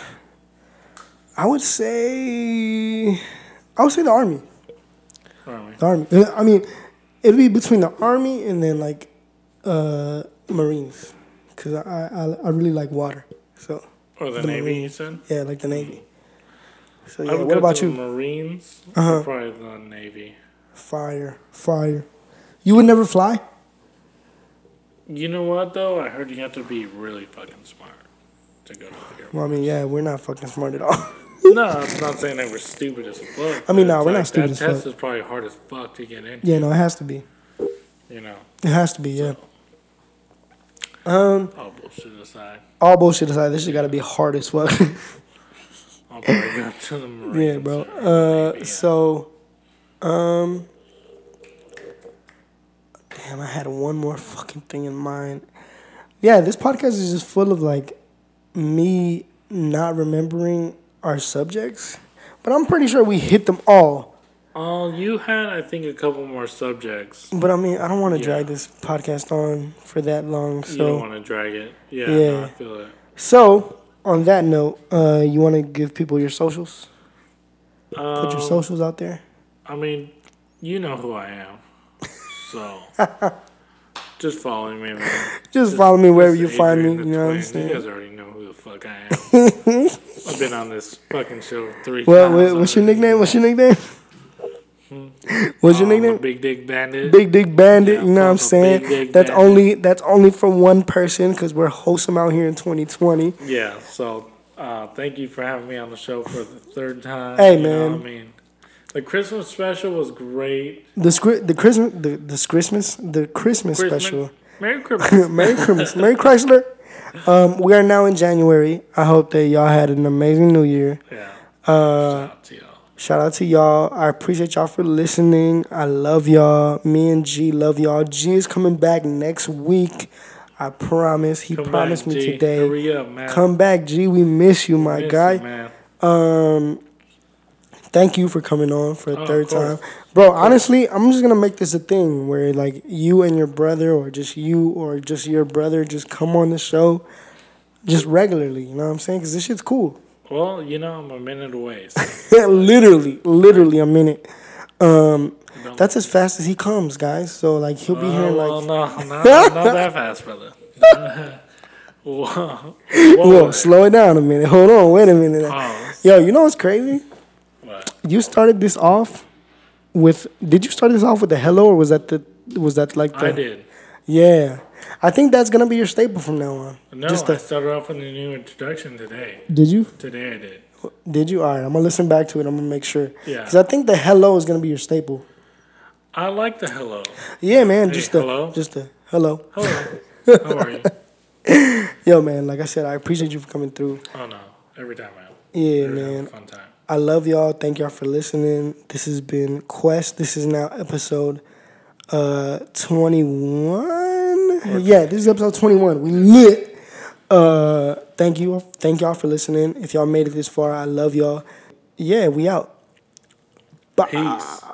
[SPEAKER 2] I would say. I would say the army.
[SPEAKER 3] Army.
[SPEAKER 2] The army. Uh, I mean, it'd be between the army and then like uh, marines, cause I, I I- I really like water. So
[SPEAKER 3] Or the,
[SPEAKER 2] The
[SPEAKER 3] Navy, you
[SPEAKER 2] Marines.
[SPEAKER 3] said?
[SPEAKER 2] yeah, I like the navy. So
[SPEAKER 3] I
[SPEAKER 2] yeah,
[SPEAKER 3] would
[SPEAKER 2] what
[SPEAKER 3] go
[SPEAKER 2] about
[SPEAKER 3] to
[SPEAKER 2] you?
[SPEAKER 3] The Marines or
[SPEAKER 2] Uh-huh.
[SPEAKER 3] probably the Navy.
[SPEAKER 2] Fire, fire. You would never fly.
[SPEAKER 3] You know what though? I heard you have to be really fucking smart to go to the Air
[SPEAKER 2] Well, I mean, yeah, we're not fucking smart at all. (laughs)
[SPEAKER 3] Force. No, I'm not saying they were stupid as fuck.
[SPEAKER 2] I mean,
[SPEAKER 3] but
[SPEAKER 2] nah,
[SPEAKER 3] it's
[SPEAKER 2] we're not stupid
[SPEAKER 3] That
[SPEAKER 2] as
[SPEAKER 3] test
[SPEAKER 2] fuck.
[SPEAKER 3] is probably hard as fuck to get in.
[SPEAKER 2] yeah, no, it has to be.
[SPEAKER 3] You know,
[SPEAKER 2] It has to be, yeah. Um,
[SPEAKER 3] all bullshit aside,
[SPEAKER 2] all bullshit aside, this shit gotta be hard as fuck. (laughs)
[SPEAKER 3] I'll probably go (laughs) to the Marines.
[SPEAKER 2] yeah, bro.
[SPEAKER 3] or Navy,
[SPEAKER 2] Uh,
[SPEAKER 3] yeah.
[SPEAKER 2] so, um, damn, I had one more fucking thing in mind. Yeah, this podcast is just full of like me not remembering our subjects, but I'm pretty sure we hit them all.
[SPEAKER 3] Oh, you had, I think, a couple more subjects.
[SPEAKER 2] But I mean, I don't want to
[SPEAKER 3] Yeah.
[SPEAKER 2] drag this podcast on for that long, so.
[SPEAKER 3] you don't want to drag it. Yeah,
[SPEAKER 2] Yeah.
[SPEAKER 3] No, I feel it.
[SPEAKER 2] So, on that note, uh, you want to give people your socials?
[SPEAKER 3] Um,
[SPEAKER 2] Put your socials out there.
[SPEAKER 3] I mean, you know who I am.
[SPEAKER 2] (laughs)
[SPEAKER 3] So, just follow me, man.
[SPEAKER 2] Just follow me wherever you
[SPEAKER 3] This is
[SPEAKER 2] find me.
[SPEAKER 3] Adrian
[SPEAKER 2] You
[SPEAKER 3] the
[SPEAKER 2] know what I'm
[SPEAKER 3] Twin. You guys
[SPEAKER 2] saying?
[SPEAKER 3] already know who the fuck I am.
[SPEAKER 2] (laughs)
[SPEAKER 3] I've been on this fucking show three
[SPEAKER 2] What,
[SPEAKER 3] times.
[SPEAKER 2] what, what's your
[SPEAKER 3] already.
[SPEAKER 2] nickname? What's your nickname? What's your
[SPEAKER 3] Oh, I'm a
[SPEAKER 2] nickname?
[SPEAKER 3] Big Dick Bandit.
[SPEAKER 2] Big Dick Bandit.
[SPEAKER 3] Yeah,
[SPEAKER 2] You know what I'm
[SPEAKER 3] fuck a Big
[SPEAKER 2] saying?
[SPEAKER 3] Dick
[SPEAKER 2] That's
[SPEAKER 3] Bandit.
[SPEAKER 2] only that's only for one person because we're wholesome out here in 2020.
[SPEAKER 3] Yeah, so uh, thank you for having me on the show for the third time.
[SPEAKER 2] Hey,
[SPEAKER 3] you know
[SPEAKER 2] man.
[SPEAKER 3] what I mean, the Christmas special was great.
[SPEAKER 2] The script, the Christmas, the this Christmas, the Christmas
[SPEAKER 3] Christmas.
[SPEAKER 2] special. (laughs)
[SPEAKER 3] Merry Christmas.
[SPEAKER 2] Merry Christmas, Merry Chrysler. Um, we are now in January. I hope that y'all had an amazing New Year.
[SPEAKER 3] yeah.
[SPEAKER 2] Uh,
[SPEAKER 3] Shout out to y'all.
[SPEAKER 2] Shout out to y'all. I appreciate y'all for listening. I love y'all. Me and G love y'all. G is coming back next week. I promise. He
[SPEAKER 3] Come
[SPEAKER 2] promised
[SPEAKER 3] back,
[SPEAKER 2] me
[SPEAKER 3] G.
[SPEAKER 2] today.
[SPEAKER 3] Hurry up, man.
[SPEAKER 2] Come back, G. We miss you, my
[SPEAKER 3] Miss you,
[SPEAKER 2] guy.
[SPEAKER 3] man.
[SPEAKER 2] Um, thank you for coming on for a
[SPEAKER 3] Oh, of
[SPEAKER 2] third
[SPEAKER 3] course.
[SPEAKER 2] time, bro. Honestly, I'm just gonna make this a thing where like you and your brother, or just you, or just your brother, just come on the show, just regularly. You know what I'm saying? Cause this shit's cool.
[SPEAKER 3] Well, you know, I'm a minute away.
[SPEAKER 2] (laughs)
[SPEAKER 3] So
[SPEAKER 2] literally, literally a minute. Um,
[SPEAKER 3] don't-
[SPEAKER 2] that's as fast as he comes, guys. So like he'll be here
[SPEAKER 3] Uh,
[SPEAKER 2] in,
[SPEAKER 3] well,
[SPEAKER 2] like
[SPEAKER 3] no,
[SPEAKER 2] (laughs)
[SPEAKER 3] not, not that fast, brother. (laughs) Whoa. Whoa.
[SPEAKER 2] whoa, slow it down a minute. (laughs) Hold on, wait a minute.
[SPEAKER 3] Oh,
[SPEAKER 2] Yo, you know what's crazy?
[SPEAKER 3] what?
[SPEAKER 2] You started this off with. Did you start this off with the hello, or was that the was that like the?
[SPEAKER 3] I did.
[SPEAKER 2] Yeah, I think that's gonna be your staple from now on.
[SPEAKER 3] No,
[SPEAKER 2] Just
[SPEAKER 3] I
[SPEAKER 2] the,
[SPEAKER 3] started off with a new introduction today.
[SPEAKER 2] did you?
[SPEAKER 3] Today I did.
[SPEAKER 2] Did you? All right, I'm gonna listen back to it. I'm gonna make sure.
[SPEAKER 3] Yeah.
[SPEAKER 2] Cause I think the hello is gonna be your staple.
[SPEAKER 3] I like the hello.
[SPEAKER 2] Yeah, man. just the
[SPEAKER 3] hello?
[SPEAKER 2] just the hello. (laughs)
[SPEAKER 3] Hello. How are you?
[SPEAKER 2] Yo, man. Like I said, I appreciate you for coming through.
[SPEAKER 3] Oh, no. Every time I
[SPEAKER 2] Yeah,
[SPEAKER 3] every time,
[SPEAKER 2] man.
[SPEAKER 3] Fun time.
[SPEAKER 2] I love y'all. Thank y'all for listening. This has been Quest. This is now episode uh 21. Yeah, this is episode 21. We lit. Uh thank you. Thank y'all for listening. If y'all made it this far, I love y'all. Yeah, we out. Bye.
[SPEAKER 3] Peace.